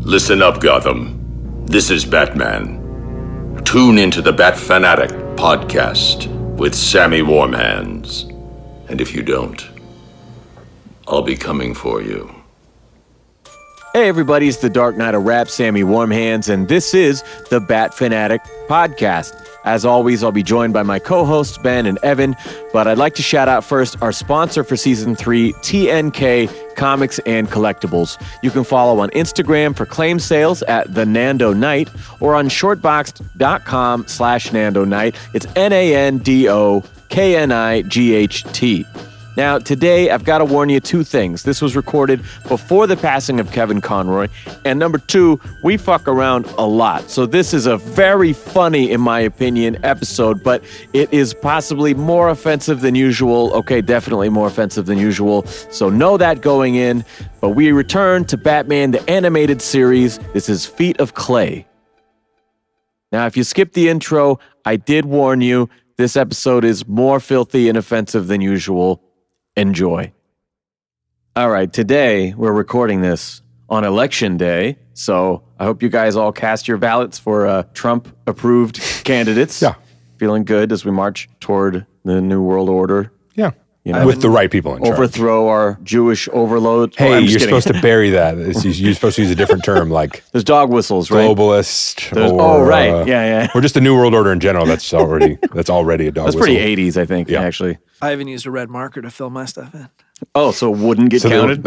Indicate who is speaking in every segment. Speaker 1: Listen up, Gotham. This is Batman. Tune into the Bat Fanatic podcast with Sammy Warmhands. And if you don't, I'll be coming for you.
Speaker 2: Hey, everybody, it's the Dark Knight of Rap, Sammy Warmhands, and this is the Bat Fanatic Podcast. As always, I'll be joined by my co hosts, Ben and Evan, but I'd like to shout out first our sponsor for season three, TNK Comics and Collectibles. You can follow on Instagram for claim sales at the Nando Knight or on shortboxed.com slash Nando Knight. It's N A N D O K N I G H T. Now, today I've got to warn you two things. This was recorded before the passing of Kevin Conroy. And number two, we fuck around a lot. So this is a very funny, in my opinion, episode, but it is possibly more offensive than usual. Okay, definitely more offensive than usual. So know that going in. But we return to Batman, the animated series. This is Feet of Clay. Now, if you skip the intro, I did warn you. This episode is more filthy and offensive than usual. Enjoy. All right, today we're recording this on election day, so I hope you guys all cast your ballots for uh, Trump approved candidates.
Speaker 3: Yeah.
Speaker 2: Feeling good as we march toward the New World Order,
Speaker 3: Yeah.
Speaker 2: You know,
Speaker 3: With the right people in charge.
Speaker 2: overthrow our Jewish overlords. Oh,
Speaker 3: Hey,
Speaker 2: I'm
Speaker 3: you're
Speaker 2: just kidding.
Speaker 3: supposed to bury that. It's- you- you're supposed to use a different term like
Speaker 2: There's dog whistles, right?
Speaker 3: globalist
Speaker 2: There's-
Speaker 3: or
Speaker 2: oh, right.
Speaker 3: uh,
Speaker 2: Yeah, yeah.
Speaker 3: Or just the new world order in general. That's already that's already a dog
Speaker 2: That's
Speaker 3: whistle.
Speaker 2: pretty 80s, I think,
Speaker 3: Yeah.
Speaker 2: actually.
Speaker 4: I even used a red marker to fill my stuff in.
Speaker 2: Oh, so wouldn't get
Speaker 3: So they were-
Speaker 2: counted?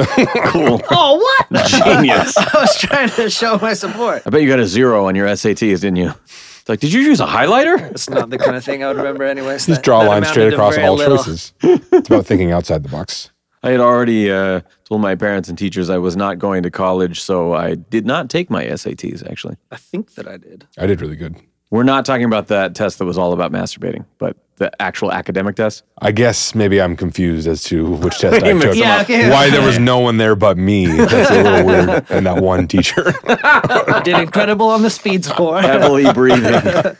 Speaker 2: cool.
Speaker 4: Oh, what?
Speaker 2: Genius.
Speaker 4: I was trying to show my support.
Speaker 2: I bet you got a zero on your SATs, didn't you? It's like, did you use a highlighter?
Speaker 4: It's not the kind of thing I would remember, anyways.
Speaker 3: Just
Speaker 4: That-
Speaker 3: draw a
Speaker 4: that
Speaker 3: line
Speaker 4: amounted
Speaker 3: straight
Speaker 4: to
Speaker 3: across
Speaker 4: very
Speaker 3: all
Speaker 4: little.
Speaker 3: choices. it's about thinking outside the box.
Speaker 2: I had already uh, told my parents and teachers I was not going to college, so I did not take my SATs, actually.
Speaker 4: I think that I did.
Speaker 3: I did really good.
Speaker 2: We're not talking about that test that was all about masturbating, but the actual academic test.
Speaker 3: I guess maybe I'm confused as to which test I
Speaker 2: mixed
Speaker 3: took.
Speaker 4: them Yeah, up. okay.
Speaker 3: Why there was no one there but me. That's a little weird. And that one teacher.
Speaker 4: I did incredible on the speed score.
Speaker 2: Heavily breathing.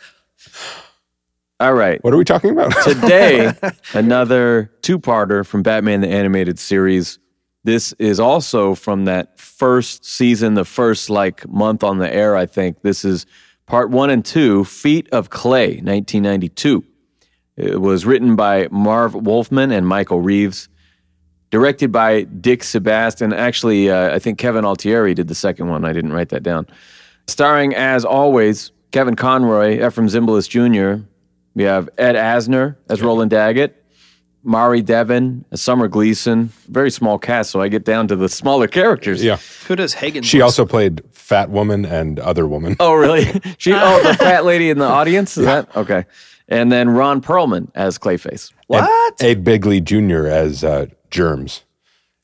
Speaker 2: all right.
Speaker 3: What are we talking about?
Speaker 2: Today, another two parter from Batman the Animated Series. This is also from that first season, the first like month on the air, I think. This is part one and two Feet of Clay, 1992. It was written by Marv Wolfman and Michael Reeves, directed by Dick Sebastian. Actually, uh, I think Kevin Altieri did the second one. I didn't write that down. Starring, as always, Kevin Conroy, Ephraim Zimbalist Jr., we have Ed Asner as Roland Daggett, Mari Devon as Summer Gleason. Very small cast, so I get down to the smaller characters.
Speaker 3: yeah.
Speaker 4: Who does Hagen?
Speaker 3: She also played Fat Woman and Other Woman.
Speaker 2: Oh, really? she? Oh, the fat lady in the audience is that okay? And then Ron Perlman as Clayface.
Speaker 3: And
Speaker 4: What?
Speaker 3: Ed Bigley Jr. as uh, Germs.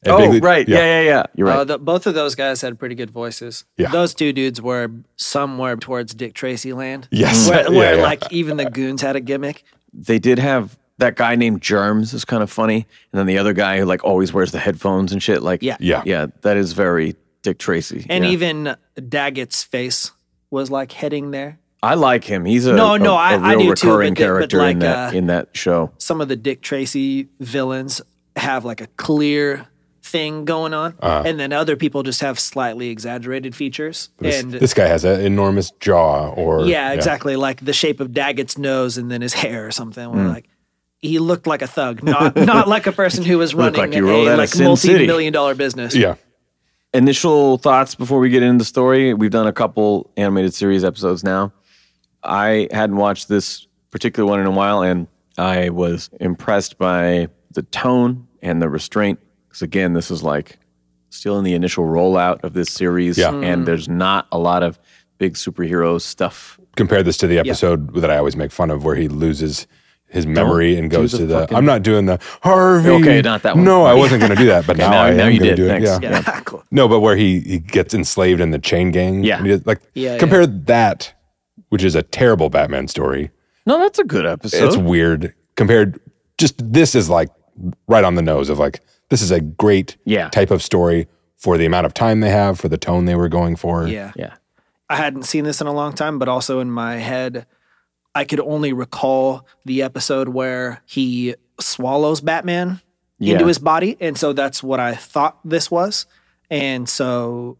Speaker 3: Ed
Speaker 2: oh,
Speaker 3: Bigley-
Speaker 2: right. Yeah. yeah, yeah, You're right.
Speaker 4: Uh, the, both of those guys had pretty good voices.
Speaker 3: Yeah.
Speaker 4: Those two dudes were somewhere towards Dick Tracy land.
Speaker 3: Yes.
Speaker 4: Where,
Speaker 3: Yeah,
Speaker 4: where
Speaker 3: yeah.
Speaker 4: like even the goons had a gimmick.
Speaker 2: they did have that guy named Germs is kind of funny, and then the other guy who like always wears the headphones and shit. Like,
Speaker 4: Yeah.
Speaker 3: Yeah.
Speaker 2: yeah. That is very Dick Tracy.
Speaker 4: And
Speaker 2: Yeah.
Speaker 4: even Daggett's face was like heading there.
Speaker 2: I like him. He's a
Speaker 4: No,
Speaker 2: a-
Speaker 4: no,
Speaker 2: a
Speaker 4: I- I
Speaker 2: real
Speaker 4: do too, but
Speaker 2: recurring
Speaker 4: the- but
Speaker 2: character in
Speaker 4: like,
Speaker 2: that
Speaker 4: uh,
Speaker 2: in that show.
Speaker 4: Some of the Dick Tracy villains have like a clear thing going on,
Speaker 2: Uh-huh.
Speaker 4: and then other people just have slightly exaggerated features.
Speaker 3: This,
Speaker 4: and
Speaker 3: this guy has an enormous jaw, or
Speaker 4: yeah, exactly, like the shape of Daggett's nose and then his hair or something.
Speaker 2: Hmm.
Speaker 4: We're like. He looked like a thug, not not like a person who was running
Speaker 2: like he rolled out
Speaker 4: a
Speaker 2: of
Speaker 4: like
Speaker 2: Sin City.
Speaker 4: multi-million dollar business.
Speaker 3: Yeah.
Speaker 2: initial thoughts before we get into the story. We've done a couple animated series episodes now. I hadn't watched this particular one in a while, and I was impressed by the tone and the restraint. Because again, this is like still in the initial rollout of this series,
Speaker 3: Yeah.
Speaker 4: Hmm.
Speaker 2: and there's not a lot of big superhero stuff.
Speaker 3: Compare this to the episode that I always make fun of, where he loses his memory and goes to the. I'm not doing the Harvey.
Speaker 2: Okay, not that one.
Speaker 3: No, I wasn't going to do that, but now,
Speaker 2: now-
Speaker 3: I
Speaker 2: now
Speaker 3: am
Speaker 2: you did.
Speaker 3: going to do it.
Speaker 2: Thanks.
Speaker 3: Yeah.
Speaker 4: Yeah, cool.
Speaker 3: No, but where he, he gets enslaved in the chain gang.
Speaker 2: Yeah.
Speaker 3: And he does- like
Speaker 4: Yeah,
Speaker 3: compare that, which is a terrible Batman story.
Speaker 2: No, that's a good episode.
Speaker 3: it's weird compared just this is like right on the nose of like this is a great
Speaker 2: Yeah.
Speaker 3: type of story for the amount of time they have for the tone they were going for
Speaker 4: Yeah.
Speaker 2: yeah.
Speaker 4: I hadn't seen this in a long time, but also in my head, I could only recall the episode where he swallows Batman
Speaker 2: Yeah.
Speaker 4: into his body. And so that's what I thought this was. And so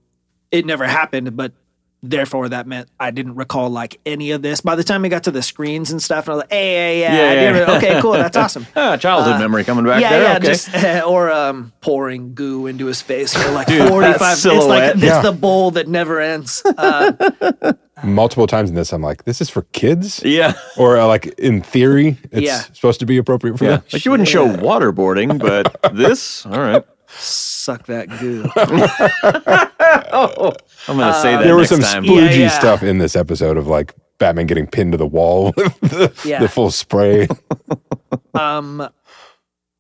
Speaker 4: it never happened, but therefore that meant I didn't recall like any of this. By the time we got to the screens and stuff, and I was like, hey, yeah, yeah, I
Speaker 2: Yeah,
Speaker 4: did
Speaker 2: yeah.
Speaker 4: it. okay, cool, that's awesome.
Speaker 2: Ah, childhood memory coming back
Speaker 4: Uh, yeah,
Speaker 2: there.
Speaker 4: yeah,
Speaker 2: okay.
Speaker 4: just or um, pouring goo into his face for like forty-five. It's like
Speaker 2: silhouette.
Speaker 4: it's
Speaker 3: Yeah.
Speaker 4: the bowl that never ends.
Speaker 3: Multiple times in this, I'm like, this is for kids?
Speaker 2: yeah.
Speaker 3: Or uh, like in theory, it's
Speaker 4: Yeah.
Speaker 3: supposed to be appropriate for them.
Speaker 2: Like you wouldn't show waterboarding, but this, all right.
Speaker 4: Suck that goo.
Speaker 2: I'm gonna say
Speaker 4: Uh,
Speaker 2: that
Speaker 3: There was
Speaker 2: next time.
Speaker 3: some spoogy
Speaker 4: Yeah, yeah.
Speaker 3: stuff in this episode of like Batman getting pinned to the wall with the,
Speaker 4: Yeah.
Speaker 3: the full spray.
Speaker 4: Um,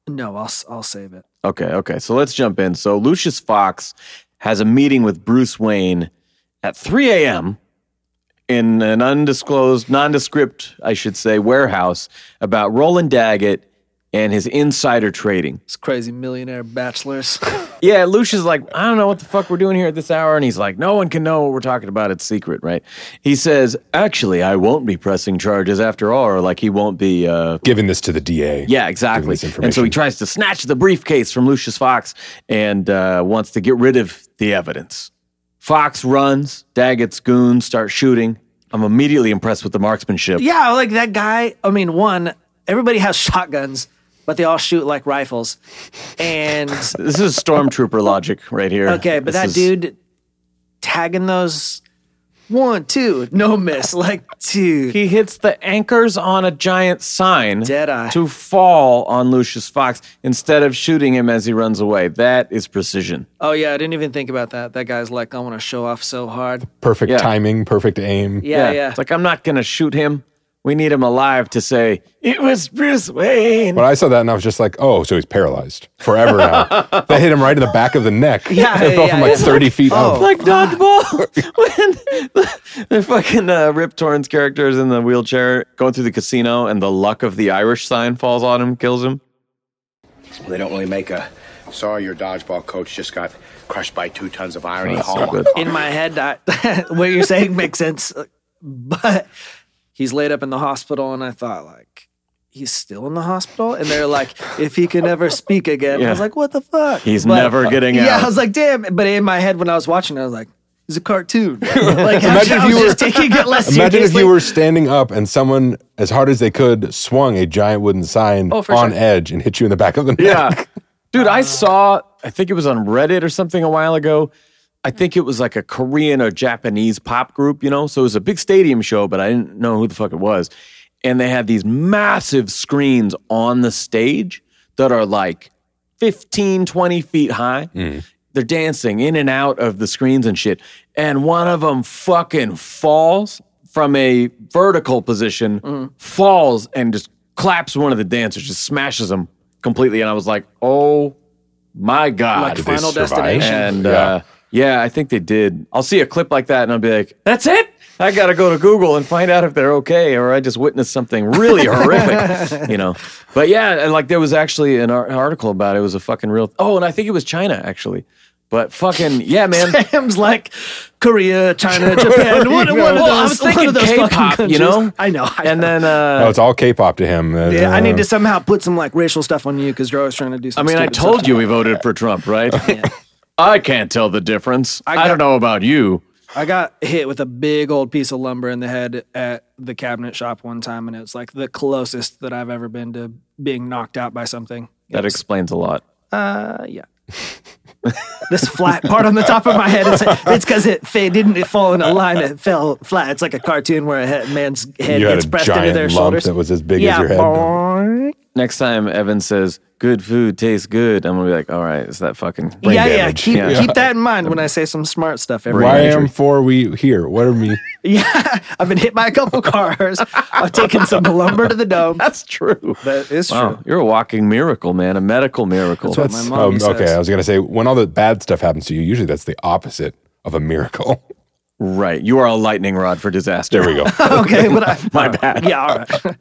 Speaker 4: no, I'll s- I'll save it.
Speaker 2: Okay, okay. So let's jump in. So Lucius Fox has a meeting with Bruce Wayne at 3 a.m. in an undisclosed, nondescript, I should say, warehouse about Roland Daggett and his insider trading.
Speaker 4: It's crazy millionaire bachelors.
Speaker 2: Yeah, Lucius is like, I don't know what the fuck we're doing here at this hour. And he's like, no one can know what we're talking about. It's secret, right? He says, actually, I won't be pressing charges after all, or like he won't be uh,
Speaker 3: Giving this to the DA.
Speaker 2: yeah, exactly.
Speaker 3: this
Speaker 2: And so he
Speaker 3: information.
Speaker 2: tries to snatch the briefcase from Lucius Fox and uh, wants to get rid of the evidence. Fox runs, Daggett's goons start shooting. I'm immediately impressed with the marksmanship.
Speaker 4: yeah, like that guy. I mean, one everybody has shotguns, but they all shoot like rifles. And
Speaker 2: This is stormtrooper logic right here.
Speaker 4: okay,
Speaker 2: This
Speaker 4: but that
Speaker 2: is-
Speaker 4: dude tagging those one, two, no miss, like dude.
Speaker 2: He hits the anchors on a giant sign
Speaker 4: Deadeye.
Speaker 2: to fall on Lucius Fox instead of shooting him as he runs away. That is precision.
Speaker 4: Oh yeah, I didn't even think about that. That guy's like, I want to show off so hard.
Speaker 3: Perfect
Speaker 2: Yeah.
Speaker 3: timing, perfect aim.
Speaker 4: Yeah, yeah.
Speaker 2: It's like, I'm not going to shoot him. We need him alive to say, it was Bruce Wayne.
Speaker 3: But I saw that and I was just like, oh, so he's paralyzed forever now. that hit him right in the back of the neck.
Speaker 4: Yeah,
Speaker 3: It fell
Speaker 4: yeah,
Speaker 3: from like
Speaker 4: yeah.
Speaker 3: 30 feet up.
Speaker 2: like oh, dodgeball when the, the fucking uh, Rip Torn's character is in the wheelchair going through the casino and the luck of the Irish sign falls on him, kills him.
Speaker 5: They don't really make a. Sorry, your dodgeball coach just got crushed by two tons of irony.
Speaker 2: That's so
Speaker 5: Hallmark
Speaker 2: good.
Speaker 4: in my head, I, what you're saying makes sense. But he's laid up in the hospital, and I thought, like, he's still in the hospital. And they're like, if he can never speak again, I was
Speaker 2: Yeah.
Speaker 4: like, what the fuck?
Speaker 2: He's
Speaker 4: But-
Speaker 2: never getting
Speaker 4: Yeah,
Speaker 2: out.
Speaker 4: I was like, damn. But in my head, when I was watching, it, I was like, he's a cartoon. like,
Speaker 3: Imagine
Speaker 4: imagine
Speaker 3: if
Speaker 4: I was
Speaker 3: you
Speaker 4: just taking it less
Speaker 3: Imagine if
Speaker 4: seriously.
Speaker 3: you were standing up and someone, as hard as they could, swung a giant wooden sign
Speaker 4: Oh, for
Speaker 3: on
Speaker 4: sure.
Speaker 3: edge and hit you in the back of the neck.
Speaker 2: Yeah. Dude, I saw, I think it was on Reddit or something a while ago. I think it was like a Korean or Japanese pop group, you know? So it was a big stadium show, but I didn't know who the fuck it was. And they had these massive screens on the stage that are like 15, 20 feet high. They're dancing in and out of the screens and shit. And one of them fucking falls from a vertical position,
Speaker 4: Hmm.
Speaker 2: falls and just claps one of the dancers, just smashes him completely. And I was like, oh my God.
Speaker 4: like Final
Speaker 3: survive?
Speaker 4: Destination.
Speaker 2: And uh, yeah, I think they did. I'll see a clip like that and I'll be like, that's it. I got to go to Google and find out if they're okay or I just witnessed something really horrific, you know. But yeah, and, like there was actually an ar- article about it. It was a fucking real. Oh, and I think it was China actually. But fucking, yeah, man.
Speaker 4: Sam's like Korea, China, Japan. One, one of those.
Speaker 2: Well, I was
Speaker 4: one
Speaker 2: thinking
Speaker 4: of those fucking
Speaker 2: K-pop, you
Speaker 4: countries.
Speaker 2: know?
Speaker 4: I know. I
Speaker 2: And
Speaker 4: know.
Speaker 2: then, uh,
Speaker 3: Oh, it's all K-pop to him.
Speaker 4: Yeah, I need to somehow put some like racial stuff on you because you're always trying to do.
Speaker 2: I
Speaker 4: Some
Speaker 2: mean, I
Speaker 4: stupid stuff
Speaker 2: told
Speaker 4: to
Speaker 2: you
Speaker 4: me.
Speaker 2: we voted for Trump, right? I can't tell the difference. I, don't know about you.
Speaker 4: I got hit with a big old piece of lumber in the head at the cabinet shop one time, and it's like the closest that I've ever been to being knocked out by something.
Speaker 2: That explains a lot.
Speaker 4: Uh, yeah. this flat part on the top of my head, it's it's because it fa- didn't it fall in a line, it fell flat. It's like a cartoon where a he- man's head
Speaker 3: You had
Speaker 4: gets
Speaker 3: a
Speaker 4: pressed into
Speaker 3: giant
Speaker 4: their
Speaker 3: lump
Speaker 4: shoulders.
Speaker 3: that was as big
Speaker 4: yeah,
Speaker 3: as your head.
Speaker 4: boing.
Speaker 2: Next time Evan says, good food tastes good, I'm going to be like, all right, it's that fucking.
Speaker 4: Yeah, yeah.
Speaker 3: damage.
Speaker 4: Keep,
Speaker 2: Yeah.
Speaker 4: keep that in mind when I say some smart stuff every
Speaker 3: Why
Speaker 4: day.
Speaker 3: am four we here? What are me?
Speaker 4: Yeah, I've been hit by a couple cars. I've taken some lumber to the dome.
Speaker 2: That's true.
Speaker 4: That is
Speaker 2: Wow,
Speaker 4: true.
Speaker 2: you're a walking miracle, man, a medical miracle.
Speaker 4: That's what my mom says.
Speaker 3: um, okay, I was gonna say when all the bad stuff happens to you, usually that's the opposite of a miracle.
Speaker 2: right. You are a lightning rod for disaster.
Speaker 3: There we go.
Speaker 4: Okay, but I,
Speaker 2: My bad.
Speaker 4: yeah, all right.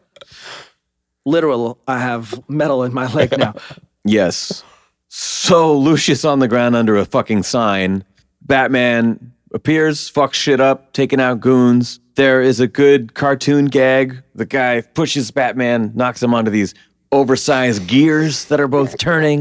Speaker 4: Literal, I have metal in my leg now.
Speaker 2: Yes. So Lucius on the ground under a fucking sign. Batman appears, fucks shit up, taking out goons. There is a good cartoon gag. The guy pushes Batman, knocks him onto these oversized gears that are both turning,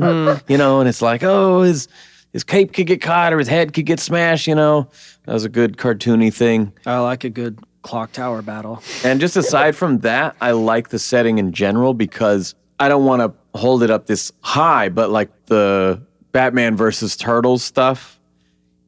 Speaker 2: you know, and it's like, oh, his his cape could get caught or his head could get smashed. You know, that was a good cartoony thing.
Speaker 4: I like a good clock tower battle.
Speaker 2: And just aside from that, I like the setting in general because I don't want to hold it up this high, but like the Batman versus Turtles stuff,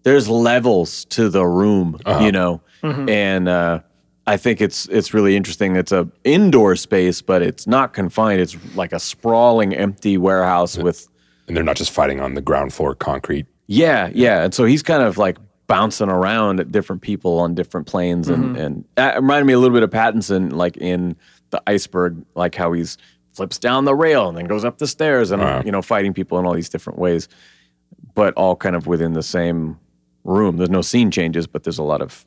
Speaker 2: there's levels to the room, you know, and uh, I think it's it's really interesting. It's a indoor space, but it's not confined. It's like a sprawling, empty warehouse with
Speaker 3: And they're not just fighting on the ground floor concrete.
Speaker 2: yeah, yeah. And so he's kind of like bouncing around at different people on different planes, and and that reminded me a little bit of Pattinson, like in the iceberg, like how he's flips down the rail and then goes up the stairs, and you know, fighting people in all these different ways, but all kind of within the same room. There's no scene changes, but there's a lot of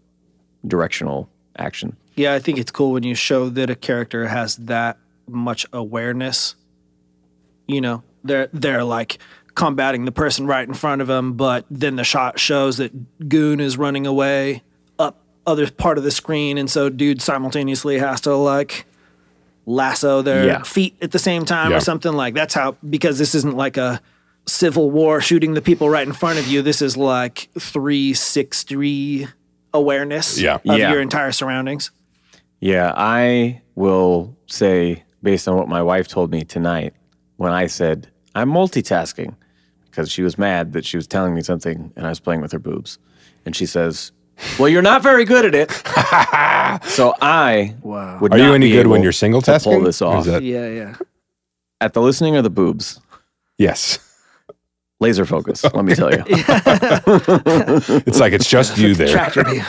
Speaker 2: directional action.
Speaker 4: Yeah, I think it's cool when you show that a character has that much awareness. You know, they're they're like combating the person right in front of them, but then the shot shows that Goon is running away up other part of the screen, and so dude simultaneously has to like lasso their
Speaker 2: Yeah.
Speaker 4: feet at the same time
Speaker 3: Yeah.
Speaker 4: or something like that's how because this isn't like a civil war shooting the people right in front of you. This is like three six three awareness
Speaker 3: Yeah.
Speaker 4: of
Speaker 2: Yeah.
Speaker 4: your entire surroundings.
Speaker 2: Yeah, I will say, based on what my wife told me tonight, when I said, I'm multitasking, because she was mad that she was telling me something and I was playing with her boobs. And she says, Well, you're not very good at it. so I wow. would
Speaker 3: Are
Speaker 2: not
Speaker 3: you any
Speaker 2: be
Speaker 3: good when
Speaker 2: able
Speaker 3: you're single
Speaker 2: to
Speaker 3: tasking?
Speaker 2: Pull this
Speaker 3: Or
Speaker 2: off.
Speaker 3: is that-
Speaker 4: Yeah, yeah.
Speaker 2: at the listening or the boobs?
Speaker 3: yes.
Speaker 2: Laser focus, let me tell you.
Speaker 3: It's like it's just you there.
Speaker 4: Tractor beam.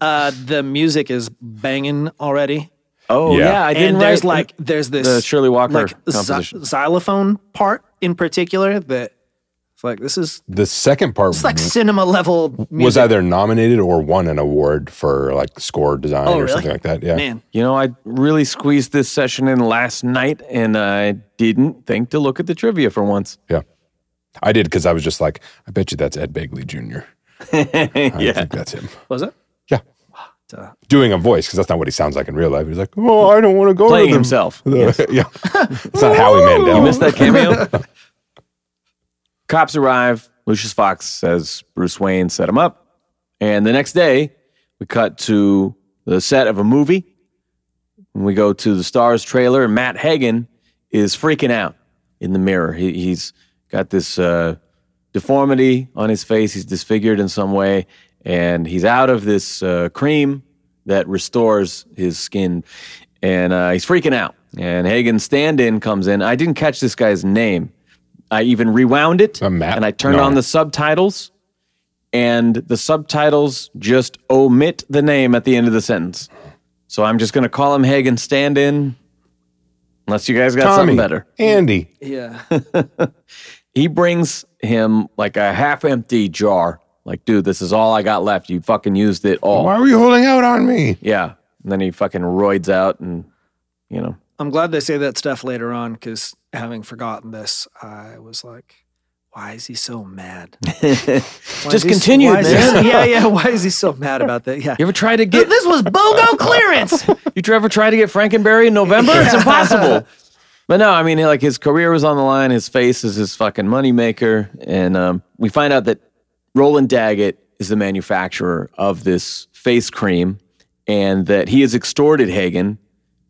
Speaker 4: uh, the music is banging already.
Speaker 2: Oh, yeah.
Speaker 3: Yeah.
Speaker 2: I didn't
Speaker 4: And there's
Speaker 2: write-
Speaker 4: like there's this
Speaker 2: the Shirley Walker
Speaker 4: like xy-
Speaker 2: composition.
Speaker 4: xylophone part in particular that it's like this is
Speaker 3: The second part
Speaker 4: it's like
Speaker 2: Mm-hmm.
Speaker 4: cinema level music.
Speaker 3: was either nominated or won an award for like score design
Speaker 4: Oh,
Speaker 3: or
Speaker 4: really?
Speaker 3: something like that. Yeah.
Speaker 4: man.
Speaker 2: You know, I really squeezed this session in last night and I didn't think to look at the trivia for once.
Speaker 3: Yeah. I did because I was just like, I bet you that's Ed Begley Jr. I think that's him.
Speaker 4: Was it?
Speaker 3: Yeah. Doing a voice because that's not what he sounds like in real life. He's like, oh, I don't want to go.
Speaker 2: Playing
Speaker 3: to the-
Speaker 2: himself.
Speaker 3: the-" yeah. It's not Howie Mandel.
Speaker 2: You missed that cameo? Cops arrive. Lucius Fox says Bruce Wayne set him up. And the next day, we cut to the set of a movie. And we go to the Stars trailer, and Matt Hagen is freaking out in the mirror. He, he's got this uh, deformity on his face, he's disfigured in some way, and he's out of this uh, cream that restores his skin. And uh, he's freaking out. And Hagen's stand in comes in. I didn't catch this guy's name. I even rewound it
Speaker 3: Uh, Matt?
Speaker 2: and I turned
Speaker 3: No.
Speaker 2: on the subtitles, and the subtitles just omit the name at the end of the sentence. So I'm just going to call him Hagen stand in, unless you guys got
Speaker 3: Tommy.
Speaker 2: something better.
Speaker 3: Andy.
Speaker 4: Yeah.
Speaker 2: He brings him like a half empty jar. Like, dude, this is all I got left. You fucking used it all.
Speaker 3: Why are you holding out on me?
Speaker 2: Yeah. And then he fucking roids out and, you know,
Speaker 4: I'm glad they say that stuff later on because having forgotten this, I was like, why is he so mad? Why is
Speaker 2: Just
Speaker 4: he so-
Speaker 2: continue,
Speaker 4: why is he
Speaker 2: man.
Speaker 4: so- yeah, yeah. Why is he so mad about that? Yeah.
Speaker 2: you ever try to
Speaker 4: Th-
Speaker 2: get,
Speaker 4: This was BOGO clearance.
Speaker 2: you ever try to get Frankenberry in November? It's impossible. But no, I mean, like his career was on the line. His face is his fucking moneymaker. And um, we find out that Roland Daggett is the manufacturer of this face cream and that he has extorted Hagen,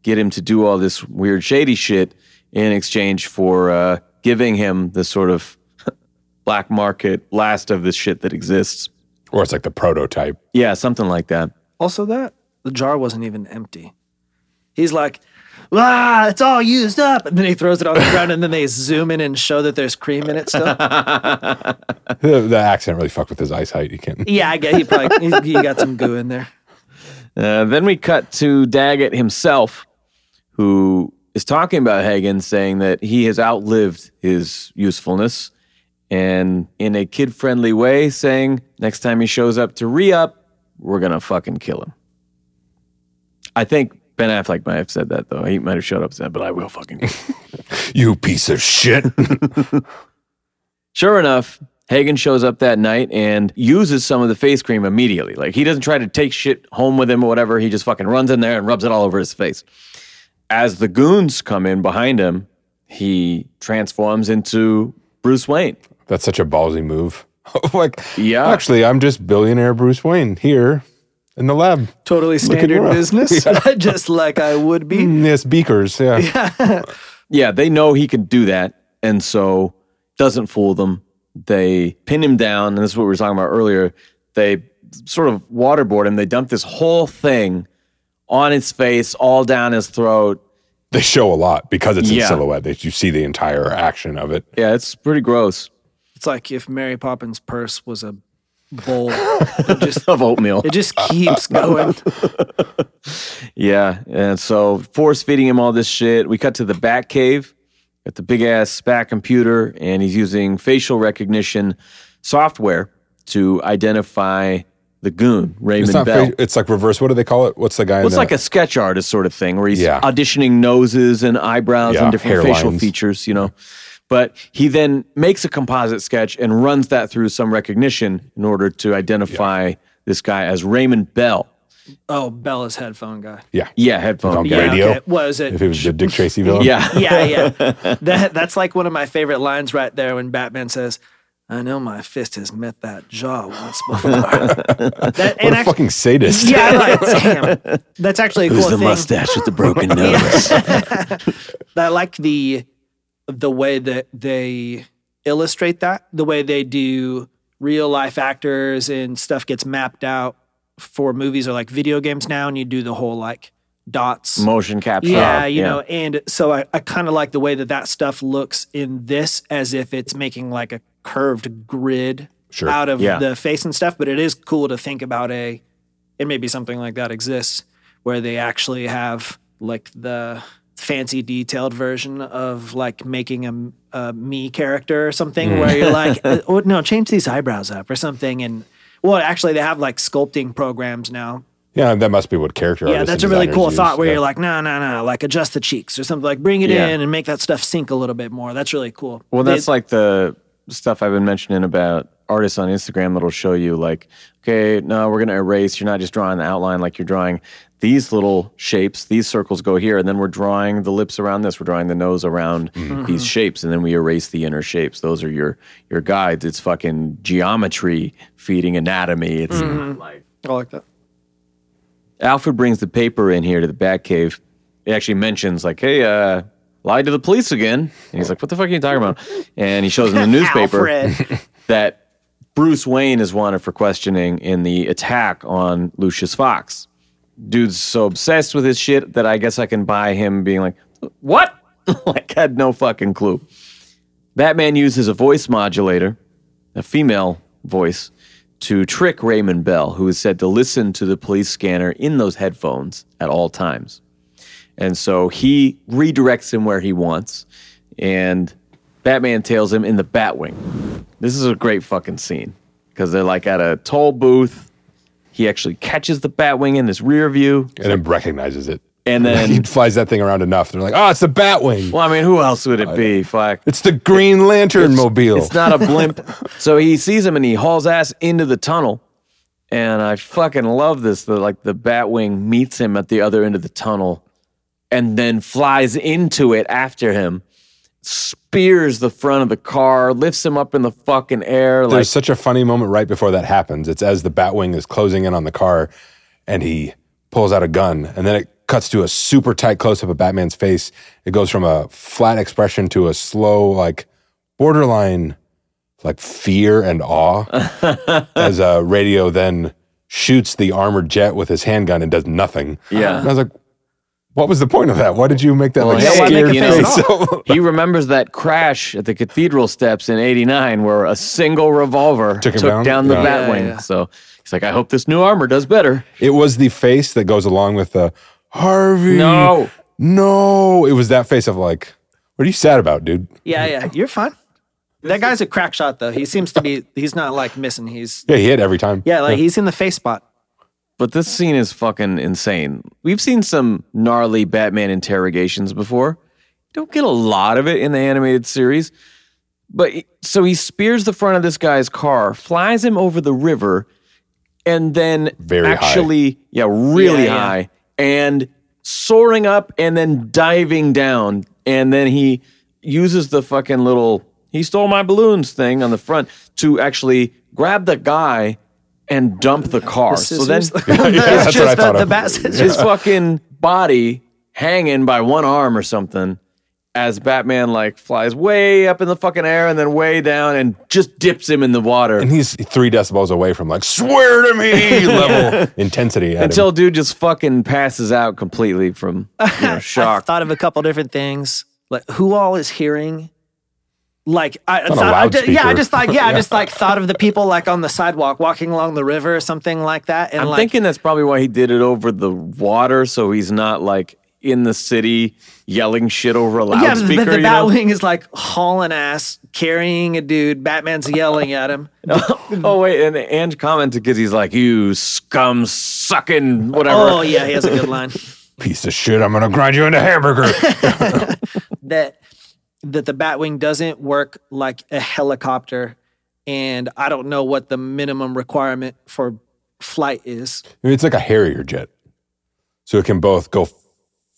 Speaker 2: get him to do all this weird, shady shit in exchange for uh, giving him the sort of black market last of the shit that exists.
Speaker 3: Or it's like the prototype.
Speaker 2: Yeah, something like that.
Speaker 4: Also, that the jar wasn't even empty. He's like, ah, it's all used up. And then he throws it on the ground, and then they zoom in and show that there's cream in it still.
Speaker 3: The, the accent really fucked with his eyesight. You can't.
Speaker 4: yeah, I get he probably he, he got some goo in there.
Speaker 2: Uh, then we cut to Daggett himself, who is talking about Hagen, saying that he has outlived his usefulness, and in a kid friendly way, saying next time he shows up to re up, we're going to fucking kill him. I think Ben Affleck might have said that, though. He might have showed up and said, but I will fucking kill him.
Speaker 3: You piece of shit.
Speaker 2: Sure enough, Hagen shows up that night and uses some of the face cream immediately. Like he doesn't try to take shit home with him or whatever. He just fucking runs in there and rubs it all over his face. As the goons come in behind him, he transforms into Bruce Wayne.
Speaker 3: That's such a ballsy move. like,
Speaker 2: Yeah.
Speaker 3: Actually, I'm just billionaire Bruce Wayne here in the lab.
Speaker 4: Totally standard
Speaker 3: around.
Speaker 4: business, just like I would be.
Speaker 3: Yes, beakers. Yeah.
Speaker 2: Yeah, they know he can do that, and so doesn't fool them. They pin him down, and this is what we were talking about earlier. They sort of waterboard him. They dump this whole thing on his face, all down his throat.
Speaker 3: They show a lot because it's
Speaker 2: Yeah.
Speaker 3: in silhouette. They, you see the entire action of it.
Speaker 2: Yeah, it's pretty gross.
Speaker 4: It's like if Mary Poppins' purse was a bowl. it just
Speaker 2: Of oatmeal.
Speaker 4: it just keeps going.
Speaker 2: Yeah, and so force feeding him all this shit. We cut to the Batcave, got the big ass SPAC computer, and he's using facial recognition software to identify the goon Raymond
Speaker 3: It's not.
Speaker 2: Bell.
Speaker 3: fa- it's like reverse. What do they call it? What's the guy? in
Speaker 2: It's
Speaker 3: the-
Speaker 2: like a sketch artist sort of thing where he's
Speaker 3: Yeah.
Speaker 2: auditioning noses and eyebrows
Speaker 3: Yeah,
Speaker 2: and different
Speaker 3: hair
Speaker 2: facial
Speaker 3: lines.
Speaker 2: features, you know. But he then makes a composite sketch and runs that through some recognition in order to identify this guy as Raymond Bell.
Speaker 4: Oh, Bella's headphone guy.
Speaker 3: yeah.
Speaker 2: Yeah, headphone.
Speaker 3: On
Speaker 2: Yeah.
Speaker 3: radio.
Speaker 4: Okay, What is it?
Speaker 3: If it was the Dick Tracy villain.
Speaker 2: Yeah.
Speaker 4: yeah, yeah. That that's like one of my favorite lines right there when Batman says, "I know my fist has met that jaw once before." that,
Speaker 3: What
Speaker 4: and
Speaker 3: a
Speaker 4: act-
Speaker 3: fucking sadist.
Speaker 4: yeah, I'm like, damn. That's actually a
Speaker 2: Who's
Speaker 4: cool
Speaker 2: the
Speaker 4: thing.
Speaker 2: mustache with the broken nose?
Speaker 4: I like the the way that they illustrate that, the way they do real life actors and stuff gets mapped out for movies or like video games now, and you do the whole like dots.
Speaker 2: Motion capture.
Speaker 4: Yeah, you know, and so I, I kind of like the way that that stuff looks in this as if it's making like a curved grid
Speaker 3: Sure.
Speaker 4: out of
Speaker 2: Yeah.
Speaker 4: the face and stuff, but it is cool to think about a, and maybe something like that exists where they actually have like the fancy detailed version of like making a, a me character or something where you're like, uh, oh, no, change these eyebrows up or something. And well, actually, they have like sculpting programs now
Speaker 3: Yeah, that must be what character.
Speaker 4: yeah,
Speaker 3: artists
Speaker 4: that's a
Speaker 3: and
Speaker 4: really
Speaker 3: designers
Speaker 4: cool
Speaker 3: use.
Speaker 4: thought where
Speaker 3: Yeah.
Speaker 4: you're like, no, no, no, like adjust the cheeks or something, like bring it
Speaker 2: Yeah.
Speaker 4: in and make that stuff sink a little bit more. That's really cool.
Speaker 2: Well,
Speaker 4: They-
Speaker 2: that's like the stuff I've been mentioning about artists on Instagram that'll show you, like, okay, no, we're going to erase. You're not just drawing the outline like you're drawing these little shapes. These circles go here. And then we're drawing the lips around this. We're drawing the nose around
Speaker 4: Mm-hmm.
Speaker 2: these shapes. And then we erase the inner shapes. Those are your your guides. It's fucking geometry feeding anatomy. It's
Speaker 4: Mm-hmm. I like that.
Speaker 2: Alfred brings the paper in here to the Batcave. It actually mentions like, "Hey, uh, lied to the police again." And he's like, "What the fuck are you talking about?" And he shows him the newspaper
Speaker 4: Alfred.
Speaker 2: that Bruce Wayne is wanted for questioning in the attack on Lucius Fox. Dude's so obsessed with his shit that I guess I can buy him being like, "What?" like had no fucking clue. Batman uses a voice modulator, a female voice, to trick Raymond Bell, who is said to listen to the police scanner in those headphones at all times. And so he redirects him where he wants, and Batman tails him in the Batwing. This is a great fucking scene because they're like at a toll booth. He actually catches the Batwing in his rear view,
Speaker 3: and then recognizes it.
Speaker 2: and
Speaker 3: he
Speaker 2: then,
Speaker 3: flies that thing around enough. They're like, oh, it's the Batwing.
Speaker 2: well, I mean, who else would it be? Fuck.
Speaker 3: It's the Green Lantern mobile.
Speaker 2: It's not a blimp. so he sees him and he hauls ass into the tunnel. And I fucking love this. The, like the Batwing meets him at the other end of the tunnel and then flies into it after him, spears the front of the car, lifts him up in the fucking air. Like,
Speaker 3: There's such a funny moment right before that happens. It's as the Batwing is closing in on the car and he pulls out a gun. And then it cuts to a super tight close up of Batman's face. It goes from a flat expression to a slow, like borderline, like fear and awe as a radio then shoots the armored jet with his handgun and does nothing.
Speaker 2: Yeah.
Speaker 3: And I was like, what was the point of that? Why did you make that like
Speaker 2: yeah, why
Speaker 3: scared
Speaker 2: make it
Speaker 3: face?
Speaker 2: face he remembers that crash at the cathedral steps in 89 where a single revolver took,
Speaker 3: him
Speaker 2: down?
Speaker 3: down?
Speaker 2: the
Speaker 3: Yeah.
Speaker 2: Batwing.
Speaker 4: Yeah, yeah.
Speaker 2: So he's like, I hope this new armor does better.
Speaker 3: It was the face that goes along with the Harvey.
Speaker 2: No.
Speaker 3: No. It was that face of like, what are you sad about, dude?
Speaker 4: Yeah, yeah, you're fine. That guy's a crack shot though. He seems to be. He's not like missing. He's
Speaker 3: Yeah, he hit every time.
Speaker 4: yeah, like he's in the face spot.
Speaker 2: But this scene is fucking insane. We've seen some gnarly Batman interrogations before. Don't get a lot of it in the animated series. But so he spears the front of this guy's car, flies him over the river, and then
Speaker 3: Very high.
Speaker 2: actually, yeah, really
Speaker 4: Yeah, yeah.
Speaker 2: high, and soaring up and then diving down. And then he uses the fucking little he stole my balloons thing on the front to actually grab the guy and dump the car. so then
Speaker 4: Scissors. It's
Speaker 3: that's
Speaker 4: just
Speaker 3: what I thought
Speaker 4: the, the
Speaker 3: of.
Speaker 4: bat scissors.
Speaker 2: his fucking body hanging by one arm or something as Batman like flies way up in the fucking air and then way down and just dips him in the water.
Speaker 3: And he's three decibels away from like swear to me level intensity. At
Speaker 2: Until
Speaker 3: him.
Speaker 2: dude just fucking passes out completely from you know,
Speaker 4: I
Speaker 2: shock.
Speaker 4: thought of a couple different things. Like who all is hearing? Like I,
Speaker 3: on a
Speaker 4: thought, I just, yeah, I
Speaker 3: loudspeaker.
Speaker 4: just like yeah, I just like thought of the people like on the sidewalk walking along the river or something like that. And
Speaker 2: I'm
Speaker 4: like
Speaker 2: thinking that's probably why he did it over the water, so he's not like in the city yelling shit over a
Speaker 4: yeah, but the,
Speaker 2: loudspeaker.
Speaker 4: the
Speaker 2: you know?
Speaker 4: Batwing is like hauling ass, carrying a dude. Batman's yelling at him.
Speaker 2: oh wait, and and commented because he's like, "You scum sucking whatever."
Speaker 4: Oh yeah, he has a good line.
Speaker 3: piece of shit, I'm gonna grind you into hamburger.
Speaker 4: that that the Batwing doesn't work like a helicopter, and I don't know what the minimum requirement for flight is.
Speaker 3: I mean, it's like a Harrier jet, so it can both go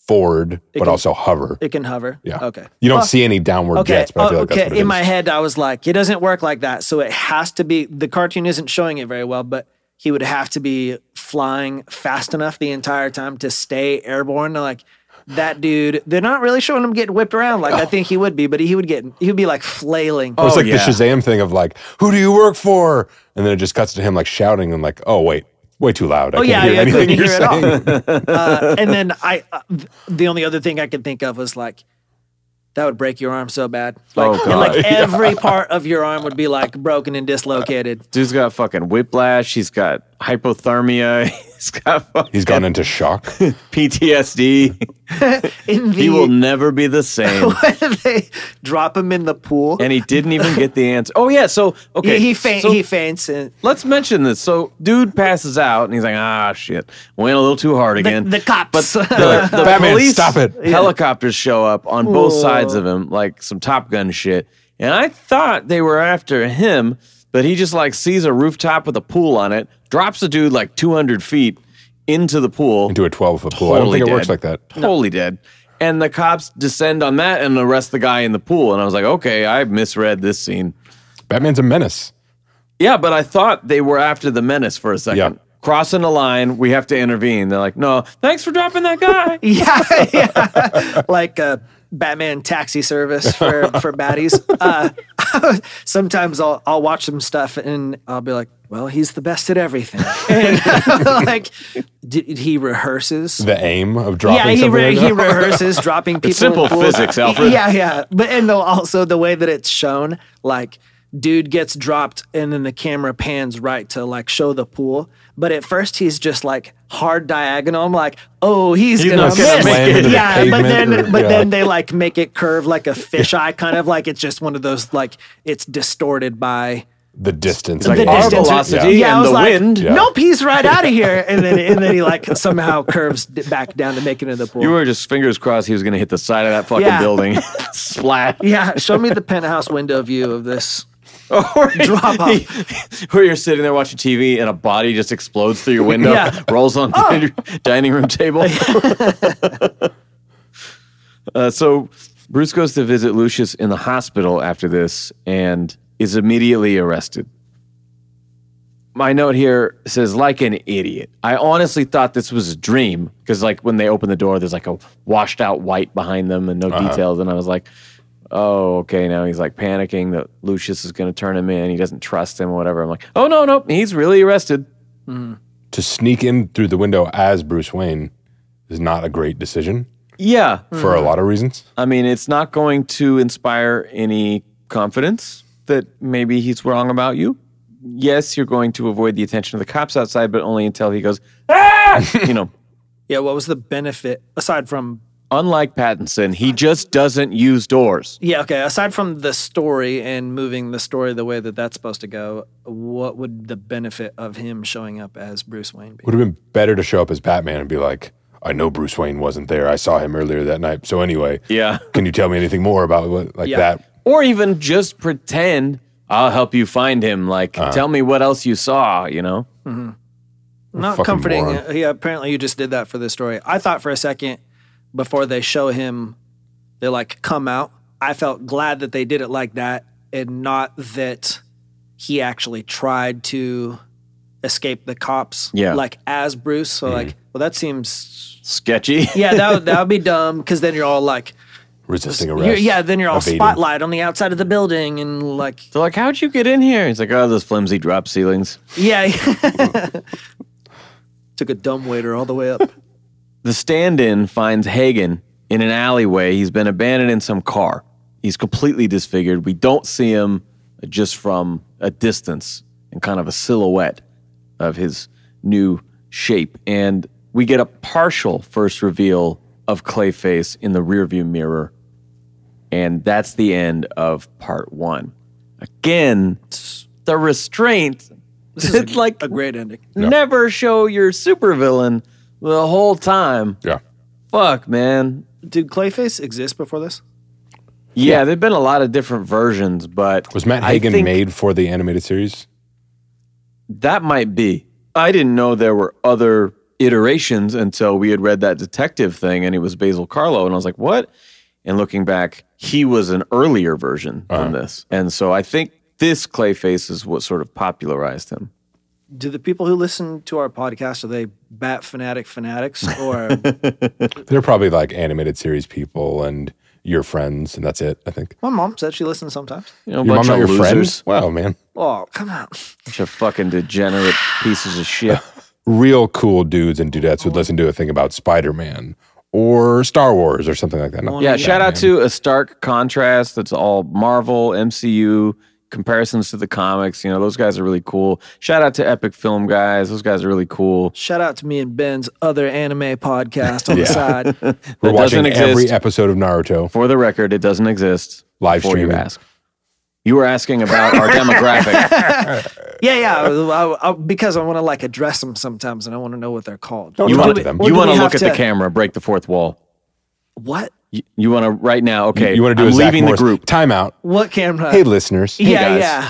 Speaker 3: forward but
Speaker 4: can-
Speaker 3: also hover.
Speaker 4: It can hover.
Speaker 3: yeah.
Speaker 4: Okay.
Speaker 3: You don't
Speaker 4: Well,
Speaker 3: see any downward
Speaker 4: Okay.
Speaker 3: jets, but I feel
Speaker 4: oh,
Speaker 3: like
Speaker 4: okay.
Speaker 3: that's what it
Speaker 4: In
Speaker 3: is.
Speaker 4: my head, I was like, it doesn't work like that. So it has to be. The cartoon isn't showing it very well, but he would have to be flying fast enough the entire time to stay airborne. Like that dude, they're not really showing him getting whipped around like I think he would be, but he would get he would be like flailing.
Speaker 2: Oh,
Speaker 3: It's like
Speaker 2: yeah.
Speaker 3: the Shazam thing of like, who do you work for? And then it just cuts to him like shouting and like, oh wait, way too loud. I can't
Speaker 4: Oh, yeah,
Speaker 3: hear
Speaker 4: yeah, I
Speaker 3: anything
Speaker 4: couldn't
Speaker 3: you're
Speaker 4: hear at all.
Speaker 3: saying.
Speaker 4: uh, and then I, uh, th- the only other thing I could think of was like, that would break your arm so bad. Like,
Speaker 2: Oh,
Speaker 4: and, like
Speaker 2: God.
Speaker 4: every part of your arm would be like broken and dislocated.
Speaker 2: Dude's got fucking whiplash. He's got hypothermia. He's got fucking
Speaker 3: He's gone into shock.
Speaker 2: PTSD.
Speaker 4: In the,
Speaker 2: he will never be the same.
Speaker 4: when they drop him in the pool.
Speaker 2: and he didn't even get the answer. Oh yeah, so okay,
Speaker 4: he, he, faint,
Speaker 2: so-
Speaker 4: he faints. And
Speaker 2: Let's mention this. So, dude passes out, and he's like, "Ah, shit, went a little too hard again."
Speaker 4: the cops.
Speaker 2: but the, the
Speaker 3: Batman,
Speaker 2: police
Speaker 3: stop it.
Speaker 2: Helicopters show up on both sides of him, like some Top Gun shit. And I thought they were after him, but he just like sees a rooftop with a pool on it, drops the dude like 200 feet into the pool,
Speaker 3: Into a 12 foot pool. I don't
Speaker 2: Totally
Speaker 3: think it works
Speaker 2: dead.
Speaker 3: like that.
Speaker 2: Totally dead. And the cops descend on that and arrest the guy in the pool. And I was like, okay, I misread this scene.
Speaker 3: Batman's a menace.
Speaker 2: Yeah, but I thought they were after the menace for a second.
Speaker 3: Yeah.
Speaker 2: Crossing the line, we have to intervene. They're like, no, thanks for dropping that guy.
Speaker 4: yeah, yeah. like a Batman taxi service for for baddies. Uh, sometimes I'll I'll watch some stuff and I'll be like, well, he's the best at everything. And like, did he rehearses?
Speaker 3: The aim of
Speaker 4: Yeah,
Speaker 3: dropping
Speaker 4: he
Speaker 3: something.
Speaker 4: re-
Speaker 3: like
Speaker 4: he
Speaker 3: that.
Speaker 4: rehearses dropping people. in
Speaker 2: simple
Speaker 4: pools.
Speaker 2: physics, Alfred.
Speaker 4: Yeah, yeah, but and though also the way that it's shown, like dude gets dropped and then the camera pans right to like show the pool. But at first he's just like hard diagonal. I'm like, oh, he's, gonna
Speaker 3: not gonna
Speaker 4: miss.
Speaker 3: land into the
Speaker 4: yeah,
Speaker 3: pavement
Speaker 4: but then
Speaker 3: or-
Speaker 4: but
Speaker 3: yeah.
Speaker 4: then they like make it curve like a fisheye, kind of like it's just one of those like it's distorted by.
Speaker 3: the distance.
Speaker 4: The
Speaker 2: our
Speaker 4: distance-
Speaker 2: velocity
Speaker 3: Yeah.
Speaker 4: I
Speaker 2: and
Speaker 4: was
Speaker 2: the
Speaker 4: like,
Speaker 2: wind.
Speaker 3: Yeah.
Speaker 4: Nope, he's right out of here, and then and then he like somehow curves d- back down to make it into the pool.
Speaker 2: You were just fingers crossed he was going to hit the side of that fucking
Speaker 4: Yeah.
Speaker 2: building. Splat.
Speaker 4: Yeah, show me the penthouse window view of this. Drop off.
Speaker 2: Where you're sitting there watching TV and a body just explodes through your window,
Speaker 4: Yeah.
Speaker 2: rolls on your dining room table. uh, so Bruce goes to visit Lucius in the hospital after this and is immediately arrested. My note here says, like an idiot. I honestly thought this was a dream because, like, when they open the door, there's like a washed out white behind them and no details. And I was like, oh, okay, now he's like panicking that Lucius is going to turn him in. He doesn't trust him or whatever. I'm like, oh, no, no, he's really arrested.
Speaker 3: to sneak in through the window as Bruce Wayne is not a great decision
Speaker 2: Yeah.
Speaker 3: for a lot of reasons.
Speaker 2: I mean, it's not going to inspire any confidence that maybe he's wrong about you. Yes, you're going to avoid the attention of the cops outside, but only until he goes, ah! you know.
Speaker 4: Yeah, what was the benefit aside from
Speaker 2: Unlike Pattinson, he just doesn't use doors.
Speaker 4: yeah, okay, aside from the story and moving the story the way that that's supposed to go, what would the benefit of him showing up as Bruce Wayne be?
Speaker 3: Would have been better to show up as Batman and be like, I know Bruce Wayne wasn't there. I saw him earlier that night. So anyway,
Speaker 2: Yeah.
Speaker 3: Can you tell me anything more about what like
Speaker 4: Yeah.
Speaker 3: that?
Speaker 2: Or even just pretend, I'll help you find him. Like, tell me what else you saw, you know?
Speaker 4: Not
Speaker 3: fucking
Speaker 4: comforting.
Speaker 3: moron.
Speaker 4: Yeah, apparently you just did that for the story. I thought for a second before they show him they like come out. I felt glad that they did it like that and not that he actually tried to escape the cops.
Speaker 2: Yeah.
Speaker 4: Like as Bruce. So
Speaker 3: Mm-hmm.
Speaker 4: like, well, that seems
Speaker 2: Sketchy.
Speaker 4: yeah, that would, that would be dumb because then you're all like,
Speaker 3: resisting
Speaker 4: you're-
Speaker 3: arrest.
Speaker 4: yeah, then you're all
Speaker 3: evading.
Speaker 4: spotlight on the outside of the building and like,
Speaker 2: They're like, how'd you get in here? He's like, oh, those flimsy drop ceilings.
Speaker 4: yeah. Took a dumb waiter all the way up.
Speaker 2: The stand in finds Hagen in an alleyway. He's been abandoned in some car. He's completely disfigured. We don't see him just from a distance and kind of a silhouette of his new shape. And we get a partial first reveal of Clayface in the rearview mirror. And that's the end of part one. Again, the restraint. It's like
Speaker 4: A great ending.
Speaker 2: never show your supervillain the whole time.
Speaker 3: Yeah.
Speaker 2: Fuck, man.
Speaker 4: Did Clayface exist before this?
Speaker 2: Yeah, there've been a lot of different versions, but
Speaker 3: Was Matt
Speaker 2: I
Speaker 3: Hagen
Speaker 2: think
Speaker 3: made for the animated series?
Speaker 2: That might be. I didn't know there were other iterations until we had read that detective thing, and it was Basil Carlo, and I was like, what? And looking back, he was an earlier version
Speaker 3: Uh-huh.
Speaker 2: than this, and so I think this Clayface is what sort of popularized him.
Speaker 4: Do the people who listen to our podcast are they bat fanatic fanatics or
Speaker 3: They're probably like animated series people and your friends, and that's it. I think.
Speaker 4: my mom said she listens sometimes.
Speaker 2: You know, a
Speaker 3: Your mom
Speaker 2: bunch
Speaker 3: not
Speaker 2: of
Speaker 3: your
Speaker 2: losers,
Speaker 3: friend? Wow, man.
Speaker 4: Oh come on!
Speaker 2: bunch of fucking degenerate pieces of shit.
Speaker 3: Real cool dudes and dudettes would listen to a thing about Spider Man or Star Wars or something like that. No.
Speaker 2: Yeah, shout out to a stark contrast that's all Marvel, MCU, comparisons to the comics. You know, those guys are really cool. Shout out to Epic Film guys. Those guys are really cool.
Speaker 4: Shout out to me and Ben's other anime podcast on the side.
Speaker 3: We're
Speaker 2: That
Speaker 3: watching
Speaker 2: doesn't exist.
Speaker 3: every episode of Naruto.
Speaker 2: For the record, it doesn't exist.
Speaker 3: Live
Speaker 2: before you
Speaker 3: streaming.
Speaker 2: ask. You were asking about our demographic.
Speaker 4: Yeah, yeah, I, I, because I want to like address them sometimes, and I want to know what they're called.
Speaker 3: Don't
Speaker 2: You
Speaker 3: talk
Speaker 2: want
Speaker 3: to them.
Speaker 4: Or
Speaker 2: you
Speaker 4: do
Speaker 2: want
Speaker 4: we
Speaker 2: to look
Speaker 4: have
Speaker 2: at the
Speaker 4: to-
Speaker 2: camera, break the fourth wall.
Speaker 4: What?
Speaker 2: You, you want to right now? Okay,
Speaker 3: you want to do
Speaker 2: I'm
Speaker 3: a Zach
Speaker 2: leaving
Speaker 3: Morris
Speaker 2: the group.
Speaker 3: timeout?
Speaker 4: What camera?
Speaker 3: Hey, listeners.
Speaker 4: yeah,
Speaker 2: guys.
Speaker 4: yeah.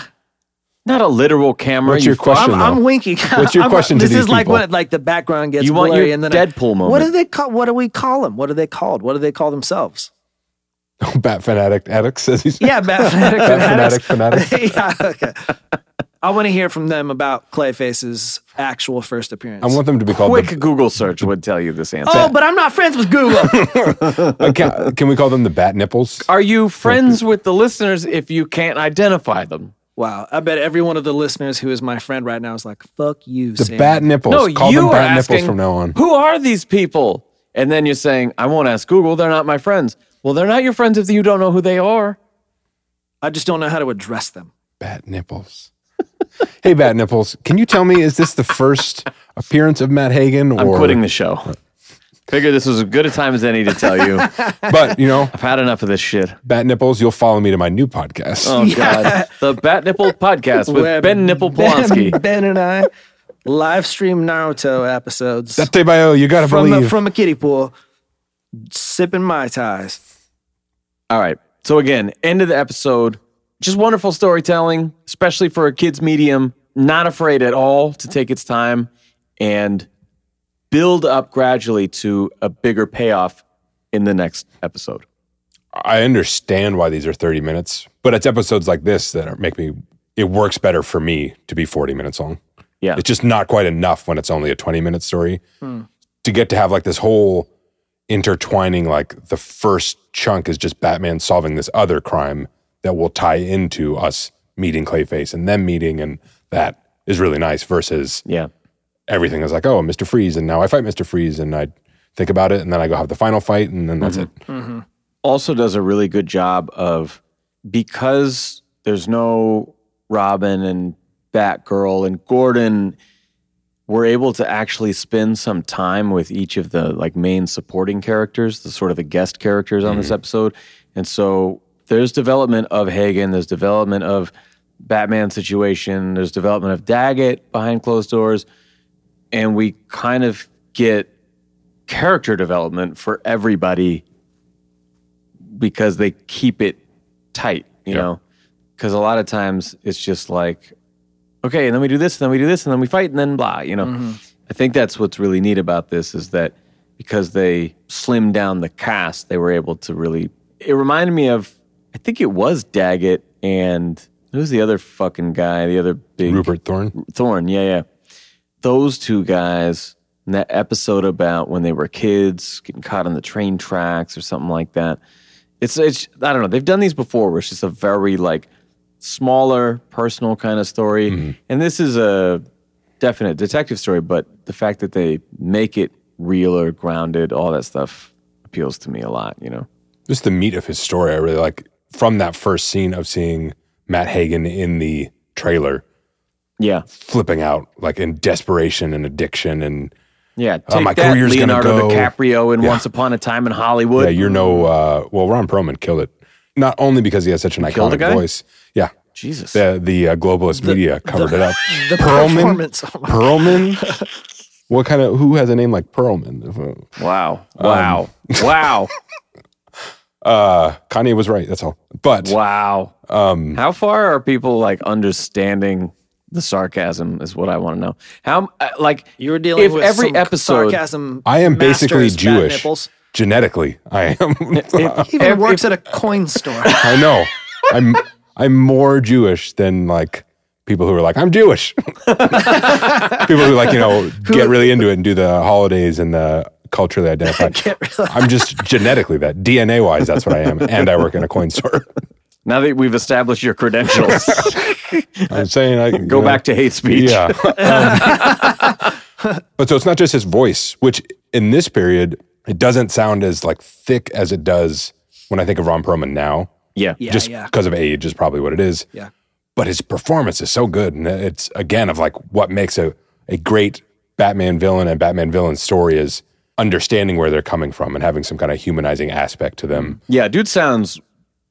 Speaker 2: Not a literal camera.
Speaker 3: What's
Speaker 2: you
Speaker 3: your
Speaker 2: fuck.
Speaker 3: question?
Speaker 4: I'm,
Speaker 3: though.
Speaker 4: I'm winking.
Speaker 3: What's your
Speaker 4: I'm-
Speaker 3: question to
Speaker 4: This
Speaker 3: these
Speaker 4: is like
Speaker 3: people?
Speaker 4: when like the background gets
Speaker 2: You
Speaker 4: blurry,
Speaker 2: want your
Speaker 4: and then
Speaker 2: Deadpool
Speaker 4: I,
Speaker 2: moment.
Speaker 4: What do they call? What do we call them? What are they called? What do they call themselves?
Speaker 3: Bat fanatic addicts, as he's
Speaker 4: Yeah, bat fanatic
Speaker 3: Bat fanatic
Speaker 4: fanatics.
Speaker 3: fanatic.
Speaker 4: yeah, okay. I want to hear from them about Clayface's actual first appearance.
Speaker 3: I want them to be called.
Speaker 2: Quick
Speaker 3: The,
Speaker 2: Google search would tell you this answer.
Speaker 4: oh, but I'm not friends with Google.
Speaker 3: uh, can, can we call them the Bat Nipples?
Speaker 2: Are you friends with the listeners if you can't identify them?
Speaker 4: wow, I bet every one of the listeners who is my friend right now is like, "Fuck you,
Speaker 3: The
Speaker 4: Sam."
Speaker 3: Bat Nipples.
Speaker 2: No,
Speaker 3: call
Speaker 2: you
Speaker 3: them
Speaker 2: are
Speaker 3: Bat
Speaker 2: asking,
Speaker 3: Nipples from now on.
Speaker 2: Who are these people? And then you're saying, I won't ask Google. They're not my friends. Well, they're not your friends if you don't know who they are.
Speaker 4: I just don't know how to address them.
Speaker 3: Bat Nipples. hey, Bat Nipples. Can you tell me is this the first appearance of Matt Hagen? Or,
Speaker 2: I'm quitting the show. Figure this was as good a time as any to tell you. I've
Speaker 3: But you know,
Speaker 2: had enough of this shit.
Speaker 3: Bat Nipples, you'll follow me to my new podcast.
Speaker 2: Oh God, the Bat Nipple Podcast with
Speaker 4: Where
Speaker 2: Ben Nipple
Speaker 4: Ben,
Speaker 2: Polanski.
Speaker 4: Ben and I live stream Naruto episodes
Speaker 3: Tebayo, you gotta
Speaker 4: from a,
Speaker 3: believe.
Speaker 4: from a kiddie pool, sipping mai tais.
Speaker 2: All right. So again, end of the episode. Just wonderful storytelling, especially for a kids medium. Not afraid at all to take its time and build up gradually to a bigger payoff in the next episode.
Speaker 3: I understand why these are 30 minutes, but it's episodes like this that are, make me. It works better for me to be 40 minutes long.
Speaker 2: Yeah.
Speaker 3: It's just not quite enough when it's only a 20 minute story to get to have like this whole intertwining, like the first chunk is just Batman solving this other crime that will tie into us meeting Clayface and them meeting. And that is really nice versus
Speaker 2: Yeah.
Speaker 3: everything is like, oh, Mr. Freeze. And now I fight Mr. Freeze and I think about it and then I go have the final fight and then that's it.
Speaker 2: also does a really good job of because there's no Robin and Batgirl and Gordon, we're able to actually spend some time with each of the like main supporting characters, the sort of the guest characters on this episode. And so there's development of Hagen, there's development of Batman situation, there's development of Daggett behind closed doors, and we kind of get character development for everybody because they keep it tight, you
Speaker 3: Yeah.
Speaker 2: know? Because a lot of times it's just like, okay, and then we do this, and then we do this, and then we fight, and then blah, you know?
Speaker 3: Mm-hmm.
Speaker 2: I think that's what's really neat about this is that because they slimmed down the cast, they were able to really. It reminded me of, I think it was Daggett and who's the other fucking guy? The other big
Speaker 3: Rupert Thorne.
Speaker 2: Thorn, yeah, yeah. Those two guys in that episode about when they were kids getting caught on the train tracks or something like that. It's it's I don't know. They've done these before where it's just a very like smaller personal kind of story.
Speaker 3: Mm-hmm.
Speaker 2: And this is a definite detective story, but the fact that they make it real or grounded, all that stuff appeals to me a lot, you know.
Speaker 3: Just the meat of his story, I really like from that first scene of seeing Matt Hagen in the trailer
Speaker 2: Yeah.
Speaker 3: flipping out like in desperation and addiction and
Speaker 2: Yeah. Take
Speaker 3: Uh, my
Speaker 2: that,
Speaker 3: career's gonna
Speaker 2: Leonardo
Speaker 3: go-
Speaker 2: DiCaprio in Once Upon a Time in Hollywood.
Speaker 3: yeah, you're no uh, well Ron Perlman killed it. Not only because he has such an
Speaker 2: Killed a
Speaker 3: iconic
Speaker 2: guy?
Speaker 3: voice. Yeah.
Speaker 2: Jesus.
Speaker 3: The the uh, globalist media covered it up.
Speaker 4: The
Speaker 3: Perlman?
Speaker 4: performance. Oh my-
Speaker 3: Perlman? what kind of who has a name like Perlman?
Speaker 2: Wow.
Speaker 3: Um,
Speaker 2: Wow. wow.
Speaker 3: Uh, Kanye was right, that's all. But
Speaker 2: Wow. Um, How far are people like understanding the sarcasm is what I want to know. How uh, like
Speaker 4: You were dealing
Speaker 2: if
Speaker 4: with
Speaker 2: every
Speaker 4: some
Speaker 2: episode
Speaker 4: sarcasm.
Speaker 3: I am basically
Speaker 4: masters, bad
Speaker 3: Jewish.
Speaker 4: nipples.
Speaker 3: Genetically, I am
Speaker 4: He
Speaker 2: if,
Speaker 4: even
Speaker 2: ev-
Speaker 4: works at a coin store.
Speaker 3: I know. I'm I'm more Jewish than like people who are like I'm Jewish. people who like you know get really into it and do the holidays and the culturally identified. I'm just genetically that DNA wise. That's what I am, and I work in a coin store.
Speaker 2: now that we've established your credentials,
Speaker 3: I'm saying I
Speaker 2: go back to hate speech.
Speaker 3: yeah. Um, but so it's not just his voice, which in this period it doesn't sound as like thick as it does when I think of Ron Perlman now.
Speaker 2: Yeah.
Speaker 4: Yeah,
Speaker 3: just
Speaker 4: yeah.
Speaker 3: because of age is probably what it is.
Speaker 4: Yeah.
Speaker 3: But his performance is so good. And it's again of like what makes a, a great Batman villain and Batman villain story is understanding where they're coming from and having some kind of humanizing aspect to them.
Speaker 2: Yeah, dude sounds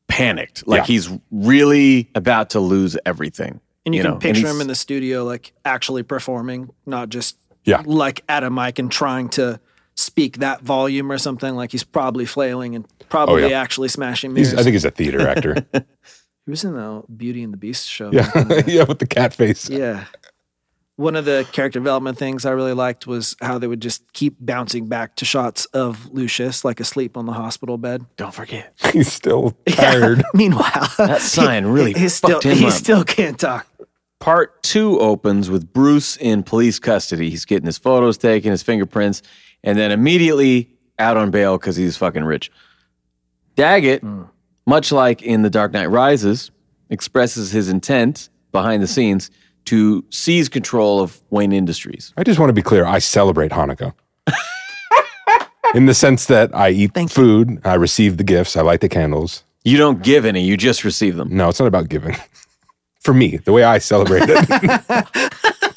Speaker 2: panicked. Like
Speaker 3: Yeah.
Speaker 2: he's really about to lose everything.
Speaker 4: And you, can
Speaker 2: know,
Speaker 4: picture
Speaker 2: he's-
Speaker 4: him in the studio, like actually performing, not just
Speaker 3: Yeah.
Speaker 4: like at a mic and trying to speak that volume or something. Like he's probably flailing and probably
Speaker 3: Oh, yeah.
Speaker 4: actually smashing mirrors.
Speaker 3: He's, I think he's a theater actor.
Speaker 4: he was in the Beauty and the Beast show.
Speaker 3: yeah. yeah. With the cat face.
Speaker 4: Yeah. One of the character development things I really liked was how they would just keep bouncing back to shots of Lucius, like asleep on the hospital bed.
Speaker 2: Don't forget.
Speaker 3: He's still tired.
Speaker 4: Meanwhile,
Speaker 2: That sign really
Speaker 4: he still
Speaker 2: fucked him
Speaker 4: he
Speaker 2: up.
Speaker 4: still can't talk.
Speaker 2: Part two opens with Bruce in police custody. He's getting his photos taken, his fingerprints, and then immediately out on bail because he's fucking rich. Daggett, much like in The Dark Knight Rises, expresses his intent behind the scenes to seize control of Wayne Industries.
Speaker 3: I just want to be clear. I celebrate Hanukkah. In the sense that I eat food, I receive the gifts, I light the candles.
Speaker 2: You don't give any, you just receive them.
Speaker 3: No, it's not about giving. For me, the way I celebrate it.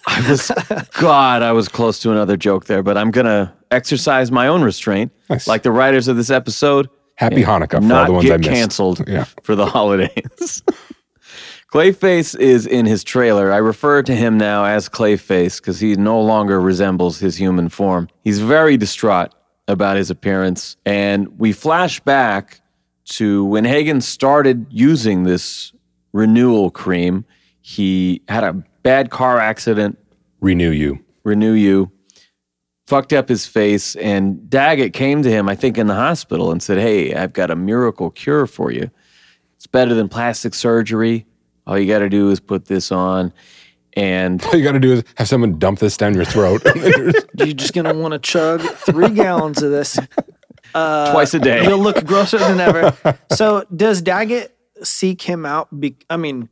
Speaker 2: I was, God, I was close to another joke there, but I'm going to exercise my own restraint.
Speaker 3: Nice.
Speaker 2: Like the writers of this episode,
Speaker 3: Happy Hanukkah for all
Speaker 2: not
Speaker 3: the ones
Speaker 2: get
Speaker 3: I missed.
Speaker 2: canceled
Speaker 3: Yeah.
Speaker 2: for the holidays. Clayface is in his trailer. I refer to him now as Clayface because he no longer resembles his human form. He's very distraught about his appearance. And we flash back to when Hagen started using this renewal cream. He had a bad car accident,
Speaker 3: Renew you.
Speaker 2: renew you, fucked up his face. And Daggett came to him, I think, in the hospital and said, Hey, I've got a miracle cure for you. It's better than plastic surgery. All you got to do is put this on. And
Speaker 3: All you got to do is have someone dump this down your throat.
Speaker 4: You're just gonna want to chug three gallons of this.
Speaker 2: twice a day.
Speaker 4: Uh, You'll look grosser than ever. So does Daggett seek him out? Be- I mean,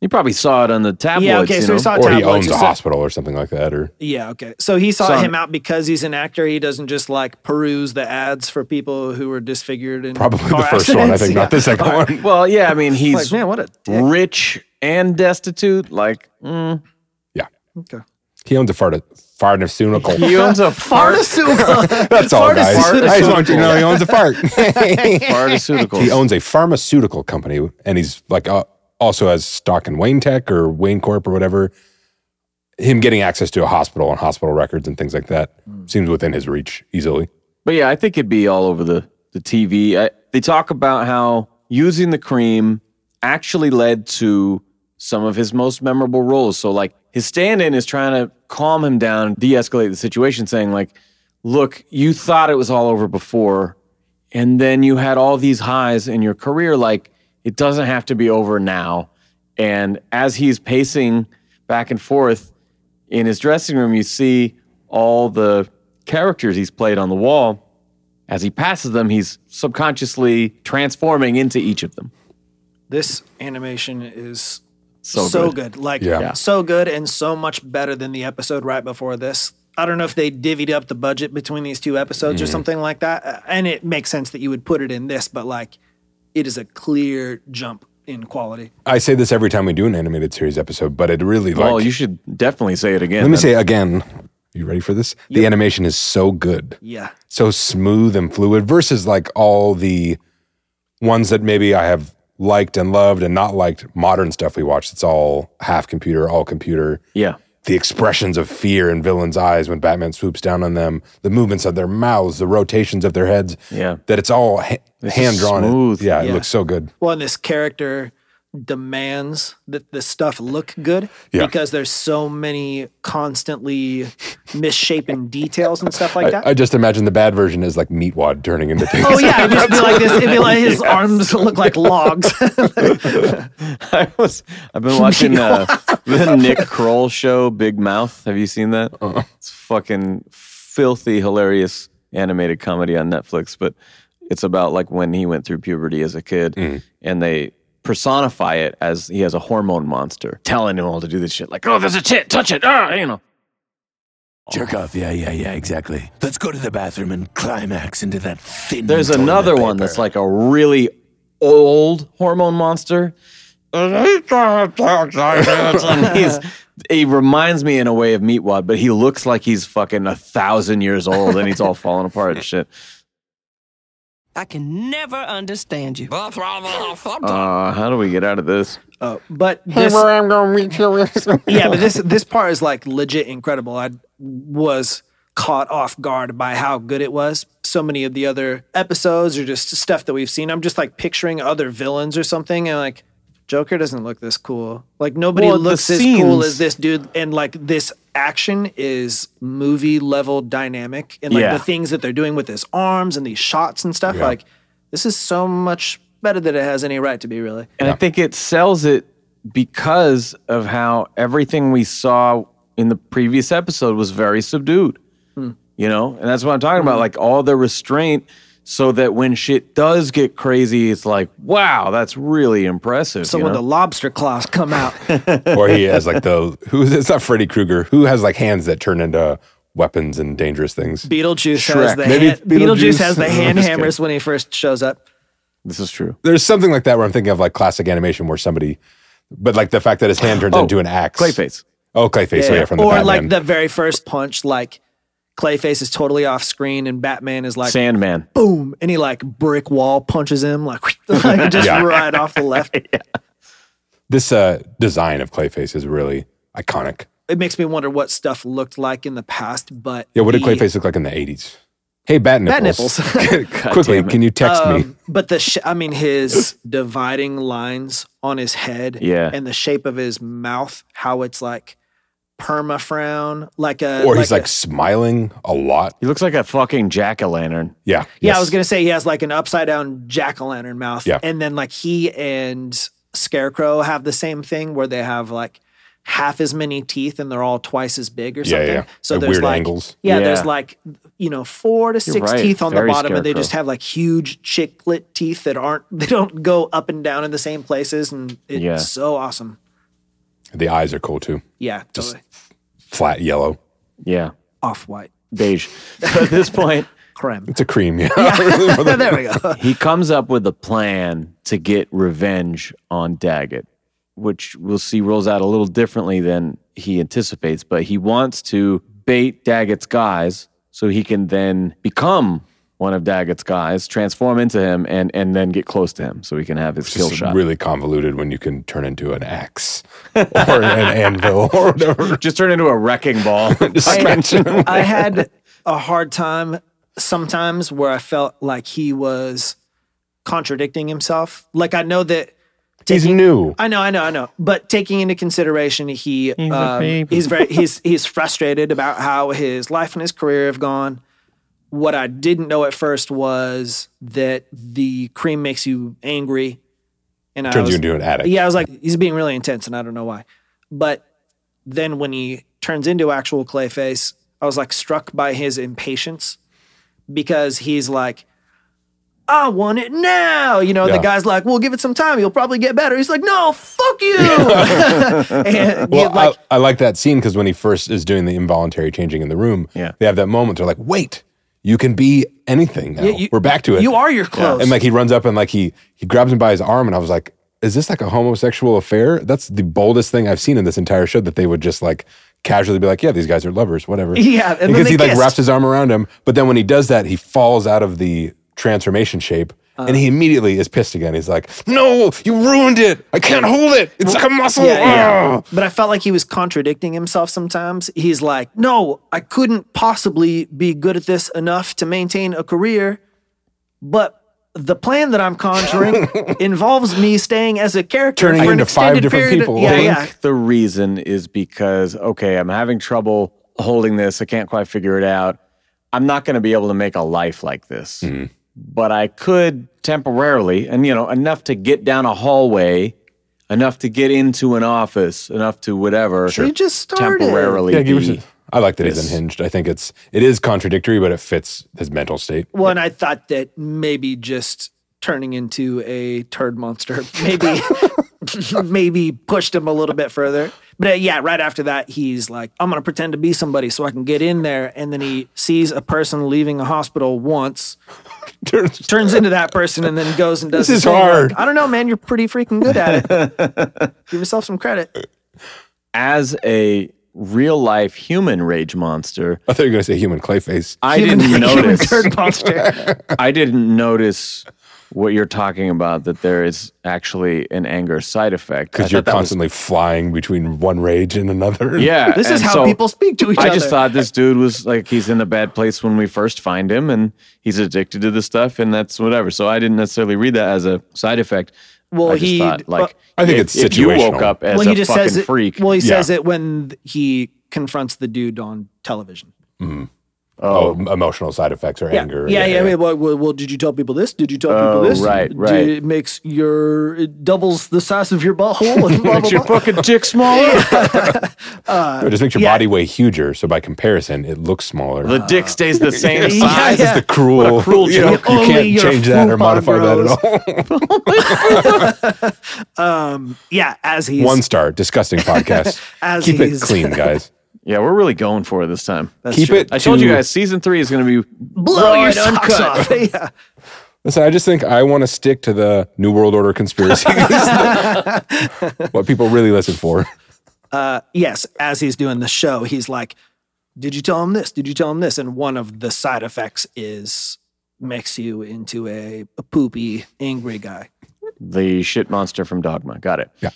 Speaker 2: You probably saw it on the tabloids.
Speaker 4: yeah, okay.
Speaker 2: you
Speaker 4: So
Speaker 2: know?
Speaker 4: he saw
Speaker 3: or he owns
Speaker 4: tabloids. so-
Speaker 3: a hospital or something like that. Or
Speaker 4: Yeah, okay. So he saw
Speaker 2: Saw him.
Speaker 4: him out because he's an actor. He doesn't just like peruse the ads for people who were disfigured and
Speaker 3: probably
Speaker 2: Oh,
Speaker 3: the first one, I think, not the second one.
Speaker 2: well, yeah, I mean, he's
Speaker 4: Like, man, what a dick.
Speaker 2: rich and destitute. Like, mm,
Speaker 3: Yeah.
Speaker 4: Okay.
Speaker 3: He owns a fart, farnaceutical.
Speaker 2: he owns a fart,
Speaker 3: That's all, guys.
Speaker 2: Fartaceutical.
Speaker 3: I just want you to know he owns a fart.
Speaker 2: pharmaceutical.
Speaker 3: he owns a pharmaceutical company and he's like uh, also has stock in Wayne Tech or Wayne Corp or whatever. Him getting access to a hospital and hospital records and things like that
Speaker 2: Hmm.
Speaker 3: seems within his reach easily.
Speaker 2: But yeah, I think it'd be all over the the TV. I, they talk about how using the cream actually led to some of his most memorable roles. So like his stand-in is trying to calm him down, de-escalate the situation, saying like, "Look, you thought it was all over before, and then you had all these highs in your career. Like It doesn't have to be over now. And as he's pacing back and forth in his dressing room, you see all the characters he's played on the wall. As he passes them, he's subconsciously transforming into each of them.
Speaker 4: This animation is
Speaker 2: So
Speaker 4: so,
Speaker 2: good.
Speaker 4: good. Like
Speaker 3: Yeah. Yeah.
Speaker 4: so good and so much better than the episode right before this. I don't know if they divvied up the budget between these two episodes
Speaker 3: Mm-hmm.
Speaker 4: or something like that. Uh, And it makes sense that you would put it in this, but like it is a clear jump in quality.
Speaker 3: I say this every time we do an animated series episode, but it really like.
Speaker 2: well, Oh, you should definitely say it again.
Speaker 3: let me say again. You ready for this? The animation is so good,
Speaker 4: Yeah.
Speaker 3: so smooth and fluid versus like all the ones that maybe I have liked and loved and not liked modern stuff we watch. It's all half computer, all computer.
Speaker 2: Yeah.
Speaker 3: the expressions of fear in villains' eyes when Batman swoops down on them, the movements of their mouths, the rotations of their heads.
Speaker 2: Yeah.
Speaker 3: That it's all ha-
Speaker 2: It's
Speaker 3: hand drawn.
Speaker 2: smooth.
Speaker 3: Yeah, it
Speaker 4: Yeah.
Speaker 3: looks so good.
Speaker 4: Well, and this character demands that the stuff look good
Speaker 3: Yeah.
Speaker 4: because there's so many constantly misshapen details and stuff like that.
Speaker 3: I, I just imagine the bad version is like meat wad turning into things.
Speaker 4: oh yeah, it'd just be like this. It'd be like his arms look like logs.
Speaker 2: I was. I've been watching uh, the Nick Kroll show, Big Mouth. Have you seen that?
Speaker 3: Uh-huh.
Speaker 2: It's fucking filthy, hilarious animated comedy on Netflix. But it's about like when he went through puberty as a kid,
Speaker 3: Mm.
Speaker 2: and they personify it as he has a hormone monster telling him all to do this shit. Like, oh, there's a tit, touch it, ah, you know.
Speaker 6: Jerk off. Yeah, yeah, yeah, exactly. Let's go to the bathroom and climax into that thin.
Speaker 2: There's
Speaker 6: toilet
Speaker 2: another one
Speaker 6: paper.
Speaker 2: that's like a really old hormone monster. And he's, he reminds me in a way of Meatwad, but he looks like he's fucking a thousand years old and he's all falling apart and shit.
Speaker 7: I can never understand you.
Speaker 2: Uh, how do we get out of this?
Speaker 4: Uh, but this, yeah, but this this part is like legit incredible. I was caught off guard by how good it was. So many of the other episodes are just stuff that we've seen. I'm just like picturing other villains or something, and like Joker doesn't look this cool. Like nobody
Speaker 2: Well, the
Speaker 4: looks as cool
Speaker 2: scenes-
Speaker 4: as this dude, and like this action is movie level dynamic, and like
Speaker 2: Yeah.
Speaker 4: the things that they're doing with his arms and these shots and stuff. Like this is so much better than it has any right to be, really.
Speaker 2: And I think it sells it because of how everything we saw in the previous episode was very subdued.
Speaker 4: Hmm.
Speaker 2: You know, and that's what I'm talking about. Like all the restraint, so that when shit does get crazy, it's like, wow, that's really impressive.
Speaker 4: So
Speaker 2: you
Speaker 4: when
Speaker 2: know?
Speaker 4: the lobster claws come out,
Speaker 3: or he has like the who's it's not Freddy Krueger who has like hands that turn into weapons and dangerous things.
Speaker 4: Beetlejuice
Speaker 2: Shrek.
Speaker 4: has the
Speaker 3: Maybe
Speaker 4: hand,
Speaker 3: Beetlejuice.
Speaker 4: Beetlejuice. has the
Speaker 3: I'm
Speaker 4: hand
Speaker 3: just
Speaker 4: hammers when he first shows up.
Speaker 2: this is true.
Speaker 3: There's something like that where I'm thinking of like classic animation where somebody, but like the fact that his hand turns
Speaker 2: Oh,
Speaker 3: into an axe.
Speaker 2: Clayface.
Speaker 3: Oh, Clayface. Yeah, yeah from the
Speaker 4: or
Speaker 3: Batman.
Speaker 4: like the very first punch, like Clayface is totally off screen and Batman is like
Speaker 2: Sandman.
Speaker 4: boom, and he like brick wall punches him like, like, just
Speaker 3: Yeah.
Speaker 4: right off the left.
Speaker 3: this uh, design of Clayface is really iconic.
Speaker 4: It makes me wonder what stuff looked like in the past, but
Speaker 3: Yeah, what did
Speaker 4: the-
Speaker 3: Clayface look like in the eighties? Hey, bat
Speaker 4: Bat
Speaker 3: nipples.
Speaker 4: nipples.
Speaker 3: Quickly, can you text me?
Speaker 4: Um, but the sh- I mean his dividing lines on his head,
Speaker 2: Yeah.
Speaker 4: and the shape of his mouth, how it's like perma frown, like a
Speaker 3: Or he's like
Speaker 4: a-
Speaker 3: smiling a lot.
Speaker 2: He looks like a fucking jack o' lantern.
Speaker 3: Yeah.
Speaker 4: Yeah, I
Speaker 3: yes.
Speaker 4: was gonna say he has like an upside down jack o' lantern mouth.
Speaker 3: Yeah.
Speaker 4: And then like he and Scarecrow have the same thing where they have like half as many teeth and they're all twice as big or
Speaker 3: Yeah,
Speaker 4: something.
Speaker 3: yeah.
Speaker 4: So
Speaker 3: At
Speaker 4: there's
Speaker 3: weird
Speaker 4: like
Speaker 3: angles.
Speaker 4: Yeah,
Speaker 2: Yeah.
Speaker 4: there's like you know, four to six
Speaker 2: right,
Speaker 4: teeth on the
Speaker 2: very
Speaker 4: bottom and they
Speaker 2: Scarecrow.
Speaker 4: just have like huge chiclet teeth that aren't they don't go up and down in the same places and it's
Speaker 2: Yeah.
Speaker 4: so awesome.
Speaker 3: The eyes are cool too.
Speaker 4: Yeah,
Speaker 3: Just-
Speaker 4: totally.
Speaker 3: Flat yellow.
Speaker 2: Yeah,
Speaker 4: off white.
Speaker 2: beige. So at this point,
Speaker 4: Creme.
Speaker 3: It's a cream. Yeah. Really, for the-
Speaker 4: there we go.
Speaker 2: he comes up with a plan to get revenge on Daggett, which we'll see rolls out a little differently than he anticipates, but he wants to bait Daggett's guys so he can then become one of Daggett's guys, transform into him, and and then get close to him so he can have his kill
Speaker 3: It's
Speaker 2: shot.
Speaker 3: really convoluted when you can turn into an axe or an anvil or whatever.
Speaker 2: Just turn into a wrecking ball.
Speaker 4: I had a hard time sometimes where I felt like he was contradicting himself. Like I know that
Speaker 3: He's new.
Speaker 4: I know, I know, I know. But taking into consideration, he he's, he's very he's he's frustrated about how his life and his career have gone. What I didn't know at first was that the cream makes you angry, And I
Speaker 3: Turns you
Speaker 4: was-
Speaker 3: into an addict.
Speaker 4: Yeah, I was like, he's being really intense, and I don't know why. But then when he turns into actual Clayface, I was like struck by his impatience because he's like, I want it now. You know,
Speaker 3: Yeah.
Speaker 4: the guy's like, well, give it some time. You'll probably get better. He's like, no, fuck you. and he,
Speaker 3: Well,
Speaker 4: like,
Speaker 3: I, I like that scene because when he first is doing the involuntary changing in the room,
Speaker 2: Yeah.
Speaker 3: they have that moment. They're like, "Wait, you can be anything now.
Speaker 4: Yeah, you-
Speaker 3: We're back to it.
Speaker 4: you are your clothes.
Speaker 3: And like he runs up and like he he grabs him by his arm, and I was like, "Is this like a homosexual affair?" That's the boldest thing I've seen in this entire show. That they would just like casually be like, "Yeah, these guys are lovers, whatever."
Speaker 4: Yeah, and then
Speaker 3: because
Speaker 4: they
Speaker 3: he like
Speaker 4: kissed.
Speaker 3: wraps his arm around him, but then when he does that, he falls out of the transformation shape.
Speaker 4: Uh.
Speaker 3: and he immediately is pissed again. He's like, "No, you ruined it! I can't hold it! It's like a muscle!"
Speaker 4: Yeah, yeah.
Speaker 3: Ah!"
Speaker 4: But I felt like he was contradicting himself sometimes. He's like, no, I couldn't possibly be good at this enough to maintain a career, but the plan that I'm conjuring involves me staying as a character
Speaker 3: Turning
Speaker 4: for an
Speaker 3: into five
Speaker 4: extended
Speaker 3: different
Speaker 4: period of-
Speaker 3: people.
Speaker 4: Yeah,
Speaker 3: Think-
Speaker 4: yeah.
Speaker 2: the reason is because okay, I'm having trouble holding this. I can't quite figure it out. I'm not going to be able to make a life like this,
Speaker 3: Mm-hmm.
Speaker 2: but I could temporarily, and you know, enough to get down a hallway, enough to get into an office, enough to whatever.
Speaker 4: You just started.
Speaker 2: temporarily.
Speaker 3: Yeah, give
Speaker 2: be-
Speaker 3: yourself- I like that he's unhinged. I think it's it is contradictory, but it fits his mental state.
Speaker 4: Well, and I thought that maybe just turning into a turd monster maybe maybe pushed him a little bit further. But uh, yeah, right after that, he's like, I'm going to pretend to be somebody so I can get in there. And then he sees a person leaving a hospital once,
Speaker 3: Turns-
Speaker 4: turns into that person, and then goes and does
Speaker 3: This
Speaker 4: his
Speaker 3: is
Speaker 4: thing. Like,
Speaker 3: hard.
Speaker 4: I don't know, man. You're pretty freaking good at it. Give yourself some credit.
Speaker 2: as a real life human rage monster.
Speaker 3: I thought you were going to say human clay face.
Speaker 2: I
Speaker 4: Human-
Speaker 2: didn't
Speaker 4: human
Speaker 2: notice.
Speaker 4: turd monster.
Speaker 2: I didn't notice what you're talking about that there is actually an anger side effect I
Speaker 3: Because you're
Speaker 2: thought that was-
Speaker 3: constantly flying between one rage and another.
Speaker 2: yeah,
Speaker 4: This is
Speaker 2: and
Speaker 4: how
Speaker 2: so
Speaker 4: people speak to each
Speaker 2: I
Speaker 4: other.
Speaker 2: just thought this dude was like he's in a bad place when we first find him, and he's addicted to this stuff, and that's whatever. So I didn't necessarily read that as a side effect.
Speaker 4: Well,
Speaker 2: I just
Speaker 4: he-
Speaker 2: thought, like
Speaker 3: I think
Speaker 2: if-
Speaker 3: it's
Speaker 2: if you woke
Speaker 3: situational.
Speaker 2: up as
Speaker 4: well,
Speaker 2: a
Speaker 4: he just
Speaker 2: fucking
Speaker 4: says it.
Speaker 2: freak.
Speaker 4: Well, he
Speaker 3: Yeah.
Speaker 4: says it when th- he confronts the dude on television.
Speaker 3: Oh, emotional side effects or
Speaker 4: Yeah.
Speaker 3: anger.
Speaker 4: Yeah, yeah. yeah. Well, well, well, did you tell people this? Did you tell
Speaker 2: Oh,
Speaker 4: people this?
Speaker 2: right,
Speaker 4: Did-
Speaker 2: right.
Speaker 4: It makes your it doubles the size of your butthole and blah
Speaker 2: makes
Speaker 4: blah
Speaker 2: your
Speaker 4: blah.
Speaker 2: fucking dick smaller.
Speaker 3: It just makes your
Speaker 4: yeah.
Speaker 3: body way huger, so by comparison, it looks smaller. Ah,
Speaker 2: the dick stays the same
Speaker 4: Yeah,
Speaker 2: size.
Speaker 4: yeah.
Speaker 3: the cruel,
Speaker 2: cruel
Speaker 3: you, know, you
Speaker 2: joke.
Speaker 4: Only
Speaker 3: can't
Speaker 4: your
Speaker 3: change that or
Speaker 4: fupa
Speaker 3: modify that at all.
Speaker 4: Yeah, as he's
Speaker 3: One star, disgusting podcast.
Speaker 4: As
Speaker 3: Keep it
Speaker 4: he's-
Speaker 3: clean, guys.
Speaker 2: Yeah, we're really going for it this time.
Speaker 3: Keep it.
Speaker 2: I told you
Speaker 3: to-
Speaker 2: guys, season three is going to be
Speaker 4: blow your socks off. yeah.
Speaker 3: Listen, I just think I want to stick to the New World Order conspiracy. what people really listen for.
Speaker 4: Yes, as he's doing the show, he's like, "Did you tell him this? Did you tell him this?" And one of the side effects is makes you into a, a poopy, angry guy.
Speaker 2: the shit monster from Dogma. Got it.
Speaker 3: Yeah.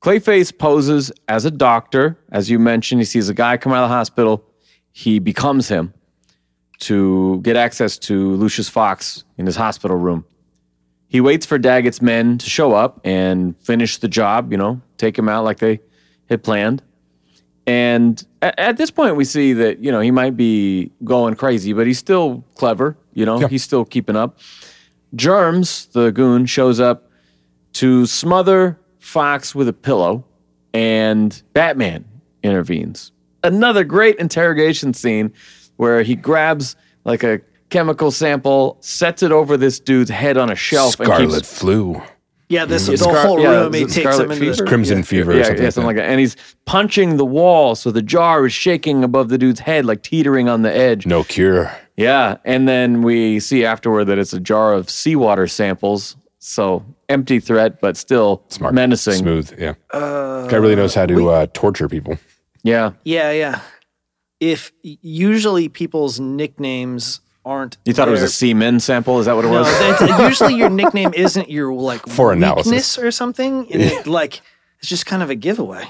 Speaker 2: Clayface poses as a doctor. As you mentioned, he sees a guy come out of the hospital. He becomes him to get access to Lucius Fox in his hospital room. He waits for Daggett's men to show up and finish the job, you know, take him out like they had planned. And at, at this point, we see that, you know, he might be going crazy, but he's still clever, you know, he's still keeping up. Germs, the goon, shows up to smother Fox with a pillow, and Batman intervenes. Another great interrogation scene where he grabs like a chemical sample, sets it over this dude's head on a shelf, and
Speaker 3: Scarlet
Speaker 2: Oh, keeps
Speaker 3: flu,
Speaker 4: Yeah, this
Speaker 2: Yeah,
Speaker 4: the
Speaker 2: Mm-hmm. Scar-
Speaker 4: whole
Speaker 2: yeah,
Speaker 4: room.
Speaker 2: is
Speaker 4: He
Speaker 2: it
Speaker 4: takes him
Speaker 2: Scarlet
Speaker 4: into
Speaker 2: Fever?
Speaker 4: the,
Speaker 3: crimson fever, or
Speaker 2: yeah,
Speaker 3: something,
Speaker 2: yeah,
Speaker 3: like
Speaker 2: something
Speaker 3: that.
Speaker 2: like that. And he's punching the wall, so the jar is shaking above the dude's head, like teetering on the edge.
Speaker 3: No cure.
Speaker 2: Yeah, and then we see afterward that it's a jar of seawater samples. So empty threat, but still
Speaker 3: Smart,
Speaker 2: menacing.
Speaker 3: smooth. Yeah, guy really knows how to uh, torture people.
Speaker 2: Yeah,
Speaker 4: Yeah, yeah. If usually people's nicknames aren't
Speaker 2: you thought it was a
Speaker 4: their-
Speaker 2: seaman sample? Is that what it
Speaker 4: No,
Speaker 2: was?
Speaker 4: that's- usually your nickname isn't your like
Speaker 3: For analysis.
Speaker 4: weakness or something. And it, like it's just kind of a giveaway.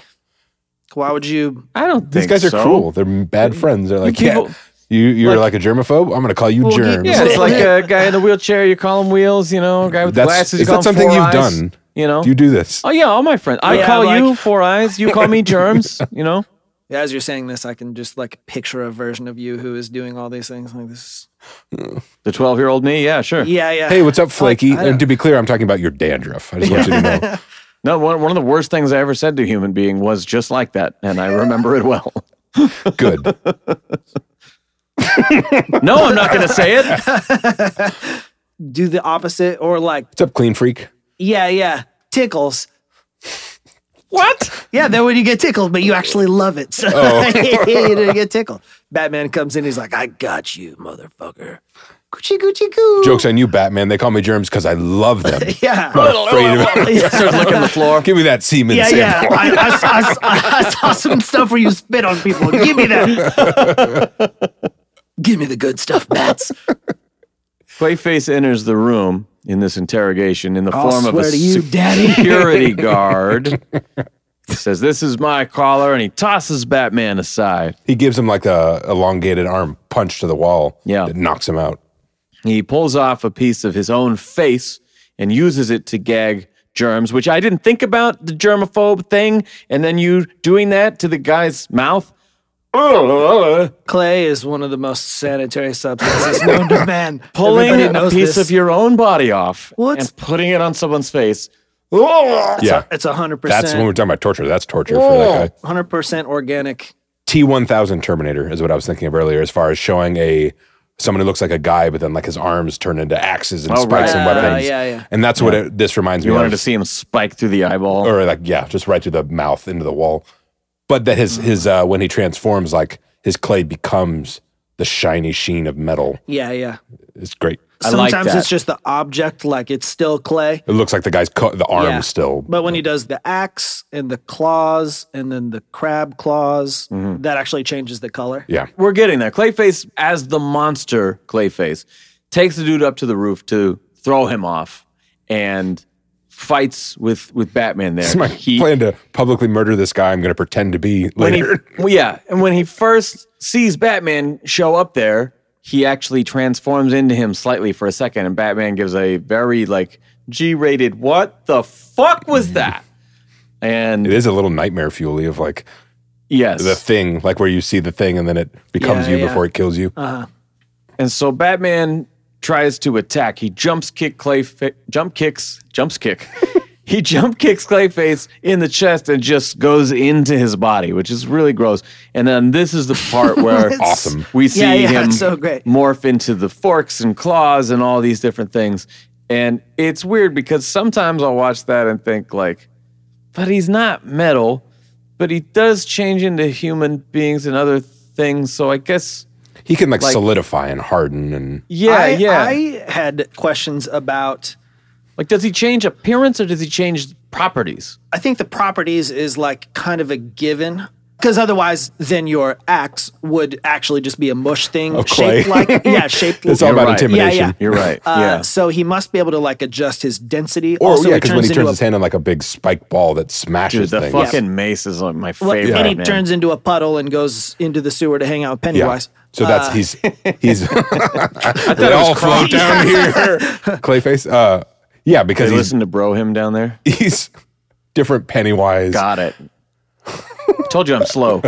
Speaker 4: Why would you?
Speaker 2: I don't
Speaker 3: These
Speaker 2: think
Speaker 3: guys are
Speaker 2: so.
Speaker 3: cruel. They're bad friends. They're like,
Speaker 2: people-
Speaker 3: yeah, you you're like, a germaphobe. I'm going to call you
Speaker 4: Well,
Speaker 3: germs.
Speaker 2: Yeah, it's
Speaker 4: Yeah.
Speaker 2: like a guy in a wheelchair. You call him wheels. You know, guy with the
Speaker 3: That's-
Speaker 2: glasses.
Speaker 3: is
Speaker 2: You call
Speaker 3: that
Speaker 2: him
Speaker 3: something
Speaker 2: Four
Speaker 3: you've
Speaker 2: Eyes,
Speaker 3: done?
Speaker 2: You know,
Speaker 3: you do this.
Speaker 2: oh yeah, all my friends. I
Speaker 4: Yeah,
Speaker 2: call
Speaker 4: like-
Speaker 2: you four eyes. You call me germs. You know,
Speaker 4: As you're saying this, I can just like picture a version of you who is doing all these things like this.
Speaker 2: The 12 year old me? Yeah, sure.
Speaker 4: Yeah, yeah.
Speaker 3: Hey, what's up, Flaky?
Speaker 4: I- I-
Speaker 3: and to be clear, I'm talking about your dandruff. I just want you to know.
Speaker 2: No, one, one of the worst things I ever said to a human being was just like that. And I remember it well.
Speaker 3: Good.
Speaker 2: No, I'm not going to say it.
Speaker 4: Do the opposite or like
Speaker 3: What's up, clean freak?
Speaker 4: Yeah, yeah. Tickles. What? Yeah, then when you get tickled, but you actually love it. So
Speaker 3: Oh.
Speaker 4: you didn't get tickled. Batman comes in, he's like, I got you, motherfucker. Gucci Gucci Goo.
Speaker 3: Jokes on you, Batman. They call me germs because I love them.
Speaker 4: Yeah.
Speaker 3: I'm not afraid of it.
Speaker 2: Starts licking the floor.
Speaker 3: Give me that semen
Speaker 4: Yeah, yeah.
Speaker 3: sample.
Speaker 4: I, I, saw- I saw some stuff where you spit on people. Give me that. Give me the good stuff, bats.
Speaker 2: Clayface enters the room in this interrogation in the
Speaker 4: I'll
Speaker 2: form of
Speaker 4: swear
Speaker 2: a
Speaker 4: to you, Daddy.
Speaker 2: security guard. He says, This is my collar. And he tosses Batman aside.
Speaker 3: He gives him like a elongated arm punch to the wall
Speaker 2: Yeah.
Speaker 3: that knocks him out.
Speaker 2: He pulls off a piece of his own face and uses it to gag germs, which I didn't think about the germaphobe thing. And then you doing that to the guy's mouth. Ugh.
Speaker 4: Clay is one of the most sanitary substances known to man.
Speaker 2: Pulling
Speaker 4: Everybody
Speaker 2: a
Speaker 4: knows
Speaker 2: piece
Speaker 4: this.
Speaker 2: of your own body off
Speaker 4: What's-
Speaker 2: and putting it on someone's face.
Speaker 3: Yeah.
Speaker 4: It's 100%.
Speaker 3: That's when we're talking about torture. That's torture for that guy.
Speaker 4: 100% organic.
Speaker 3: T1000 Terminator is what I was thinking of earlier, as far as showing a someone who looks like a guy, but then like his arms turn into axes and
Speaker 2: Oh,
Speaker 3: spikes
Speaker 2: right.
Speaker 3: and
Speaker 2: Yeah,
Speaker 3: weapons.
Speaker 4: yeah, yeah.
Speaker 3: And that's what it, this reminds
Speaker 2: You
Speaker 3: me
Speaker 2: wanted
Speaker 3: of.
Speaker 2: to see him spike through the eyeball.
Speaker 3: or like yeah, just right through the mouth into the wall. But that
Speaker 2: Hmm.
Speaker 3: his his uh, when he transforms, like his clay becomes the shiny sheen of metal.
Speaker 4: Yeah, yeah.
Speaker 3: It's great.
Speaker 2: I like
Speaker 4: Sometimes
Speaker 2: that.
Speaker 4: it's just the object, like it's still clay.
Speaker 3: It looks like the guy's co- the arm
Speaker 4: Yeah.
Speaker 3: still.
Speaker 4: But when he does the axe and the claws and then the crab claws,
Speaker 2: Mm-hmm.
Speaker 4: that actually changes the color.
Speaker 3: yeah,
Speaker 2: We're getting there. Clayface, as the monster Clayface, takes the dude up to the roof to throw him off and fights with, with Batman there.
Speaker 3: it's my
Speaker 2: He-
Speaker 3: plan to publicly murder this guy. I'm going to pretend to be
Speaker 2: when he,
Speaker 3: later.
Speaker 2: well, yeah, and when he first sees Batman show up there, he actually transforms into him slightly for a second, and Batman gives a very like G-rated "What the fuck was that?"
Speaker 3: it
Speaker 2: And
Speaker 3: is a little nightmare fuely of like
Speaker 2: yes,
Speaker 3: the thing, like where you see the thing and then it becomes
Speaker 4: Yeah,
Speaker 3: you
Speaker 4: yeah. Uh,
Speaker 3: before it kills you.
Speaker 2: And so Batman tries to attack. He jumps kick Clay jump kicks jumps kick. he jump kicks Clayface in the chest and just goes into his body, which is really gross. And then this is the part where
Speaker 3: Awesome.
Speaker 2: we see
Speaker 4: Yeah, yeah,
Speaker 2: him
Speaker 4: it's so great.
Speaker 2: morph into the forks and claws and all these different things. And it's weird because sometimes I'll watch that and think like, but he's not metal, but he does change into human beings and other things. So I guess
Speaker 3: He can like,
Speaker 2: Like-
Speaker 3: solidify and harden and
Speaker 2: yeah,
Speaker 4: I,
Speaker 2: yeah.
Speaker 4: I had questions about.
Speaker 2: Like, does he change appearance or does he change properties?
Speaker 4: I think the properties is like kind of a given. Because otherwise, then your axe would actually just be a mush thing,
Speaker 3: clay.
Speaker 4: shaped like yeah, shaped.
Speaker 3: it's all about
Speaker 2: right. Yeah,
Speaker 3: intimidation.
Speaker 4: yeah.
Speaker 2: You're right.
Speaker 4: Uh,
Speaker 2: yeah.
Speaker 4: So he must be able to like adjust his density.
Speaker 3: Or
Speaker 4: also,
Speaker 3: yeah, because when he
Speaker 4: into
Speaker 3: turns
Speaker 4: a
Speaker 3: his hand on like a big spike ball that
Speaker 2: Dude,
Speaker 3: smashes
Speaker 2: the
Speaker 3: things.
Speaker 2: fucking mace is like my
Speaker 4: Well,
Speaker 2: favorite.
Speaker 4: And he
Speaker 2: man.
Speaker 4: turns into a puddle and goes into the sewer to hang out with
Speaker 3: Yeah.
Speaker 4: Pennywise.
Speaker 3: So that's
Speaker 4: uh,
Speaker 3: he's he's they
Speaker 2: it was
Speaker 3: all float
Speaker 2: Crawford.
Speaker 3: down here. Clayface. Uh, yeah, because
Speaker 2: They
Speaker 3: he's,
Speaker 2: listen to bro him down there.
Speaker 3: he's different Pennywise.
Speaker 2: Got it. Told you I'm slow.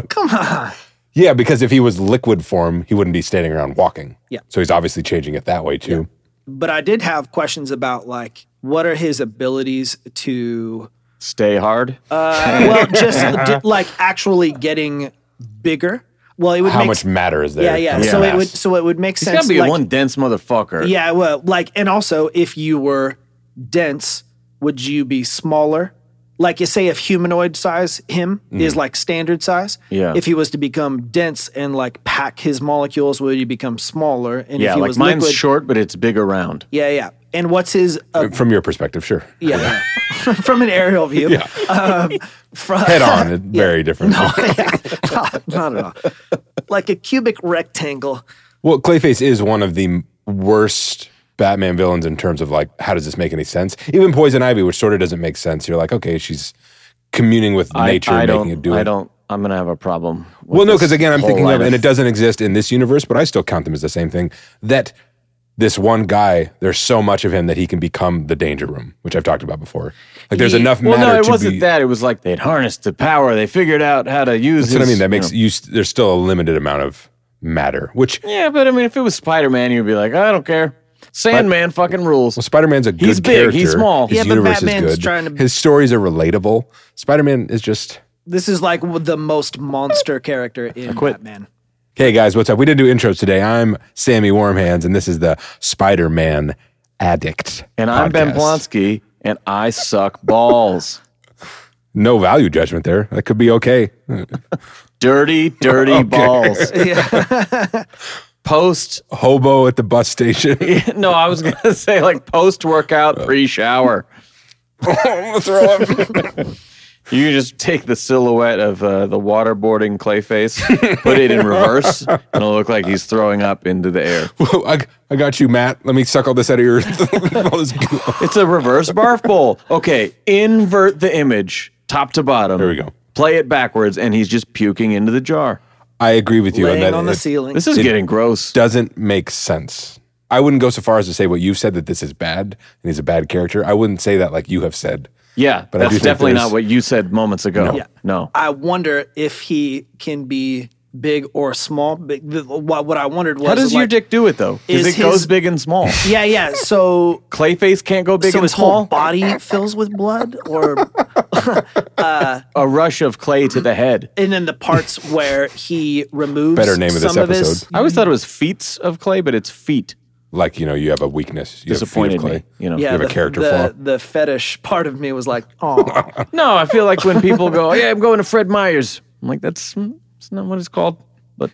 Speaker 3: Yeah, because if he was liquid form, he wouldn't be standing around walking.
Speaker 4: Yeah.
Speaker 3: So he's obviously changing it that way too.
Speaker 4: But I did have questions about like what are his abilities to
Speaker 2: Stay hard.
Speaker 4: uh, well just d- like actually getting bigger. Well, it would
Speaker 3: How
Speaker 4: make
Speaker 3: much
Speaker 4: s-
Speaker 3: matter is there?
Speaker 4: yeah, yeah.
Speaker 3: coming
Speaker 4: So
Speaker 3: out?
Speaker 4: it would so it would make
Speaker 2: He's
Speaker 4: sense.
Speaker 2: gotta be
Speaker 4: like,
Speaker 2: one dense motherfucker.
Speaker 4: Yeah, well, like and also if you were dense, would you be smaller? Like you say if humanoid size him is like standard size.
Speaker 2: Mm. Yeah.
Speaker 4: If he was to become dense and like pack his molecules, would he become smaller? And
Speaker 2: Yeah,
Speaker 4: if he
Speaker 2: like
Speaker 4: was
Speaker 2: mine's
Speaker 4: liquid,
Speaker 2: short, but it's big around.
Speaker 4: Yeah, yeah. And what's his uh,
Speaker 3: From your perspective, sure.
Speaker 4: yeah. from an aerial view.
Speaker 3: Yeah.
Speaker 4: Um, from,
Speaker 3: Head on, it's very different.
Speaker 4: not at all. Like a cubic rectangle.
Speaker 3: Well, Clayface is one of the m- worst Batman villains in terms of like, how does this make any sense? Even Poison Ivy, which sort of doesn't make sense. You're like, okay, she's communing with
Speaker 2: I-
Speaker 3: nature,
Speaker 2: I,
Speaker 3: and
Speaker 2: don't.
Speaker 3: making it do it.
Speaker 2: I don't. I'm gonna have a problem. with
Speaker 3: Well, no,
Speaker 2: this
Speaker 3: because again, I'm
Speaker 2: whole
Speaker 3: thinking
Speaker 2: line
Speaker 3: of, and it doesn't exist in this universe, but I still count them as the same thing. That this one guy, there's so much of him that he can become the danger room, which I've talked about before. Like there's
Speaker 4: Yeah.
Speaker 3: enough
Speaker 2: Well,
Speaker 3: matter
Speaker 2: no, it
Speaker 3: to
Speaker 2: wasn't
Speaker 3: be,
Speaker 2: that. It was like they'd harnessed the power. They figured out how to use.
Speaker 3: That's what I
Speaker 2: his-
Speaker 3: mean. That
Speaker 2: you
Speaker 3: makes
Speaker 2: know.
Speaker 3: you, s there's still a limited amount of matter, which
Speaker 2: Yeah, but I mean, if it was Spider Man, you'd be like, I don't care. Sandman fucking rules.
Speaker 3: well, Spider Man's a good
Speaker 2: He's big, he's
Speaker 3: character.
Speaker 2: small.
Speaker 3: His
Speaker 4: Yeah, but
Speaker 3: universe
Speaker 4: Batman's
Speaker 3: is good.
Speaker 4: trying to-
Speaker 3: His stories are relatable. Spider Man is just
Speaker 4: This is like w- the most monster character in
Speaker 2: quit.
Speaker 4: Batman.
Speaker 3: Hey guys, what's up? We didn't do intros today. I'm Sammy Warmhands, and this is the Spider Man Addict.
Speaker 2: And I'm Ben
Speaker 3: podcast.
Speaker 2: Blonsky, and I suck balls.
Speaker 3: No value judgment there. That could be okay.
Speaker 2: dirty, dirty balls. Post,
Speaker 3: Hobo at the bus station.
Speaker 2: no, I was going to say like post workout, pre shower. You can just take the silhouette of uh, the waterboarding Clayface, put it in reverse, and it'll look like he's throwing up into the air.
Speaker 3: Whoa, I, I got you, Matt. Let me suck all this out of your. all this goo.
Speaker 2: It's a reverse barf bowl. Okay, invert the image top to bottom.
Speaker 3: There we go.
Speaker 2: Play it backwards, and he's just puking into the jar.
Speaker 3: I agree with you. on
Speaker 4: Laying
Speaker 3: that
Speaker 4: on the
Speaker 3: it
Speaker 4: ceiling.
Speaker 2: This is getting gross.
Speaker 3: doesn't make sense. I wouldn't go so far as to say what you've said that this is bad and he's a bad character. I wouldn't say that like you have said.
Speaker 2: Yeah,
Speaker 3: But I do
Speaker 2: that's
Speaker 3: think
Speaker 2: definitely
Speaker 3: there's-
Speaker 2: not what you said moments ago. No.
Speaker 4: Yeah. I wonder if he can be big or small. Big- th- What what I wondered was
Speaker 2: How does your
Speaker 4: like-
Speaker 2: dick do it though? Because
Speaker 4: Is
Speaker 2: it goes
Speaker 4: his-
Speaker 2: big and small.
Speaker 4: Yeah, yeah. So
Speaker 2: Clayface can't go big
Speaker 4: so
Speaker 2: and
Speaker 4: his
Speaker 2: small.
Speaker 4: whole body fills with blood, or
Speaker 2: a rush of clay to the head.
Speaker 4: and then the parts where he removes
Speaker 3: Better name of this
Speaker 4: some of his.
Speaker 2: I always thought it was feats of clay, but it's feet.
Speaker 3: Like, you know, you have a weakness. You have feet of
Speaker 2: Disappointed
Speaker 3: clay.
Speaker 2: me. You know.
Speaker 4: Yeah,
Speaker 3: have a
Speaker 4: the,
Speaker 3: character
Speaker 4: the,
Speaker 3: flaw.
Speaker 4: the fetish part of me was like, oh,
Speaker 2: No, I feel like when people go, "Oh, "Yeah, I'm going to Fred Meyer's," I'm like, "That's, mm, that's not what it's called." But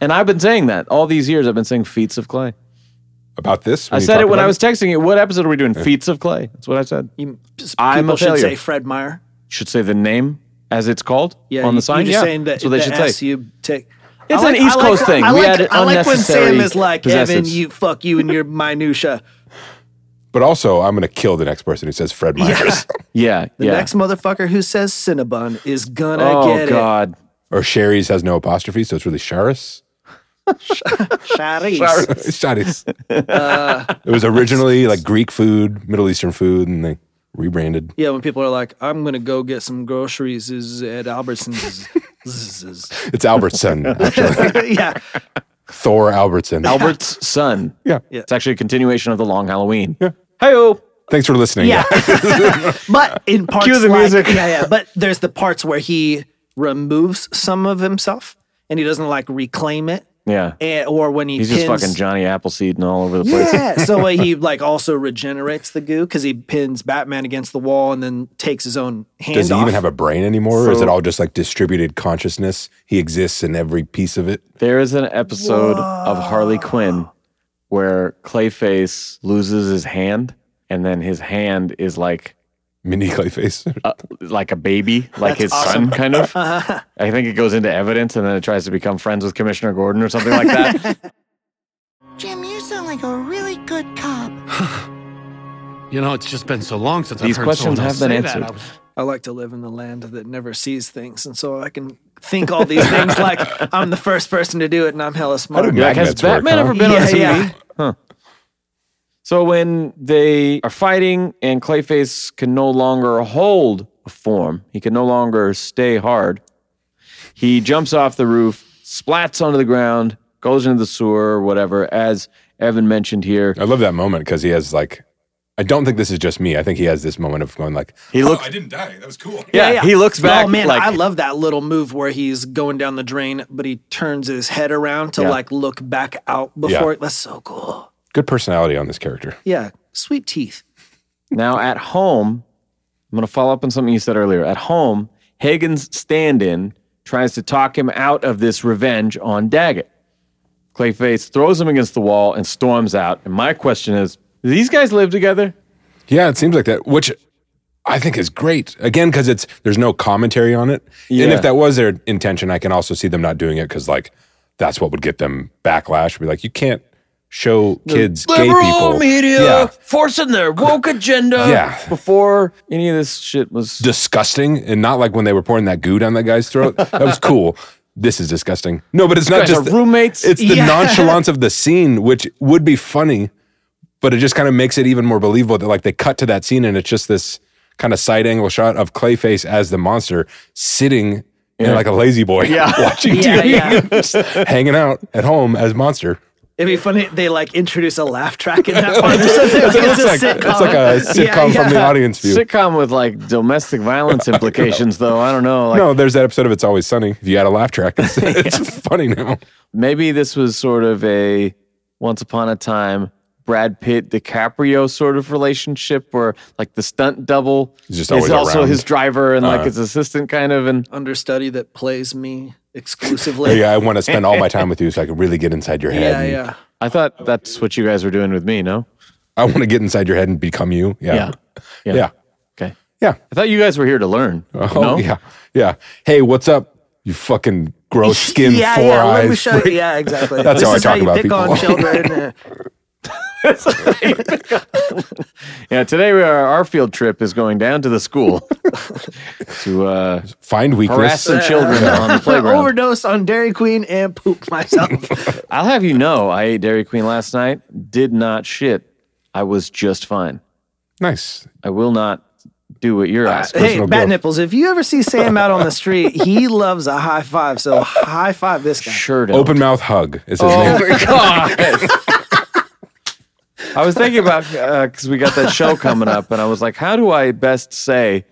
Speaker 2: and I've been saying that all these years. I've been saying feats of clay.
Speaker 3: About this?
Speaker 2: I
Speaker 3: you
Speaker 2: said it
Speaker 3: talked
Speaker 2: when
Speaker 3: about
Speaker 2: I was texting you. What episode are we doing? Feats of clay. That's what I said. You
Speaker 4: you, people
Speaker 2: I'm a
Speaker 4: should
Speaker 2: failure.
Speaker 4: say Fred Meyer.
Speaker 2: should say the name as it's called
Speaker 4: Yeah,
Speaker 2: on
Speaker 4: you-
Speaker 2: the sign.
Speaker 4: You're just
Speaker 2: yeah,
Speaker 4: saying that
Speaker 2: that's what they
Speaker 4: the
Speaker 2: should
Speaker 4: S
Speaker 2: say.
Speaker 4: you take.
Speaker 2: It's
Speaker 4: I
Speaker 2: an East
Speaker 4: I
Speaker 2: Coast thing.
Speaker 4: I
Speaker 2: We
Speaker 4: like,
Speaker 2: added
Speaker 4: I like when
Speaker 2: unnecessary
Speaker 4: Sam is like, Evan,
Speaker 2: possessives."
Speaker 4: you fuck you and your minutia.
Speaker 3: But also, I'm going to kill the next person who says Fred Myers
Speaker 2: Yeah,
Speaker 4: The
Speaker 2: yeah.
Speaker 4: next motherfucker who says Cinnabon is gonna
Speaker 2: oh
Speaker 4: get
Speaker 2: God.
Speaker 3: or Sherry's has no apostrophe, so it's really Charis.
Speaker 4: it. Charisse.
Speaker 3: Charis.
Speaker 2: Uh,
Speaker 3: it was originally like Greek food, Middle Eastern food, and they rebranded.
Speaker 4: Yeah, when people are like, I'm gonna go get some groceries is at Albertsons.
Speaker 3: It's Albertson, actually.
Speaker 4: yeah,
Speaker 3: Thor Albertson.
Speaker 2: Albert's son.
Speaker 3: yeah.
Speaker 2: It's actually a continuation of the Long Halloween. Yeah. Hey-o.
Speaker 3: Thanks for listening.
Speaker 4: yeah. but in parts,
Speaker 2: Cue the
Speaker 4: like-
Speaker 2: music.
Speaker 4: Yeah, yeah. But there's the parts where he removes some of himself and he doesn't like reclaim it,
Speaker 2: Yeah.
Speaker 4: and, or when he
Speaker 2: He's
Speaker 4: pins,
Speaker 2: just fucking Johnny Appleseed and all over the place.
Speaker 4: Yeah. so uh, he like also regenerates the goo because he pins Batman against the wall and then takes his own hand.
Speaker 3: Does he
Speaker 4: off.
Speaker 3: even have a brain anymore? or is it all just like distributed consciousness? He exists in every piece of it.
Speaker 2: There is an episode of Harley Quinn where Clayface loses his hand and then his hand is like
Speaker 3: Mini Clayface.
Speaker 2: like a baby, like his son kind of. I think it goes into evidence and then it tries to become friends with Commissioner Gordon or something like that.
Speaker 8: Jim, you sound like a really good cop.
Speaker 9: You know, it's just been so long since
Speaker 2: These
Speaker 9: I've heard
Speaker 2: questions
Speaker 9: someone else
Speaker 2: have been
Speaker 9: say that.
Speaker 2: answered.
Speaker 9: I was-
Speaker 4: I like to live in the land that never sees things, and so I can think all these things like I'm the first person to do it, and I'm hella smart.
Speaker 2: You're like, has
Speaker 3: Magnets work,
Speaker 2: Batman
Speaker 3: huh?
Speaker 2: ever been on
Speaker 4: Yeah,
Speaker 2: TV?
Speaker 4: yeah.
Speaker 2: Huh. So when they are fighting and Clayface can no longer hold a form, he can no longer stay hard. He jumps off the roof, splats onto the ground, goes into the sewer, or whatever. As Evan mentioned here,
Speaker 3: I love that moment because he has like, I don't think this is just me. I think he has this moment of going like, "Oh,
Speaker 2: he looks.
Speaker 3: didn't die. That was cool.
Speaker 2: yeah, he looks back.
Speaker 4: Oh man,
Speaker 2: like,
Speaker 4: I love that little move where he's going down the drain, but he turns his head around to
Speaker 2: Yeah.
Speaker 4: like look back out before. That's so cool.
Speaker 3: Good personality on this character.
Speaker 4: Yeah, sweet teeth.
Speaker 2: Now at home, I'm going to follow up on something you said earlier. At home, Hagen's stand-in tries to talk him out of this revenge on Daggett. Clayface throws him against the wall and storms out. And my question is, do these guys live together?
Speaker 3: Yeah, it seems like that, which I think is great. Again, because it's there's no commentary on it. And
Speaker 2: Yeah.
Speaker 3: if that was their intention, I can also see them not doing it because like that's what would get them backlash. Be like, you can't show kids gay people. Yeah.
Speaker 2: forcing their woke agenda.
Speaker 3: Yeah.
Speaker 2: Before any of this shit was
Speaker 3: Disgusting, and not like when they were pouring that goo down that guy's throat. That was cool. this is disgusting. No, but it's not
Speaker 2: guys
Speaker 3: just
Speaker 2: are
Speaker 3: the-
Speaker 2: roommates?
Speaker 3: It's the
Speaker 4: Yeah.
Speaker 3: nonchalance of the scene, which would be funny, but it just kind of makes it even more believable that like they cut to that scene and it's just this kind of side angle shot of Clayface as the monster sitting in like a lazy boy, yeah. watching
Speaker 4: Yeah,
Speaker 3: TV,
Speaker 4: yeah.
Speaker 3: just hanging out at home as monster.
Speaker 4: It'd be funny. if They like introduce a laugh track in that part. or something.
Speaker 3: That's what
Speaker 4: it's,
Speaker 3: it
Speaker 4: a
Speaker 3: looks like.
Speaker 4: sitcom.
Speaker 3: It's like a
Speaker 4: Yeah,
Speaker 3: sitcom from the
Speaker 4: yeah.
Speaker 3: audience view.
Speaker 2: Sitcom with like domestic violence implications, though. I don't know. Like,
Speaker 3: no, there's that episode of It's Always Sunny. If you add a laugh track, it's, it's funny now.
Speaker 2: maybe this was sort of a once upon a time Brad Pitt DiCaprio sort of relationship where like the stunt double
Speaker 3: He's just
Speaker 2: is
Speaker 3: always
Speaker 2: also
Speaker 3: around. Uh.
Speaker 2: his driver and like his assistant kind of and
Speaker 4: Understudy that plays me exclusively.
Speaker 3: Oh, Yeah, I want to spend all my time with you so I can really get inside your head.
Speaker 4: yeah,
Speaker 3: and-
Speaker 4: yeah.
Speaker 2: I thought that's what you guys were doing with me, no?
Speaker 3: I want to get inside your head and become you. Yeah.
Speaker 2: Yeah.
Speaker 3: Yeah. Yeah.
Speaker 2: Okay. I thought you guys were here to learn.
Speaker 3: Oh,
Speaker 2: no?
Speaker 3: yeah. Yeah. Hey, what's up? You fucking gross Oh, skin,
Speaker 4: yeah,
Speaker 3: four
Speaker 4: yeah. Let me
Speaker 3: eyes.
Speaker 4: show you. Yeah, exactly.
Speaker 3: That's
Speaker 4: this
Speaker 3: how I
Speaker 4: is
Speaker 3: talk
Speaker 4: how you
Speaker 3: about
Speaker 4: pick
Speaker 3: people.
Speaker 4: on children. uh,
Speaker 2: Yeah, today we are, our field trip is going down to the school to uh,
Speaker 3: Find
Speaker 2: harass
Speaker 3: weakness.
Speaker 2: some children on the playground.
Speaker 4: Overdose on Dairy Queen and poop myself.
Speaker 2: I'll have you know, I ate Dairy Queen last night, did not shit. I was just fine.
Speaker 3: Nice.
Speaker 2: I will not do what you're asking.
Speaker 4: hey,
Speaker 3: Personal
Speaker 4: Bat
Speaker 3: growth.
Speaker 4: Nipples, if you ever see Sam out on the street, he loves a high five. So high five this guy.
Speaker 2: Sure don't.
Speaker 3: Open mouth hug is his
Speaker 4: Oh.
Speaker 3: name.
Speaker 2: I was thinking about because we got that show coming up, and I was like, how do I best say?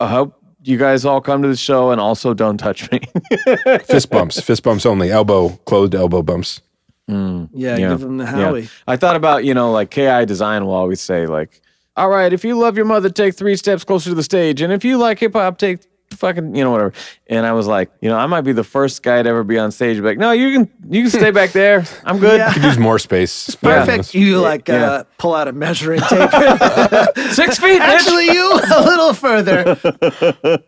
Speaker 2: I hope you guys all come to the show, and also don't touch me.
Speaker 3: Fist bumps. Fist bumps only. Elbow, closed elbow bumps.
Speaker 4: Yeah, give him the
Speaker 2: Yeah.
Speaker 4: Howie.
Speaker 2: I thought about you know like KI Design will always say like, all right, if you love your mother, take three steps closer to the stage, and if you like hip hop, take fucking you know whatever. And I was like, you know, I might be the first guy to ever be on stage, but like, no, you can you can stay back there. I'm good.
Speaker 4: Yeah.
Speaker 3: Use more space.
Speaker 4: Perfect. You like
Speaker 2: Yeah.
Speaker 4: uh, pull out a measuring tape.
Speaker 2: Six feet. bitch.
Speaker 4: Actually, you a little further.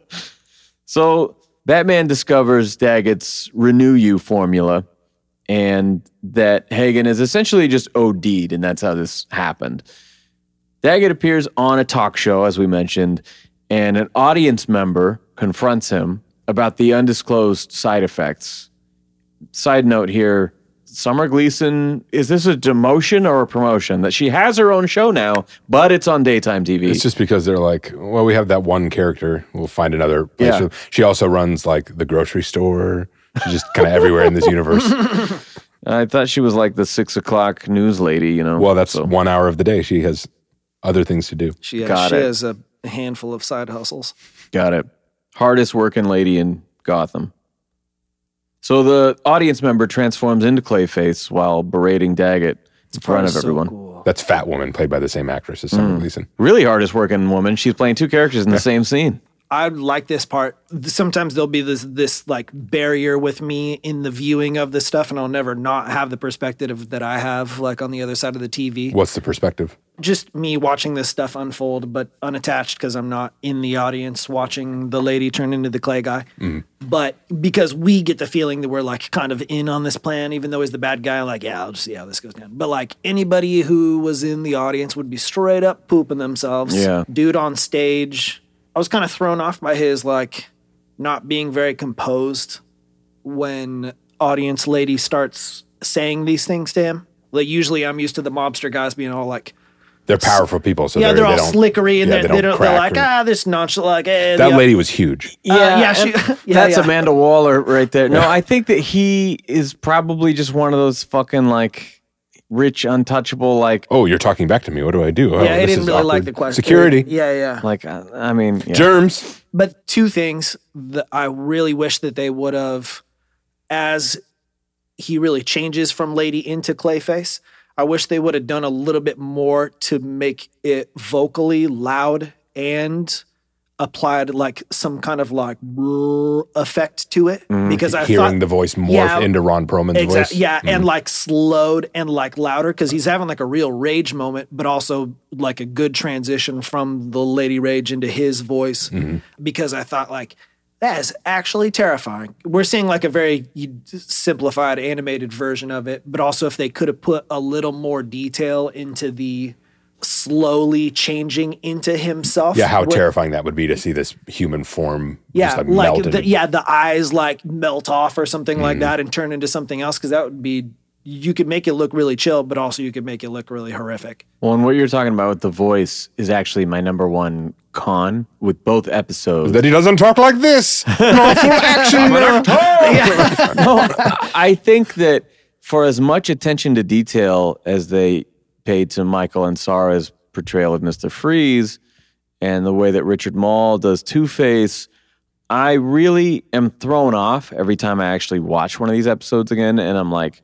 Speaker 2: So Batman discovers Daggett's renew you formula and that Hagen is essentially just OD'd, and that's how this happened. Daggett appears on a talk show, as we mentioned, and an audience member confronts him about the undisclosed side effects. Side note here Summer Gleason, is this a demotion or a promotion? That she has her own show now, but it's on daytime TV.
Speaker 3: It's just because they're like, well, we have that one character. We'll find another place.
Speaker 2: Yeah.
Speaker 3: for them. She also runs like the grocery store. She's just kind of everywhere in this universe.
Speaker 2: I thought she was like the six o'clock news lady, you know?
Speaker 3: Well, that's
Speaker 2: So-
Speaker 3: one hour of the day. She has other things to do.
Speaker 4: She, uh,
Speaker 2: Got
Speaker 4: she
Speaker 2: it.
Speaker 4: has a handful of side hustles.
Speaker 2: Got it. Hardest working lady in Gotham. So the audience member transforms into Clayface while berating Daggett in front of
Speaker 4: So
Speaker 2: everyone.
Speaker 4: cool.
Speaker 3: That's Fat Woman, played by the same actress as
Speaker 4: Mm.
Speaker 3: Summer Gleason.
Speaker 2: Really hardest working woman. She's playing two characters in the same scene.
Speaker 4: I like this part. Sometimes there'll be this this like barrier with me in the viewing of this stuff, and I'll never not have the perspective that I have like on the other side of the TV.
Speaker 3: What's the perspective?
Speaker 4: Just me watching this stuff unfold, but unattached because I'm not in the audience watching the lady turn into the clay guy. But because we get the feeling that we're like kind of in on this plan, even though he's the bad guy, like, yeah, I'll just see how this goes down. But like anybody who was in the audience would be straight up pooping themselves.
Speaker 2: Yeah.
Speaker 4: Dude on stage, I was kind of thrown off by his like not being very composed when audience lady starts saying these things to him. Like usually I'm used to the mobster guys being all like,
Speaker 3: They're powerful people, so
Speaker 4: yeah,
Speaker 3: they're,
Speaker 4: they're
Speaker 3: they
Speaker 4: all
Speaker 3: don't-
Speaker 4: slickery and
Speaker 3: yeah,
Speaker 4: they're, they don't, they're
Speaker 3: crack
Speaker 4: like,
Speaker 3: or-
Speaker 4: ah, this nonchalant. Like, eh,
Speaker 3: that
Speaker 4: the-
Speaker 3: lady was huge.
Speaker 4: uh, yeah, she,
Speaker 2: and
Speaker 4: yeah,
Speaker 2: that's
Speaker 4: yeah.
Speaker 2: Amanda Waller right there. No, I think that he is probably just one of those fucking like rich, untouchable, like,
Speaker 3: Oh, you're talking back to me. What do I do? Oh,
Speaker 4: Yeah, I
Speaker 3: this
Speaker 4: didn't
Speaker 3: is
Speaker 4: really like
Speaker 3: awkward.
Speaker 4: the question.
Speaker 3: Security,
Speaker 4: Yeah, yeah.
Speaker 2: like uh, I mean, yeah.
Speaker 3: germs.
Speaker 4: But two things that I really wish that they would have, as he really changes from Lady into Clayface, I wish they would have done a little bit more to make it vocally loud and applied like some kind of like brrr effect to it. because I
Speaker 3: Mm, Hearing
Speaker 4: thought,
Speaker 3: the voice morph
Speaker 4: Yeah.
Speaker 3: into Ron Perlman's
Speaker 4: Exactly.
Speaker 3: voice. Mm.
Speaker 4: Yeah, and like slowed and like louder because he's having like a real rage moment, but also like a good transition from the lady rage into his voice.
Speaker 3: Mm-hmm.
Speaker 4: Because I thought like that is actually terrifying. We're seeing like a very simplified animated version of it, but also if they could have put a little more detail into the slowly changing into himself.
Speaker 3: Yeah, how
Speaker 4: where-
Speaker 3: terrifying that would be to see this human form
Speaker 4: Yeah,
Speaker 3: just like,
Speaker 4: like,
Speaker 3: melted. Mm.
Speaker 4: the, yeah, the eyes like melt off or something like that and turn into something else because that would be you could make it look really chill, but also you could make it look really horrific.
Speaker 2: Well, and what you're talking about with the voice is actually my number one con with both episodes.
Speaker 3: That he doesn't talk like this. Lawful action.
Speaker 2: no, I think that for as much attention to detail as they paid to Michael and Sarah's portrayal of Mr. Freeze and the way that Richard Mall does Two Face, I really am thrown off every time I actually watch one of these episodes again. And I'm like,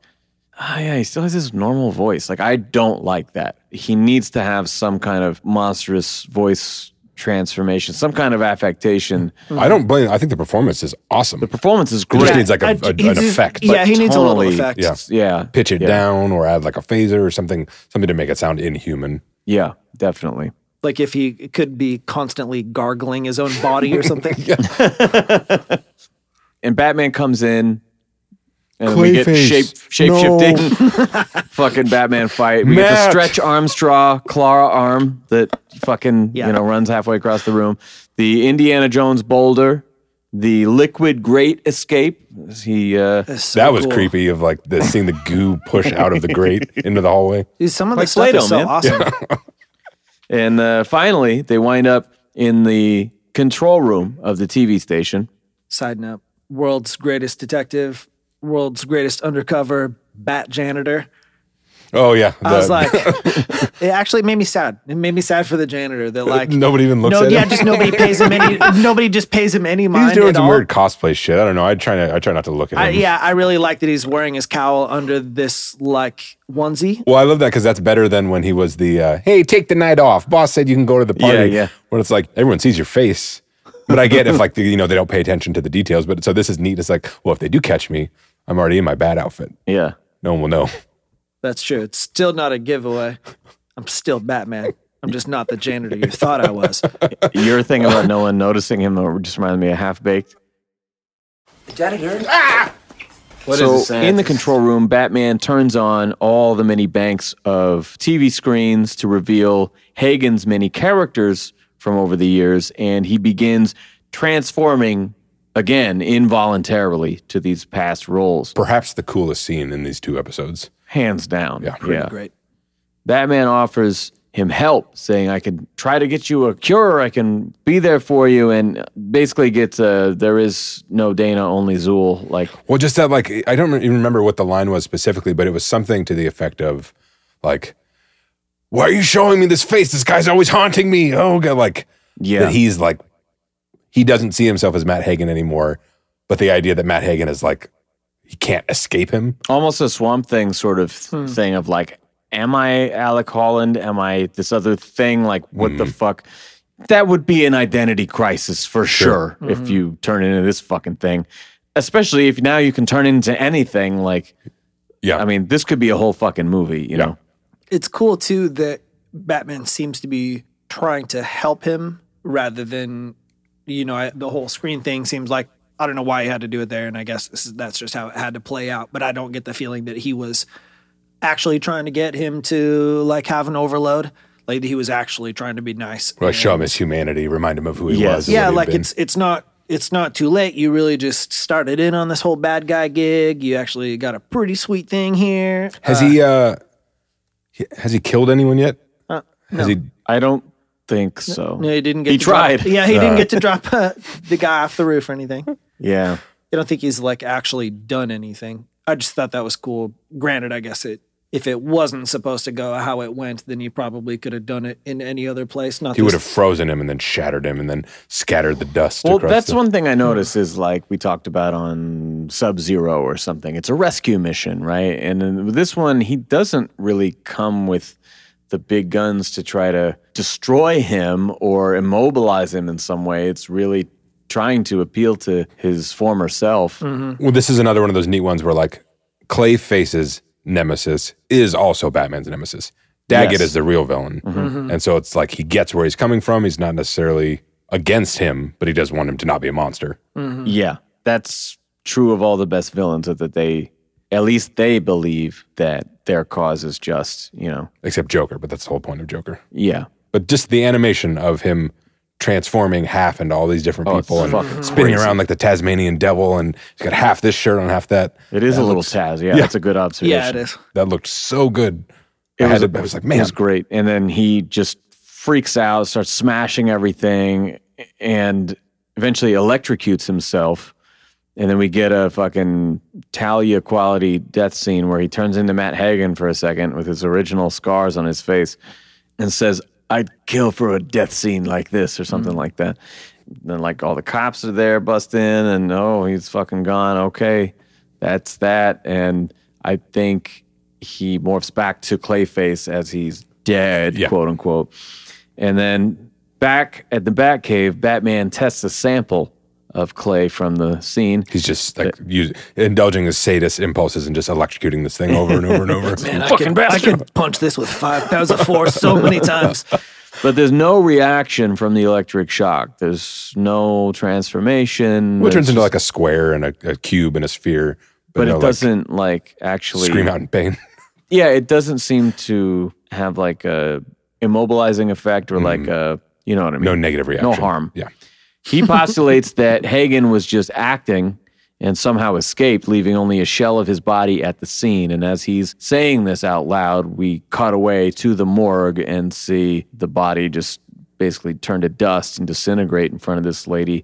Speaker 2: oh, yeah, he still has his normal voice. Like, I don't like that. He needs to have some kind of monstrous voice transformation, some kind of affectation.
Speaker 3: I don't blame. I think the performance is awesome. The
Speaker 2: Performance is
Speaker 3: just
Speaker 2: great.
Speaker 3: needs like a,
Speaker 4: I-
Speaker 3: a-
Speaker 4: he
Speaker 3: an
Speaker 4: just-
Speaker 3: effect.
Speaker 4: Yeah, he needs a little
Speaker 2: totally-
Speaker 4: effect.
Speaker 3: Yeah.
Speaker 2: Yeah.
Speaker 3: pitch it
Speaker 2: yeah.
Speaker 3: down or add like a phaser or something, something to make it sound inhuman.
Speaker 2: Yeah, definitely.
Speaker 4: Like if he could be constantly gargling his own body or something.
Speaker 2: and Batman comes in, and we get
Speaker 3: Clayface,
Speaker 2: shape shape shifting. fucking Batman fight. We get the
Speaker 3: Matt.
Speaker 2: stretch arm straw Clara arm that fucking
Speaker 4: Yeah.
Speaker 2: you know runs halfway across the room. The Indiana Jones boulder. The liquid great escape. He uh,
Speaker 4: So
Speaker 3: That was
Speaker 4: cool.
Speaker 3: creepy of like the, seeing the goo push out of the grate into the hallway.
Speaker 4: Dude, some of
Speaker 2: Like
Speaker 4: the stuff
Speaker 2: Play-Doh,
Speaker 4: is so
Speaker 2: man.
Speaker 4: awesome.
Speaker 2: and uh, finally they wind up in the control room of the TV station.
Speaker 4: Side note: world's greatest detective, world's greatest undercover bat janitor.
Speaker 3: Oh yeah,
Speaker 4: I was
Speaker 3: the-
Speaker 4: like, it actually made me sad. It made me sad for the janitor. They're like,
Speaker 3: Uh, nobody even looks
Speaker 4: no,
Speaker 3: at
Speaker 4: yeah,
Speaker 3: him.
Speaker 4: just nobody pays him any. Nobody just pays him any mind.
Speaker 3: He's doing
Speaker 4: at
Speaker 3: some
Speaker 4: all.
Speaker 3: weird cosplay shit. I don't know. I try to. I try not to look at
Speaker 4: I,
Speaker 3: him.
Speaker 4: yeah, I really like that he's wearing his cowl under this like onesie.
Speaker 3: Well, I love that because that's better than when he was the uh, "Hey, take the night off." Boss said you can go to the party.
Speaker 2: Yeah, yeah.
Speaker 3: When it's like everyone sees your face, but I get if like the, you know they don't pay attention to the details. But so this is neat. It's like, well, if they do catch me, I'm already in my bad outfit.
Speaker 2: Yeah,
Speaker 3: No one will know.
Speaker 4: That's true. It's still not a giveaway. I'm still Batman. I'm just not the janitor you thought I was.
Speaker 2: your thing about no one noticing him uh, just reminded me of half baked.
Speaker 9: Ah! What is
Speaker 2: so in the control room, Batman turns on all the many banks of TV screens to reveal Hagen's many characters from over the years, and he begins transforming again involuntarily to these past roles,
Speaker 3: Perhaps the coolest scene in these two episodes.
Speaker 2: hands down.
Speaker 3: Yeah.
Speaker 4: Great.
Speaker 2: Batman offers him help, saying, "I can try to get you a cure. I can be there for you," and basically gets a "There is no Dana, only Zool." Like
Speaker 3: Well, just that, like, I don't even remember what the line was specifically, but it was something to the effect of, like, why are you showing me this face? This guy's always haunting me. Oh, God. Like,
Speaker 2: Yeah.
Speaker 3: that he's like, he doesn't see himself as Matt Hagen anymore, but the idea that Matt Hagen is like, he can't escape him.
Speaker 2: almost a swamp thing sort of thing of like am i alec holland am i this other thing like what the fuck that would be an identity crisis for sure, if you turn into this fucking thing especially if now you can turn into anything like
Speaker 3: Yeah.
Speaker 2: i mean this could be a whole fucking movie you know
Speaker 4: It's cool too that Batman seems to be trying to help him rather than, you know, I, the whole screen thing seems like I don't know why he had to do it there, and I guess this is, that's just how it had to play out. But I don't get the feeling that he was actually trying to get him to like have an overload. Like that he was actually trying to be nice.
Speaker 3: like, show him his humanity, remind him of who he
Speaker 2: Yes.
Speaker 3: was. and
Speaker 4: yeah
Speaker 3: what he'd
Speaker 4: like
Speaker 3: been.
Speaker 4: it's it's not it's not too late you really just started in on this whole bad guy gig you actually got a pretty sweet thing here
Speaker 3: Has he, uh, he- has he killed anyone yet?
Speaker 4: Uh,
Speaker 3: Has he,
Speaker 2: i don't think so
Speaker 4: no he didn't get
Speaker 2: He
Speaker 4: to drop-
Speaker 2: tried.
Speaker 4: yeah he didn't get to drop uh, the guy off the roof or anything i
Speaker 2: yeah
Speaker 4: don't think he's like actually done anything i just thought that was cool granted i guess it if it wasn't supposed to go how it went then he probably could have done it in any other place not
Speaker 3: he
Speaker 4: this-
Speaker 3: would have frozen him and then shattered him and then scattered the dust.
Speaker 2: well
Speaker 3: across
Speaker 2: that's
Speaker 3: the-
Speaker 2: one thing i noticed is like we talked about on sub zero or something it's a rescue mission right and then with this one he doesn't really come with the big guns to try to destroy him or immobilize him in some way it's really trying to appeal to his former self
Speaker 4: Mm-hmm.
Speaker 3: Well, this is another one of those neat ones where like Clayface's nemesis is also Batman's nemesis. Daggett
Speaker 2: Yes. Mm-hmm.
Speaker 3: is the real villain. And so it's like he gets where he's coming from. He's not necessarily against him, but he does want him to not be a monster.
Speaker 2: yeah that's true of all the best villains that they at least they believe that their cause is just, you know.
Speaker 3: except Joker, but that's the whole point of Joker.
Speaker 2: Yeah.
Speaker 3: But just the animation of him transforming half into all these different
Speaker 2: Oh, it's
Speaker 3: people
Speaker 2: fucking
Speaker 3: and spinning
Speaker 2: crazy.
Speaker 3: around like the Tasmanian devil, and he's got half this shirt on, half that.
Speaker 2: It is
Speaker 3: That
Speaker 2: a little
Speaker 3: looks-
Speaker 2: Taz. Yeah,
Speaker 3: yeah.
Speaker 2: that's a good observation.
Speaker 4: Mm-hmm. Yeah, it is.
Speaker 3: That looked so good.
Speaker 2: It
Speaker 3: I,
Speaker 2: was,
Speaker 3: had to- I was like, man,
Speaker 2: it was great. And then he just freaks out, starts smashing everything, and eventually electrocutes himself. And then we get a fucking Talia quality death scene where he turns into Matt Hagen for a second with his original scars on his face and says, I'd kill for a death scene like this or something like that. then, like, all the cops are there, bust in, and oh, he's fucking gone. Okay, that's that. And I think he morphs back to Clayface as he's dead,
Speaker 3: Yeah.
Speaker 2: quote unquote. And then back at the Batcave, Batman tests a sample of Clay from the scene.
Speaker 3: he's just like use, indulging his sadist impulses and just electrocuting this thing over and over and over.
Speaker 4: I could, I could punch this with five pounds of force so many times.
Speaker 2: But there's no reaction from the electric shock. There's no transformation.
Speaker 3: Which turns
Speaker 2: There's
Speaker 3: into like a square and a, a cube and a sphere, but,
Speaker 2: but
Speaker 3: no,
Speaker 2: it
Speaker 3: like,
Speaker 2: doesn't like actually
Speaker 3: scream out in pain.
Speaker 2: Yeah, it doesn't seem to have like a immobilizing effect or like a you know what I mean.
Speaker 3: Mm-hmm. No negative reaction.
Speaker 2: harm.
Speaker 3: Yeah.
Speaker 2: He postulates that Hagen was just acting and somehow escaped, leaving only a shell of his body at the scene. And as he's saying this out loud, we cut away to the morgue and see the body just basically turn to dust and disintegrate in front of this lady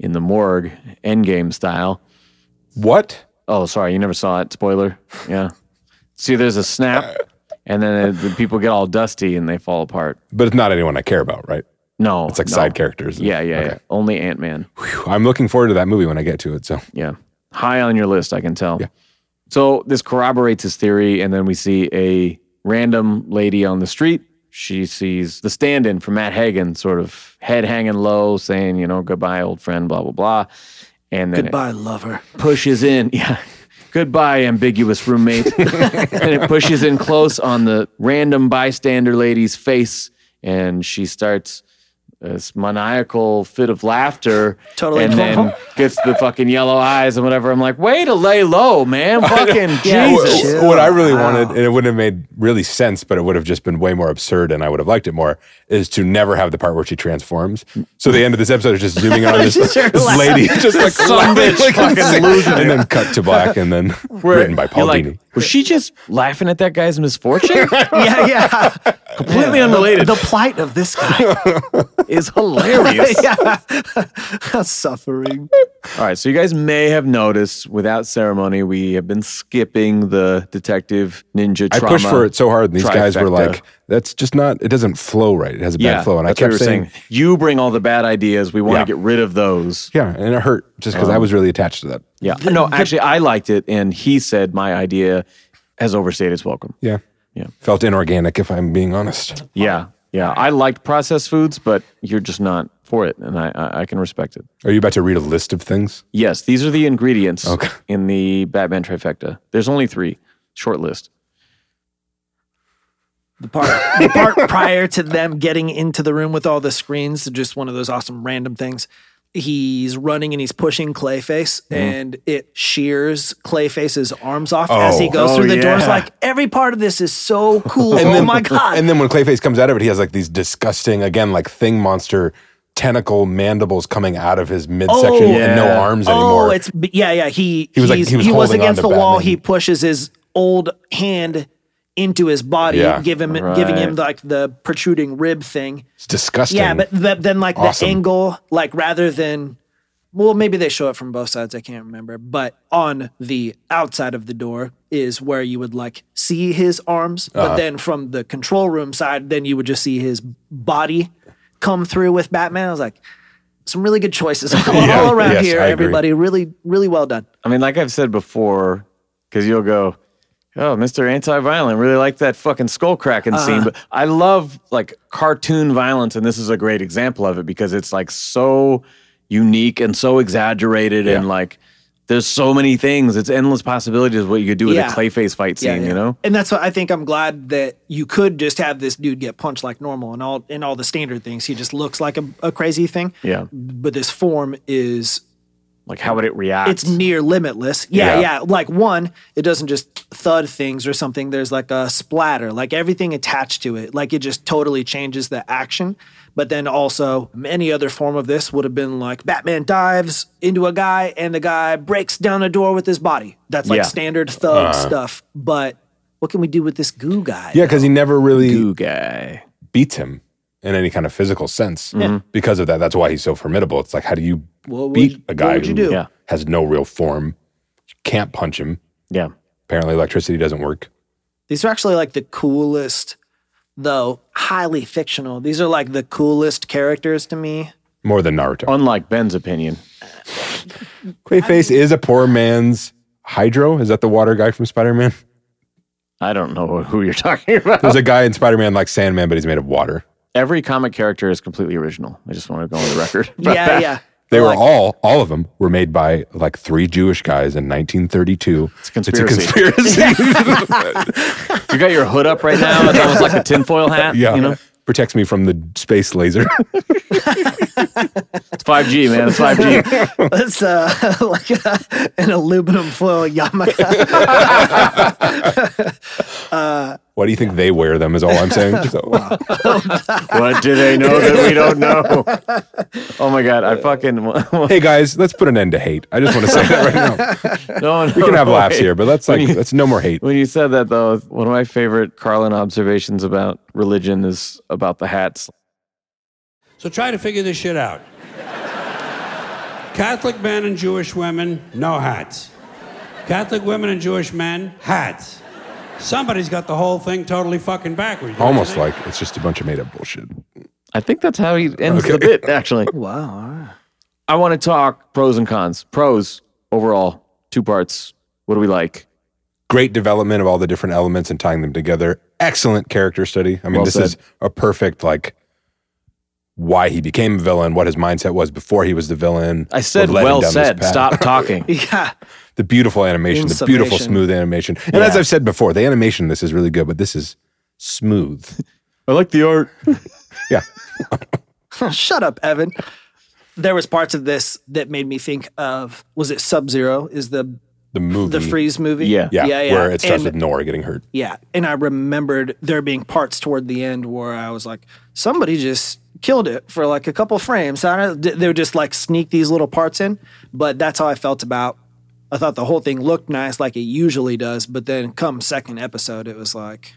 Speaker 2: in the morgue, endgame style.
Speaker 3: What?
Speaker 2: Oh, sorry, you never saw it. Spoiler. Yeah. See, there's a snap, and then uh, the people get all dusty and they fall apart.
Speaker 3: But it's not anyone I care about, right?
Speaker 2: No,
Speaker 3: It's like
Speaker 2: no.
Speaker 3: side characters.
Speaker 2: Yeah, yeah,
Speaker 3: Okay.
Speaker 2: yeah. Only Ant Man.
Speaker 3: Phew, I'm looking forward to that movie when I get to it. So
Speaker 2: Yeah. High on your list, I can tell.
Speaker 3: Yeah.
Speaker 2: So this corroborates his theory, and then we see a random lady on the street. She sees the stand in for Matt Hagen, sort of head hanging low, saying, you know, goodbye, old friend, blah, blah, blah. And then it
Speaker 4: Goodbye, lover.
Speaker 2: pushes in. Yeah. Goodbye, ambiguous roommate. and it pushes in close on the random bystander lady's face, and she starts this maniacal fit of laughter.
Speaker 4: Totally.
Speaker 2: And then gets the fucking yellow eyes and whatever. I'm like, way to lay low, man. Fucking Jesus.
Speaker 3: What, what I really wanted, and it would have made really sense, but it would have just been way more absurd, and I would have liked it more, is to never have the part where she transforms. So the end of this episode is just zooming in on this, this lady, just like some bitch fucking losing and then cut to black, and then written by Paul
Speaker 2: You're like,
Speaker 3: Dini.
Speaker 2: was she just laughing at that guy's misfortune?
Speaker 4: yeah, yeah.
Speaker 2: Completely unrelated.
Speaker 4: The plight of this guy.
Speaker 2: It's hilarious.
Speaker 4: yeah. Suffering.
Speaker 2: All right, so you guys may have noticed, without ceremony, we have been skipping the detective ninja.
Speaker 3: I
Speaker 2: trauma
Speaker 3: pushed for it so hard, and these guys were
Speaker 2: trifecta.
Speaker 3: like, "That's just not. It doesn't flow right. It has a bad flow." And I
Speaker 2: that's what
Speaker 3: kept
Speaker 2: we were
Speaker 3: saying,
Speaker 2: you bring all the bad ideas. We want
Speaker 3: Yeah.
Speaker 2: to get rid of those.
Speaker 3: "Yeah," and it hurt just because I was really attached to that.
Speaker 2: Um, Yeah, no, actually, I liked it, and he said my idea has overstayed its welcome.
Speaker 3: Yeah,
Speaker 2: Yeah.
Speaker 3: Felt inorganic, if I'm being honest.
Speaker 2: Yeah, yeah, I liked processed foods, but you're just not for it, and I I, I can respect it.
Speaker 3: Are you about to read a list of things?
Speaker 2: Yes, these are the ingredients
Speaker 3: Okay.
Speaker 2: in the Batman trifecta. There's only three. Short list.
Speaker 4: The part, the part prior to them getting into the room with all the screens, just one of those awesome random things. He's running and he's pushing Clayface,
Speaker 3: Mm-hmm.
Speaker 4: and it shears Clayface's arms off as he
Speaker 3: Oh.
Speaker 4: goes
Speaker 2: Oh,
Speaker 4: through the doors.
Speaker 2: yeah.
Speaker 4: Like every part of this is so cool. oh my god!
Speaker 3: And then when Clayface comes out of it, he has like these disgusting, again, like thing monster tentacle mandibles coming out of his midsection and no
Speaker 2: yeah.
Speaker 3: arms anymore.
Speaker 4: Oh, it's but yeah, yeah. He
Speaker 3: He was like-
Speaker 4: he's-
Speaker 3: he was holding
Speaker 4: against the
Speaker 3: onto
Speaker 4: wall.
Speaker 3: Batman.
Speaker 4: He pushes his old hand into his body,
Speaker 3: Yeah.
Speaker 4: give him giving him
Speaker 2: Right.
Speaker 4: like the protruding rib thing.
Speaker 3: It's disgusting.
Speaker 4: Yeah, but the, then like
Speaker 3: Awesome.
Speaker 4: the angle, like rather than well, maybe they show it from both sides. I can't remember, but on the outside of the door is where you would like see his arms,
Speaker 3: Uh-huh.
Speaker 4: but then from the control room side, then you would just see his body come through with Batman. I was like. Some really good choices all,
Speaker 3: Yeah,
Speaker 4: around
Speaker 3: yes,
Speaker 4: here,
Speaker 3: I agree.
Speaker 4: everybody. Really, really well done.
Speaker 2: I mean, like I've said before, because you'll go, oh, Mr. Anti-Violent, really like that fucking skull cracking
Speaker 4: Uh-huh.
Speaker 2: scene. But I love like cartoon violence, and this is a great example of it because it's like so unique and so exaggerated, and like there's so many things. It's endless possibilities of what you could do with
Speaker 4: Yeah.
Speaker 2: a clayface fight scene. You know,
Speaker 4: And that's what I think I'm glad that you could just have this dude get punched like normal and all and all the standard things. He just looks like a, a crazy thing.
Speaker 2: Yeah.
Speaker 4: But this form is
Speaker 2: Like, how would it react?
Speaker 4: it's near limitless. Yeah,
Speaker 3: Yeah.
Speaker 4: yeah, Like one, it doesn't just thud things or something. There's like a splatter, like everything attached to it. Like it just totally changes the action. But then also, any other form of this would have been like Batman dives into a guy and the guy breaks down a door with his body. That's like
Speaker 2: Yeah.
Speaker 4: standard thug stuff. But what can we do with this goo guy?
Speaker 3: Yeah, because he never really
Speaker 2: goo guy.
Speaker 3: beats him in any kind of physical sense because of that. That's why he's so formidable. It's like, how do you
Speaker 4: What would
Speaker 3: beat
Speaker 4: you-
Speaker 3: a
Speaker 4: what
Speaker 3: guy
Speaker 4: would you
Speaker 3: who
Speaker 4: do?
Speaker 2: Yeah.
Speaker 3: has no real form? You can't punch him.
Speaker 2: Yeah.
Speaker 3: Apparently, electricity doesn't work.
Speaker 4: These are actually like the coolest, though highly fictional. These are like the coolest characters to me.
Speaker 3: More than Naruto.
Speaker 2: Unlike Ben's opinion.
Speaker 3: Clayface is a poor man's Hydro. Is that the water guy from Spider Man?
Speaker 2: I don't know who you're talking about.
Speaker 3: There's a guy in Spider Man like Sandman, but he's made of water.
Speaker 2: Every comic character is completely original. I just want to go on the record. about
Speaker 4: Yeah,
Speaker 2: that.
Speaker 4: yeah.
Speaker 3: They
Speaker 4: Like-
Speaker 3: were all, all of them were made by like three Jewish guys in 1932. It's a
Speaker 2: conspiracy.
Speaker 3: It's a conspiracy.
Speaker 2: You got your hood up right now. It's almost like a tinfoil hat.
Speaker 3: yeah.
Speaker 2: You know,
Speaker 3: Protects me from the space laser.
Speaker 2: it's 5G, man. It's 5G.
Speaker 4: It's uh, like a, an aluminum foil yarmulke.
Speaker 3: Why do you think they wear them? Is all I'm saying. So,
Speaker 2: what do they know that we don't know? Oh my God. I fucking. no,
Speaker 3: hey guys, let's put an end to hate. I just want to say that right now.
Speaker 2: no,
Speaker 3: We can have laughs
Speaker 2: wait.
Speaker 3: here, but let's like let's no more hate.
Speaker 2: When you said that, though, one of my favorite Carlin observations about religion is about the hats.
Speaker 10: So try to figure this shit out. Catholic men and Jewish women, no hats. Catholic women and Jewish men, hats. Somebody's got the whole thing totally fucking backwards. don't you
Speaker 3: Almost
Speaker 10: think?
Speaker 3: like it's just a bunch of made up bullshit.
Speaker 2: I think that's how he ends the bit, actually.
Speaker 4: wow. all right.
Speaker 2: I want to talk pros and cons. Pros overall, two parts. What do we like?
Speaker 3: Great development of all the different elements and tying them together. Excellent character study. I mean,
Speaker 2: Well
Speaker 3: this
Speaker 2: said.
Speaker 3: is a perfect like why he became a villain, what his mindset was before he was the villain.
Speaker 2: I said,
Speaker 3: what led him
Speaker 2: well
Speaker 3: down this
Speaker 2: said.
Speaker 3: path.
Speaker 2: Stop talking.
Speaker 4: Yeah.
Speaker 3: The beautiful animation,
Speaker 4: In
Speaker 3: the beautiful
Speaker 4: summation.
Speaker 3: smooth animation. And as I've said before, the animation in this is really good, but this is smooth.
Speaker 2: I like the art.
Speaker 3: yeah.
Speaker 4: Shut up, Evan. There was parts of this that made me think of was it Sub Zero? Is the
Speaker 3: The movie.
Speaker 4: the freeze movie?
Speaker 2: Yeah.
Speaker 3: yeah,
Speaker 4: yeah, yeah.
Speaker 3: where it starts
Speaker 4: and,
Speaker 3: with Nora getting hurt.
Speaker 4: yeah, and I remembered there being parts toward the end where I was like, somebody just killed it for like a couple frames. I don't, they would just like sneak these little parts in, but that's how I felt about. I thought the whole thing looked nice, like it usually does, but then come second episode, it was like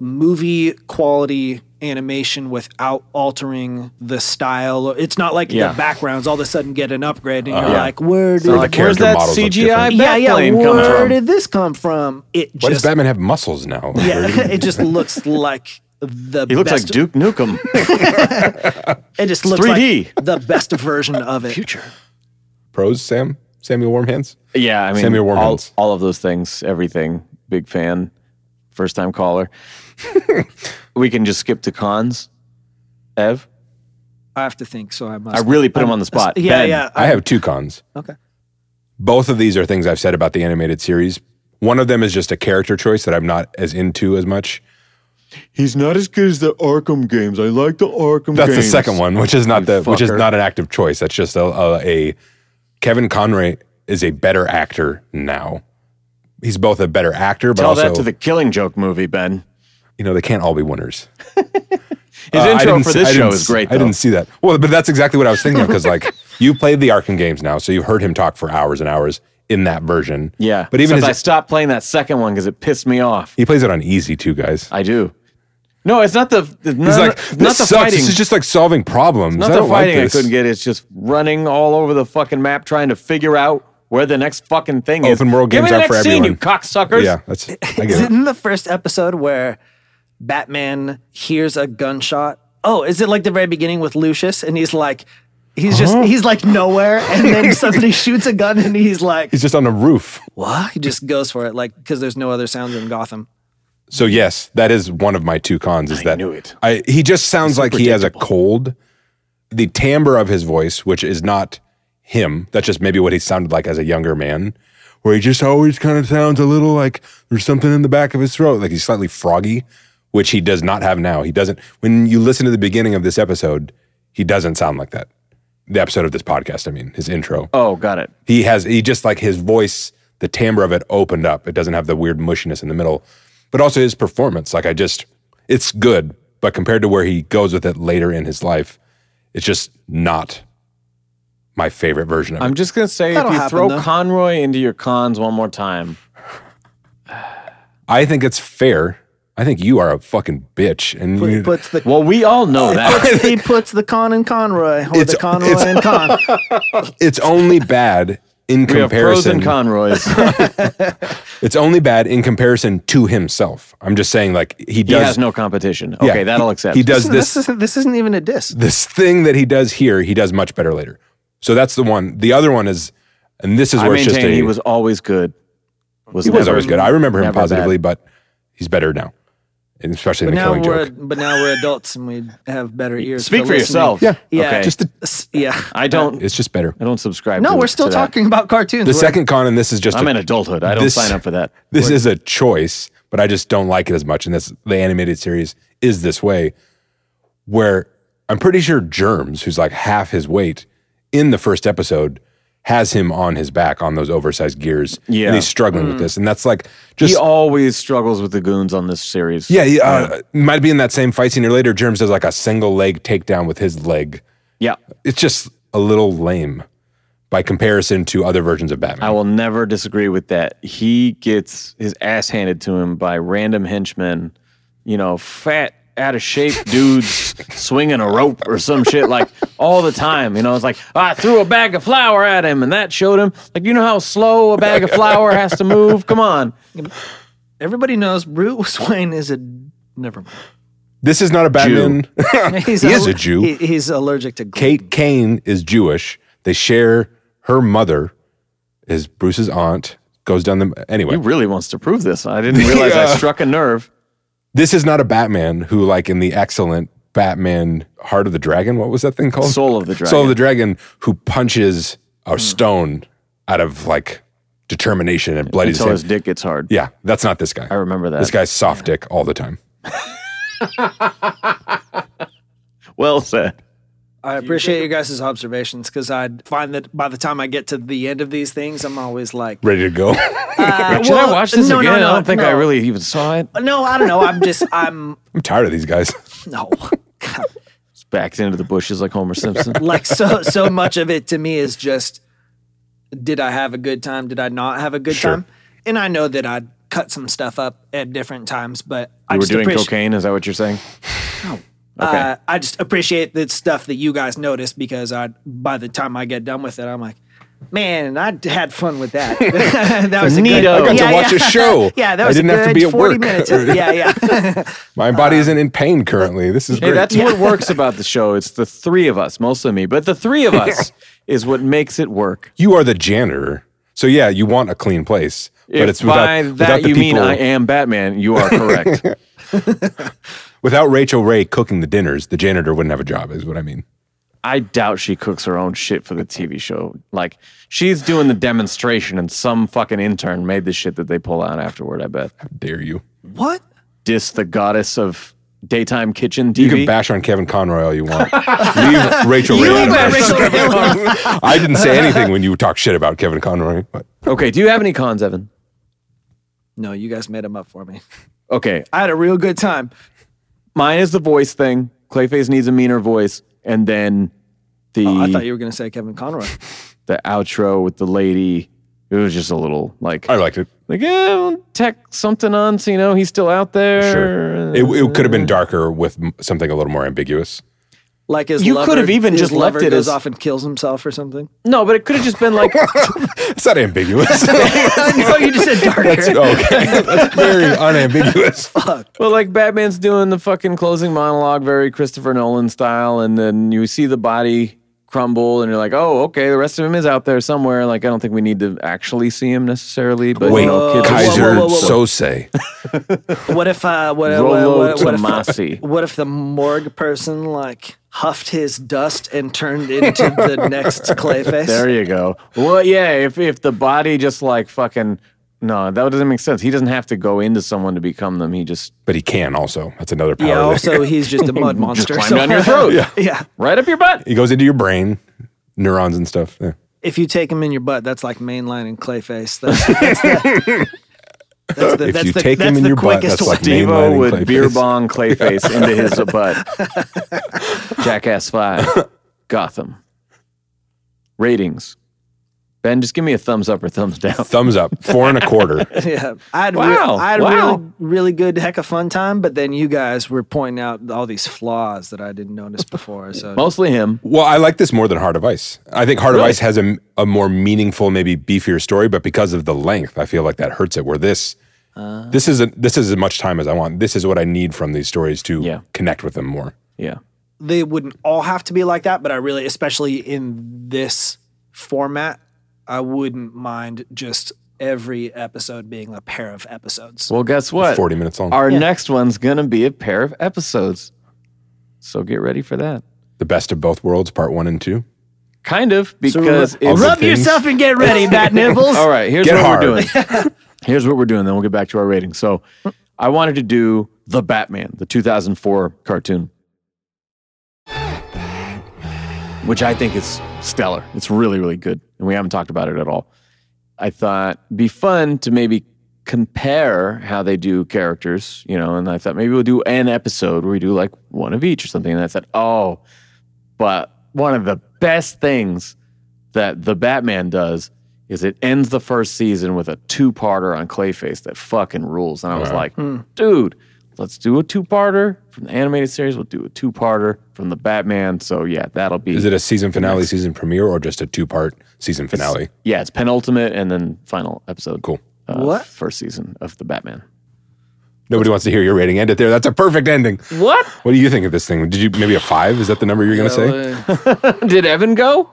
Speaker 4: movie quality animation without altering the style. It's not like
Speaker 2: Yeah. Uh-huh.
Speaker 4: the backgrounds all of a sudden get an upgrade, and you're like, where did
Speaker 3: Or the
Speaker 2: Like, where's
Speaker 3: character
Speaker 2: that
Speaker 3: models look
Speaker 2: CGI
Speaker 3: different.
Speaker 4: yeah, yeah,
Speaker 2: plane
Speaker 4: where
Speaker 2: come from?
Speaker 4: did this come from? It
Speaker 3: Why does
Speaker 4: just
Speaker 3: Batman have muscles now?
Speaker 4: yeah, it just looks like the
Speaker 2: He looks
Speaker 4: best,
Speaker 2: like Duke Nukem.
Speaker 4: It just looks
Speaker 2: 3D.
Speaker 4: like the best version of it. Future.
Speaker 3: Pros, Sam? Samuel Warmhands?
Speaker 2: yeah, I mean,
Speaker 3: Samuel
Speaker 2: all,
Speaker 3: Warmans.
Speaker 2: all of those things, everything. Big fan, first time caller. we can just skip to cons. Ev,
Speaker 4: I have to think, so I must.
Speaker 2: I really put him
Speaker 3: Uh,
Speaker 2: on the spot.
Speaker 4: yeah,
Speaker 2: Ben,
Speaker 4: yeah. uh,
Speaker 3: I have two cons.
Speaker 4: okay.
Speaker 3: Both of these are things I've said about the animated series. One of them is just a character choice that I'm not as into as much.
Speaker 9: He's not as good as the Arkham games. I like the Arkham
Speaker 3: That's the second one, which is not the which is
Speaker 2: fucker.
Speaker 3: not an active choice. That's just a, a, a Kevin Conroy is a better actor now. He's both a better actor, but
Speaker 2: Tell
Speaker 3: also
Speaker 2: that to the Killing Joke movie, Ben.
Speaker 3: you know they can't all be winners.
Speaker 2: His
Speaker 3: Uh, I
Speaker 2: intro
Speaker 3: didn't
Speaker 2: for
Speaker 3: s-
Speaker 2: this
Speaker 3: I
Speaker 2: show
Speaker 3: didn't
Speaker 2: is
Speaker 3: s-
Speaker 2: great.
Speaker 3: I
Speaker 2: though.
Speaker 3: didn't see that. Well, but that's exactly what I was thinking of because like you played the Arkham games now, so you've heard him talk for hours and hours in that version.
Speaker 2: Yeah,
Speaker 3: but even
Speaker 2: Except
Speaker 3: his,
Speaker 2: I stopped playing that second one because it pissed me off.
Speaker 3: he plays it on easy too, guys.
Speaker 2: I do. No, it's not the. It's Uh,
Speaker 3: He's
Speaker 2: not,
Speaker 3: like,
Speaker 2: it's
Speaker 3: this
Speaker 2: not the
Speaker 3: sucks.
Speaker 2: fighting.
Speaker 3: This is just like solving problems.
Speaker 2: not
Speaker 3: I
Speaker 2: the
Speaker 3: don't like
Speaker 2: fighting I
Speaker 3: this."
Speaker 2: couldn't get. It's just running all over the fucking map trying to figure out where the next fucking thing is.
Speaker 3: Open world
Speaker 2: Give
Speaker 3: games
Speaker 2: me the
Speaker 3: aren't for
Speaker 2: next scene, you
Speaker 3: everyone.
Speaker 2: cocksuckers.
Speaker 3: Yeah, that's I
Speaker 4: Is
Speaker 3: get
Speaker 4: it
Speaker 3: it.
Speaker 4: in the first episode where Batman hears a gunshot? Oh, is it like the very beginning with Lucius, and he's like, he's just,
Speaker 2: Uh-huh.
Speaker 4: he's like nowhere, and then somebody shoots a gun, and he's like,
Speaker 3: He's just on the roof.
Speaker 4: what? He just goes for it, like because there's no other sounds in Gotham.
Speaker 3: So yes, that is one of my two cons. Is that
Speaker 2: knew it.
Speaker 3: I, he just sounds like he has a cold. The timbre of his voice, which is not him, that's just maybe what he sounded like as a younger man, where he just always kind of sounds a little like there's something in the back of his throat, like he's slightly froggy, which he does not have now. He doesn't. When you listen to the beginning of this episode, he doesn't sound like that. the episode of this podcast. I mean, his intro.
Speaker 2: Oh, got it.
Speaker 3: He has he just like his voice, the timbre of it opened up. It doesn't have the weird mushiness in the middle, but also his performance. Like I just, it's good, but compared to where he goes with it later in his life, it's just not my favorite version of it.
Speaker 2: I'm just gonna say
Speaker 4: That'll
Speaker 2: if you
Speaker 4: happen,
Speaker 2: throw
Speaker 4: though.
Speaker 2: Conroy into your cons one more time,
Speaker 3: I think it's fair. I think you are a fucking bitch, and
Speaker 4: He
Speaker 3: you-
Speaker 4: puts the
Speaker 2: well, we all know that.
Speaker 4: he puts the con in Conroy, or
Speaker 3: It's-
Speaker 4: the Conroy
Speaker 3: it's-
Speaker 4: and con.
Speaker 3: it's only bad in
Speaker 2: we have pros
Speaker 3: comparison.
Speaker 2: and Conroys.
Speaker 3: It's only bad in comparison to himself. I'm just saying, like he
Speaker 2: he
Speaker 3: does.
Speaker 2: has no competition.
Speaker 3: yeah,
Speaker 2: Okay, that'll
Speaker 3: he-
Speaker 2: accept.
Speaker 3: He does
Speaker 4: Listen,
Speaker 3: this.
Speaker 4: this isn't, this isn't even a diss.
Speaker 3: this thing that he does here, he does much better later. So that's the one. The other one is, and this is
Speaker 2: I
Speaker 3: where it's just
Speaker 2: maintain
Speaker 3: a-
Speaker 2: he was always good.
Speaker 3: he was
Speaker 2: never-
Speaker 3: always good. I remember him
Speaker 2: never
Speaker 3: positively, but he's better now, and especially in
Speaker 4: But
Speaker 3: the
Speaker 4: now
Speaker 3: killing
Speaker 4: we're
Speaker 3: joke.
Speaker 4: but now we're adults and we have better ears.
Speaker 2: Speak for
Speaker 4: listening.
Speaker 2: yourself.
Speaker 3: Yeah.
Speaker 4: Yeah.
Speaker 2: Okay.
Speaker 4: Just
Speaker 3: Just the,
Speaker 4: S- Yeah.
Speaker 2: I don't.
Speaker 3: it's just better.
Speaker 2: I don't subscribe.
Speaker 4: No,
Speaker 2: to-
Speaker 4: we're still
Speaker 2: to that.
Speaker 4: talking about cartoons.
Speaker 3: The
Speaker 4: We're-
Speaker 3: second con, and this is just
Speaker 2: I'm
Speaker 3: a-
Speaker 2: in adulthood. I don't
Speaker 3: this-
Speaker 2: sign up for that.
Speaker 3: This is a choice, but I just don't like it as much. And this the animated series is this way, where I'm pretty sure Germs, who's like half his weight in the first episode, has him on his back on those oversized gears.
Speaker 2: Yeah. Mm.
Speaker 3: And he's struggling with this. And that's like just
Speaker 2: He always struggles with the goons on this series.
Speaker 3: yeah, he, uh, might be in that same fight scene or later. Germs does like a single leg takedown with his leg.
Speaker 2: yeah.
Speaker 3: It's just a little lame by comparison to other versions of Batman.
Speaker 2: I will never disagree with that. He gets his ass handed to him by random henchmen, you know, fat, out of shape dudes swinging a rope or some shit like all the time. You know, it's like, I threw a bag of flour at him and that showed him. Like, you know how slow a bag of flour has to move? Come on.
Speaker 4: everybody knows Bruce Wayne is a never mind.
Speaker 3: this is not a Batman.
Speaker 4: He's
Speaker 3: He is a Jew.
Speaker 4: he- he's allergic to gluten.
Speaker 3: Kate Kane is Jewish. They share her mother is Bruce's aunt. Goes down the anyway.
Speaker 2: He really wants to prove this. I didn't realize I
Speaker 3: Yeah.
Speaker 2: struck a nerve.
Speaker 3: This is not a Batman who, like in the excellent Batman Heart of the Dragon, what was that thing called?
Speaker 2: Soul of the Dragon. Hmm.
Speaker 3: Soul of the Dragon, who punches a stone out of like determination and bloody
Speaker 2: Until his dick gets hard.
Speaker 3: Yeah, that's not this guy.
Speaker 2: I remember that.
Speaker 3: This guy's soft dick all the time.
Speaker 2: Well said.
Speaker 4: I appreciate your guys' observations because I find that by the time I get to the end of these things, I'm always like,
Speaker 3: Ready to go.
Speaker 4: uh,
Speaker 2: Should
Speaker 4: well,
Speaker 2: I watch this
Speaker 4: no, no,
Speaker 2: again?
Speaker 4: no,
Speaker 2: I don't think I
Speaker 4: no.
Speaker 2: really even saw it.
Speaker 4: No, I don't know. I'm just, I'm,
Speaker 3: I'm tired of these guys.
Speaker 4: no.
Speaker 2: It's backed into the bushes like Homer Simpson.
Speaker 4: like so so much of it to me is just did i have a good time did i not have a good
Speaker 3: Sure.
Speaker 4: time and i know that i cut some stuff up at different times but i
Speaker 2: You were
Speaker 4: just
Speaker 2: doing
Speaker 4: appreciate
Speaker 2: cocaine? Is that what you're saying? Okay.
Speaker 4: uh, i just appreciate the stuff that you guys notice because i by the time i get done with it i'm like man i d- had fun with that that was a good
Speaker 2: Neato.
Speaker 3: I got
Speaker 4: yeah,
Speaker 3: to watch
Speaker 4: yeah.
Speaker 3: a show.
Speaker 4: yeah that
Speaker 3: I
Speaker 4: was
Speaker 3: didn't
Speaker 4: a good
Speaker 3: have to be at
Speaker 4: 40
Speaker 3: work.
Speaker 4: minutes yeah yeah
Speaker 3: My body isn't in pain currently. This is
Speaker 2: Um, Hey,
Speaker 3: great.
Speaker 2: that's what works about the show. It's the three of us, mostly me, but the three of us is what makes it work.
Speaker 3: you are the janitor. So yeah, you want a clean place, but
Speaker 2: If
Speaker 3: it's without,
Speaker 2: by that
Speaker 3: without the
Speaker 2: you mean
Speaker 3: people,
Speaker 2: I am Batman, you are correct.
Speaker 3: without Rachel Ray cooking the dinners, the janitor wouldn't have a job. Is what I mean.
Speaker 2: I doubt she cooks her own shit for the TV show. Like she's doing the demonstration, and some fucking intern made the shit that they pull out afterward. I bet.
Speaker 3: How dare you?
Speaker 4: what
Speaker 2: Diss the goddess of daytime kitchen TV.
Speaker 3: You can bash on Kevin Conroy all you want. Leave Rachel Ray. out of
Speaker 4: let
Speaker 3: this.
Speaker 4: Rachel Ray
Speaker 3: I didn't say anything when you talk shit about Kevin Conroy. But
Speaker 2: okay. Do you have any cons, Evan?
Speaker 4: no you guys made him up for me
Speaker 2: Okay,
Speaker 4: i had a real good time
Speaker 2: mine is the voice thing. Clayface needs a meaner voice, and then the
Speaker 3: Oh,
Speaker 4: i thought you were going to say kevin conroy
Speaker 2: the outro with the lady. It was just a little like
Speaker 3: I liked it.
Speaker 2: like eh, we'll tech something on, so you know he's still out there.
Speaker 3: Sure. It, it could have been darker with m- something a little more ambiguous.
Speaker 4: Like his
Speaker 2: You
Speaker 4: lover-
Speaker 2: could have even
Speaker 4: his
Speaker 2: just left
Speaker 4: lover
Speaker 2: it
Speaker 4: goes
Speaker 2: as-
Speaker 4: off and kills himself or something.
Speaker 2: No, but it could have just been like
Speaker 3: It's not ambiguous.
Speaker 4: no, you just said
Speaker 3: That's
Speaker 4: darker.
Speaker 3: okay. That's very unambiguous.
Speaker 2: well, like Batman's doing the fucking closing monologue, very Christopher Nolan style, and then you see the body crumble, and you're like, oh, okay, the rest of him is out there somewhere. Like I don't think we need to actually see him necessarily, but
Speaker 3: Wait,
Speaker 2: you know, kids are
Speaker 3: Kaiser
Speaker 4: whoa, whoa, whoa, whoa.
Speaker 3: Sose.
Speaker 4: What if uh, what, what,
Speaker 2: Rolo
Speaker 4: what, what, if,
Speaker 2: Tomasi.
Speaker 4: what if the morgue person like huffed his dust and turned into the next Clayface?
Speaker 2: There you go. Well, yeah, if if the body just like fucking no, that doesn't make sense. He doesn't have to go into someone to become them. He just
Speaker 3: But he can also. That's another power.
Speaker 4: yeah.
Speaker 3: there.
Speaker 4: Also, he's just a mud monster.
Speaker 2: climb
Speaker 4: so-
Speaker 2: down your throat.
Speaker 4: yeah.
Speaker 2: right up your butt.
Speaker 3: He goes into your brain, neurons and stuff. Yeah.
Speaker 4: If you take them in your butt, that's like mainline and clayface. That's, that's the, that's the,
Speaker 3: If
Speaker 4: that's
Speaker 3: you
Speaker 4: the,
Speaker 3: take 'em
Speaker 4: that's
Speaker 3: in
Speaker 4: the
Speaker 3: your butt,
Speaker 4: quickest
Speaker 3: that's
Speaker 4: one.
Speaker 3: like
Speaker 2: Devo
Speaker 3: mainlining
Speaker 2: would
Speaker 3: Clayface.
Speaker 2: beer bong Clayface into his butt. Jackass 5, Gotham. Ratings. Ben, just give me a thumbs up or thumbs down.
Speaker 3: Thumbs up, four and a quarter.
Speaker 4: yeah, I had,
Speaker 2: Wow,
Speaker 4: re- I had
Speaker 2: wow.
Speaker 4: really, really good heck of fun time, but then you guys were pointing out all these flaws that I didn't notice before. So
Speaker 2: Mostly him.
Speaker 3: Well, I like this more than Heart of Ice. I think Heart
Speaker 2: Really?
Speaker 3: of Ice has a, a more meaningful, maybe beefier story, but because of the length, I feel like that hurts it. Where this,
Speaker 4: Uh.
Speaker 3: this isn't this is as much time as I want. This is what I need from these stories to
Speaker 2: Yeah.
Speaker 3: connect with them more.
Speaker 2: Yeah.
Speaker 4: they wouldn't all have to be like that, but I really, especially in this format, I wouldn't mind just every episode being a pair of episodes.
Speaker 2: Well, guess what?
Speaker 3: Forty minutes long,
Speaker 2: Our next one's going to be a pair of episodes. So get ready for that.
Speaker 3: the best of both worlds, part one and two.
Speaker 2: Kind of, because
Speaker 3: all the things-
Speaker 4: and get ready, Bat Nipples.
Speaker 2: All right, here's
Speaker 3: Get
Speaker 2: what
Speaker 3: hard.
Speaker 2: we're doing. here's what we're doing. Then we'll get back to our rating. So, I wanted to do the Batman, the 2004 cartoon, which I think is stellar. It's really, really good, and we haven't talked about it at all. I thought it'd be fun to maybe compare how they do characters, you know. And I thought maybe we'll do an episode where we do like one of each or something. And I said, oh, but one of the best things that the Batman does is it ends the first season with a two-parter on Clayface that fucking rules. And I was like, dude, let's do a two-parter from the animated series. We'll do a two-parter from the Batman. So yeah, that'll be
Speaker 3: Is it a season finale, season premiere, or just a two part season finale?
Speaker 2: yeah, it's penultimate and then final episode.
Speaker 3: Cool.
Speaker 2: Uh,
Speaker 4: What?
Speaker 2: first season of the Batman?
Speaker 3: Nobody wants to hear your rating. End it there. That's a perfect ending.
Speaker 2: What
Speaker 3: What do you think of this thing? Did you maybe a five? Is that the number you're going to say?
Speaker 2: did Evan go?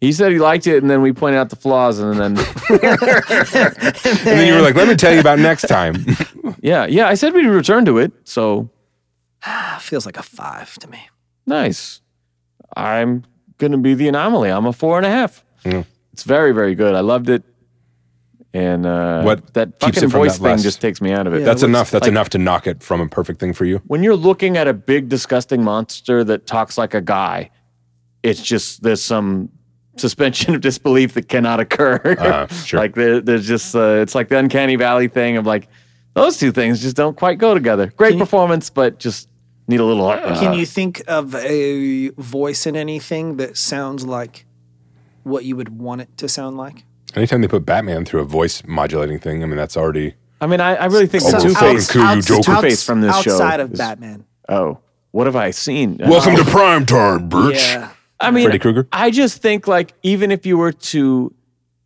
Speaker 2: He said he liked it, and then we pointed out the flaws, and then
Speaker 3: And then you were like, "Let me tell you about next time."
Speaker 2: yeah, yeah, I said we'd return to it. So
Speaker 4: feels like a five to me.
Speaker 2: Nice. I'm gonna be the anomaly. I'm a four and a half.
Speaker 3: Yeah.
Speaker 2: It's very, very good. I loved it. And uh,
Speaker 3: What
Speaker 2: that
Speaker 3: keeps it
Speaker 2: fucking
Speaker 3: from
Speaker 2: voice
Speaker 3: that
Speaker 2: thing
Speaker 3: last-
Speaker 2: just takes me out of it.
Speaker 3: That's enough. That's
Speaker 2: like-
Speaker 3: enough to knock it from a perfect thing for you.
Speaker 2: when you're looking at a big, disgusting monster that talks like a guy. It's just there's some suspension of disbelief that cannot occur.
Speaker 3: Uh, sure.
Speaker 2: like there, there's just uh, it's like the uncanny valley thing of like those two things just don't quite go together. Great performance, but just need a little. uh,
Speaker 4: Can you think of a voice in anything that sounds like what you would want it to sound like?
Speaker 3: Anytime they put Batman through a voice modulating thing, I mean that's already
Speaker 2: I mean, I, I really think
Speaker 3: So-
Speaker 2: the Two
Speaker 3: fucking
Speaker 2: Face.
Speaker 3: kill Oh, you, Joker.
Speaker 2: Two-Face from this show
Speaker 4: outside of
Speaker 2: is-
Speaker 4: Batman.
Speaker 2: Oh, what have I seen?
Speaker 3: welcome to prime time, bitch.
Speaker 4: Yeah.
Speaker 2: I mean,
Speaker 3: Freddy Krueger?
Speaker 2: I just think like even if you were to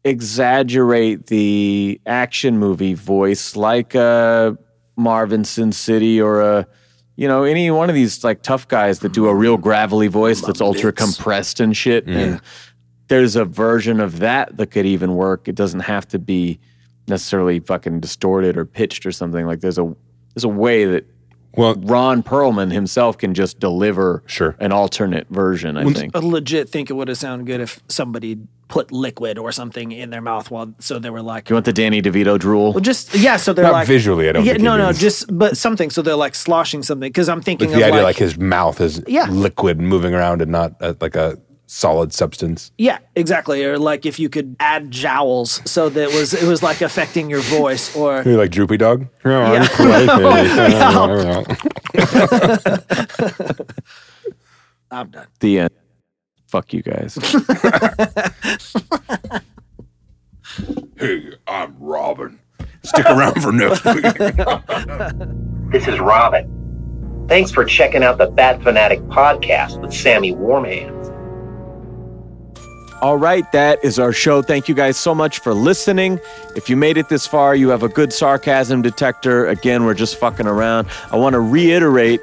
Speaker 2: exaggerate the action movie voice, like a Marvin Sin City or a you know any one of these like tough guys that do a real gravelly voice that's ultra compressed and shit,
Speaker 3: Mm-hmm.
Speaker 2: and there's a version of that that could even work. It doesn't have to be necessarily fucking distorted or pitched or something. Like there's a there's a way that
Speaker 3: Well,
Speaker 2: Ron Perlman himself can just deliver
Speaker 3: Sure.
Speaker 2: an alternate version. I think.
Speaker 4: I legit think it would have sounded good if somebody put liquid or something in their mouth while so they were like
Speaker 2: You want the Danny DeVito drool?
Speaker 4: well just yeah so they're
Speaker 3: Not
Speaker 4: like
Speaker 3: visually, I don't
Speaker 4: yeah
Speaker 3: think
Speaker 4: no
Speaker 3: it
Speaker 4: no
Speaker 3: is.
Speaker 4: just but something so they're like sloshing something because I'm thinking
Speaker 3: like
Speaker 4: of
Speaker 3: the idea,
Speaker 4: like,
Speaker 3: like, his mouth is
Speaker 4: Yeah.
Speaker 3: liquid moving around and not uh, like a solid substance.
Speaker 4: yeah exactly or like if you could add jowls so that it was it was like affecting your voice or
Speaker 3: Maybe like Droopy Dog.
Speaker 4: I'm done
Speaker 2: the end. Fuck you guys.
Speaker 3: hey, I'm Robin. Stick around for next week.
Speaker 11: This is Robin. Thanks for checking out the Bat Fanatic podcast with Sammy Warmhands.
Speaker 2: All right, that is our show. Thank you guys so much for listening. If you made it this far, you have a good sarcasm detector. Again, we're just fucking around. I want to reiterate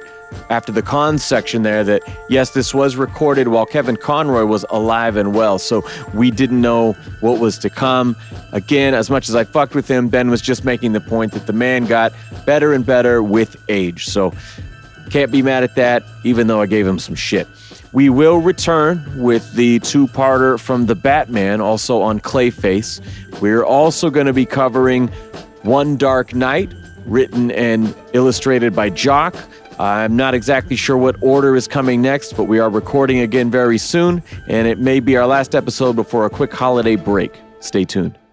Speaker 2: after the cons section there that yes, this was recorded while Kevin Conroy was alive and well. So we didn't know what was to come. Again, as much as I fucked with him, Ben was just making the point that the man got better and better with age. So can't be mad at that, even though I gave him some shit. We will return with the two parter from The Batman, also on Clayface. We're also going to be covering One Dark Night, written and illustrated by Jock. I'm not exactly sure what order is coming next, but we are recording again very soon, and it may be our last episode before a quick holiday break. Stay tuned.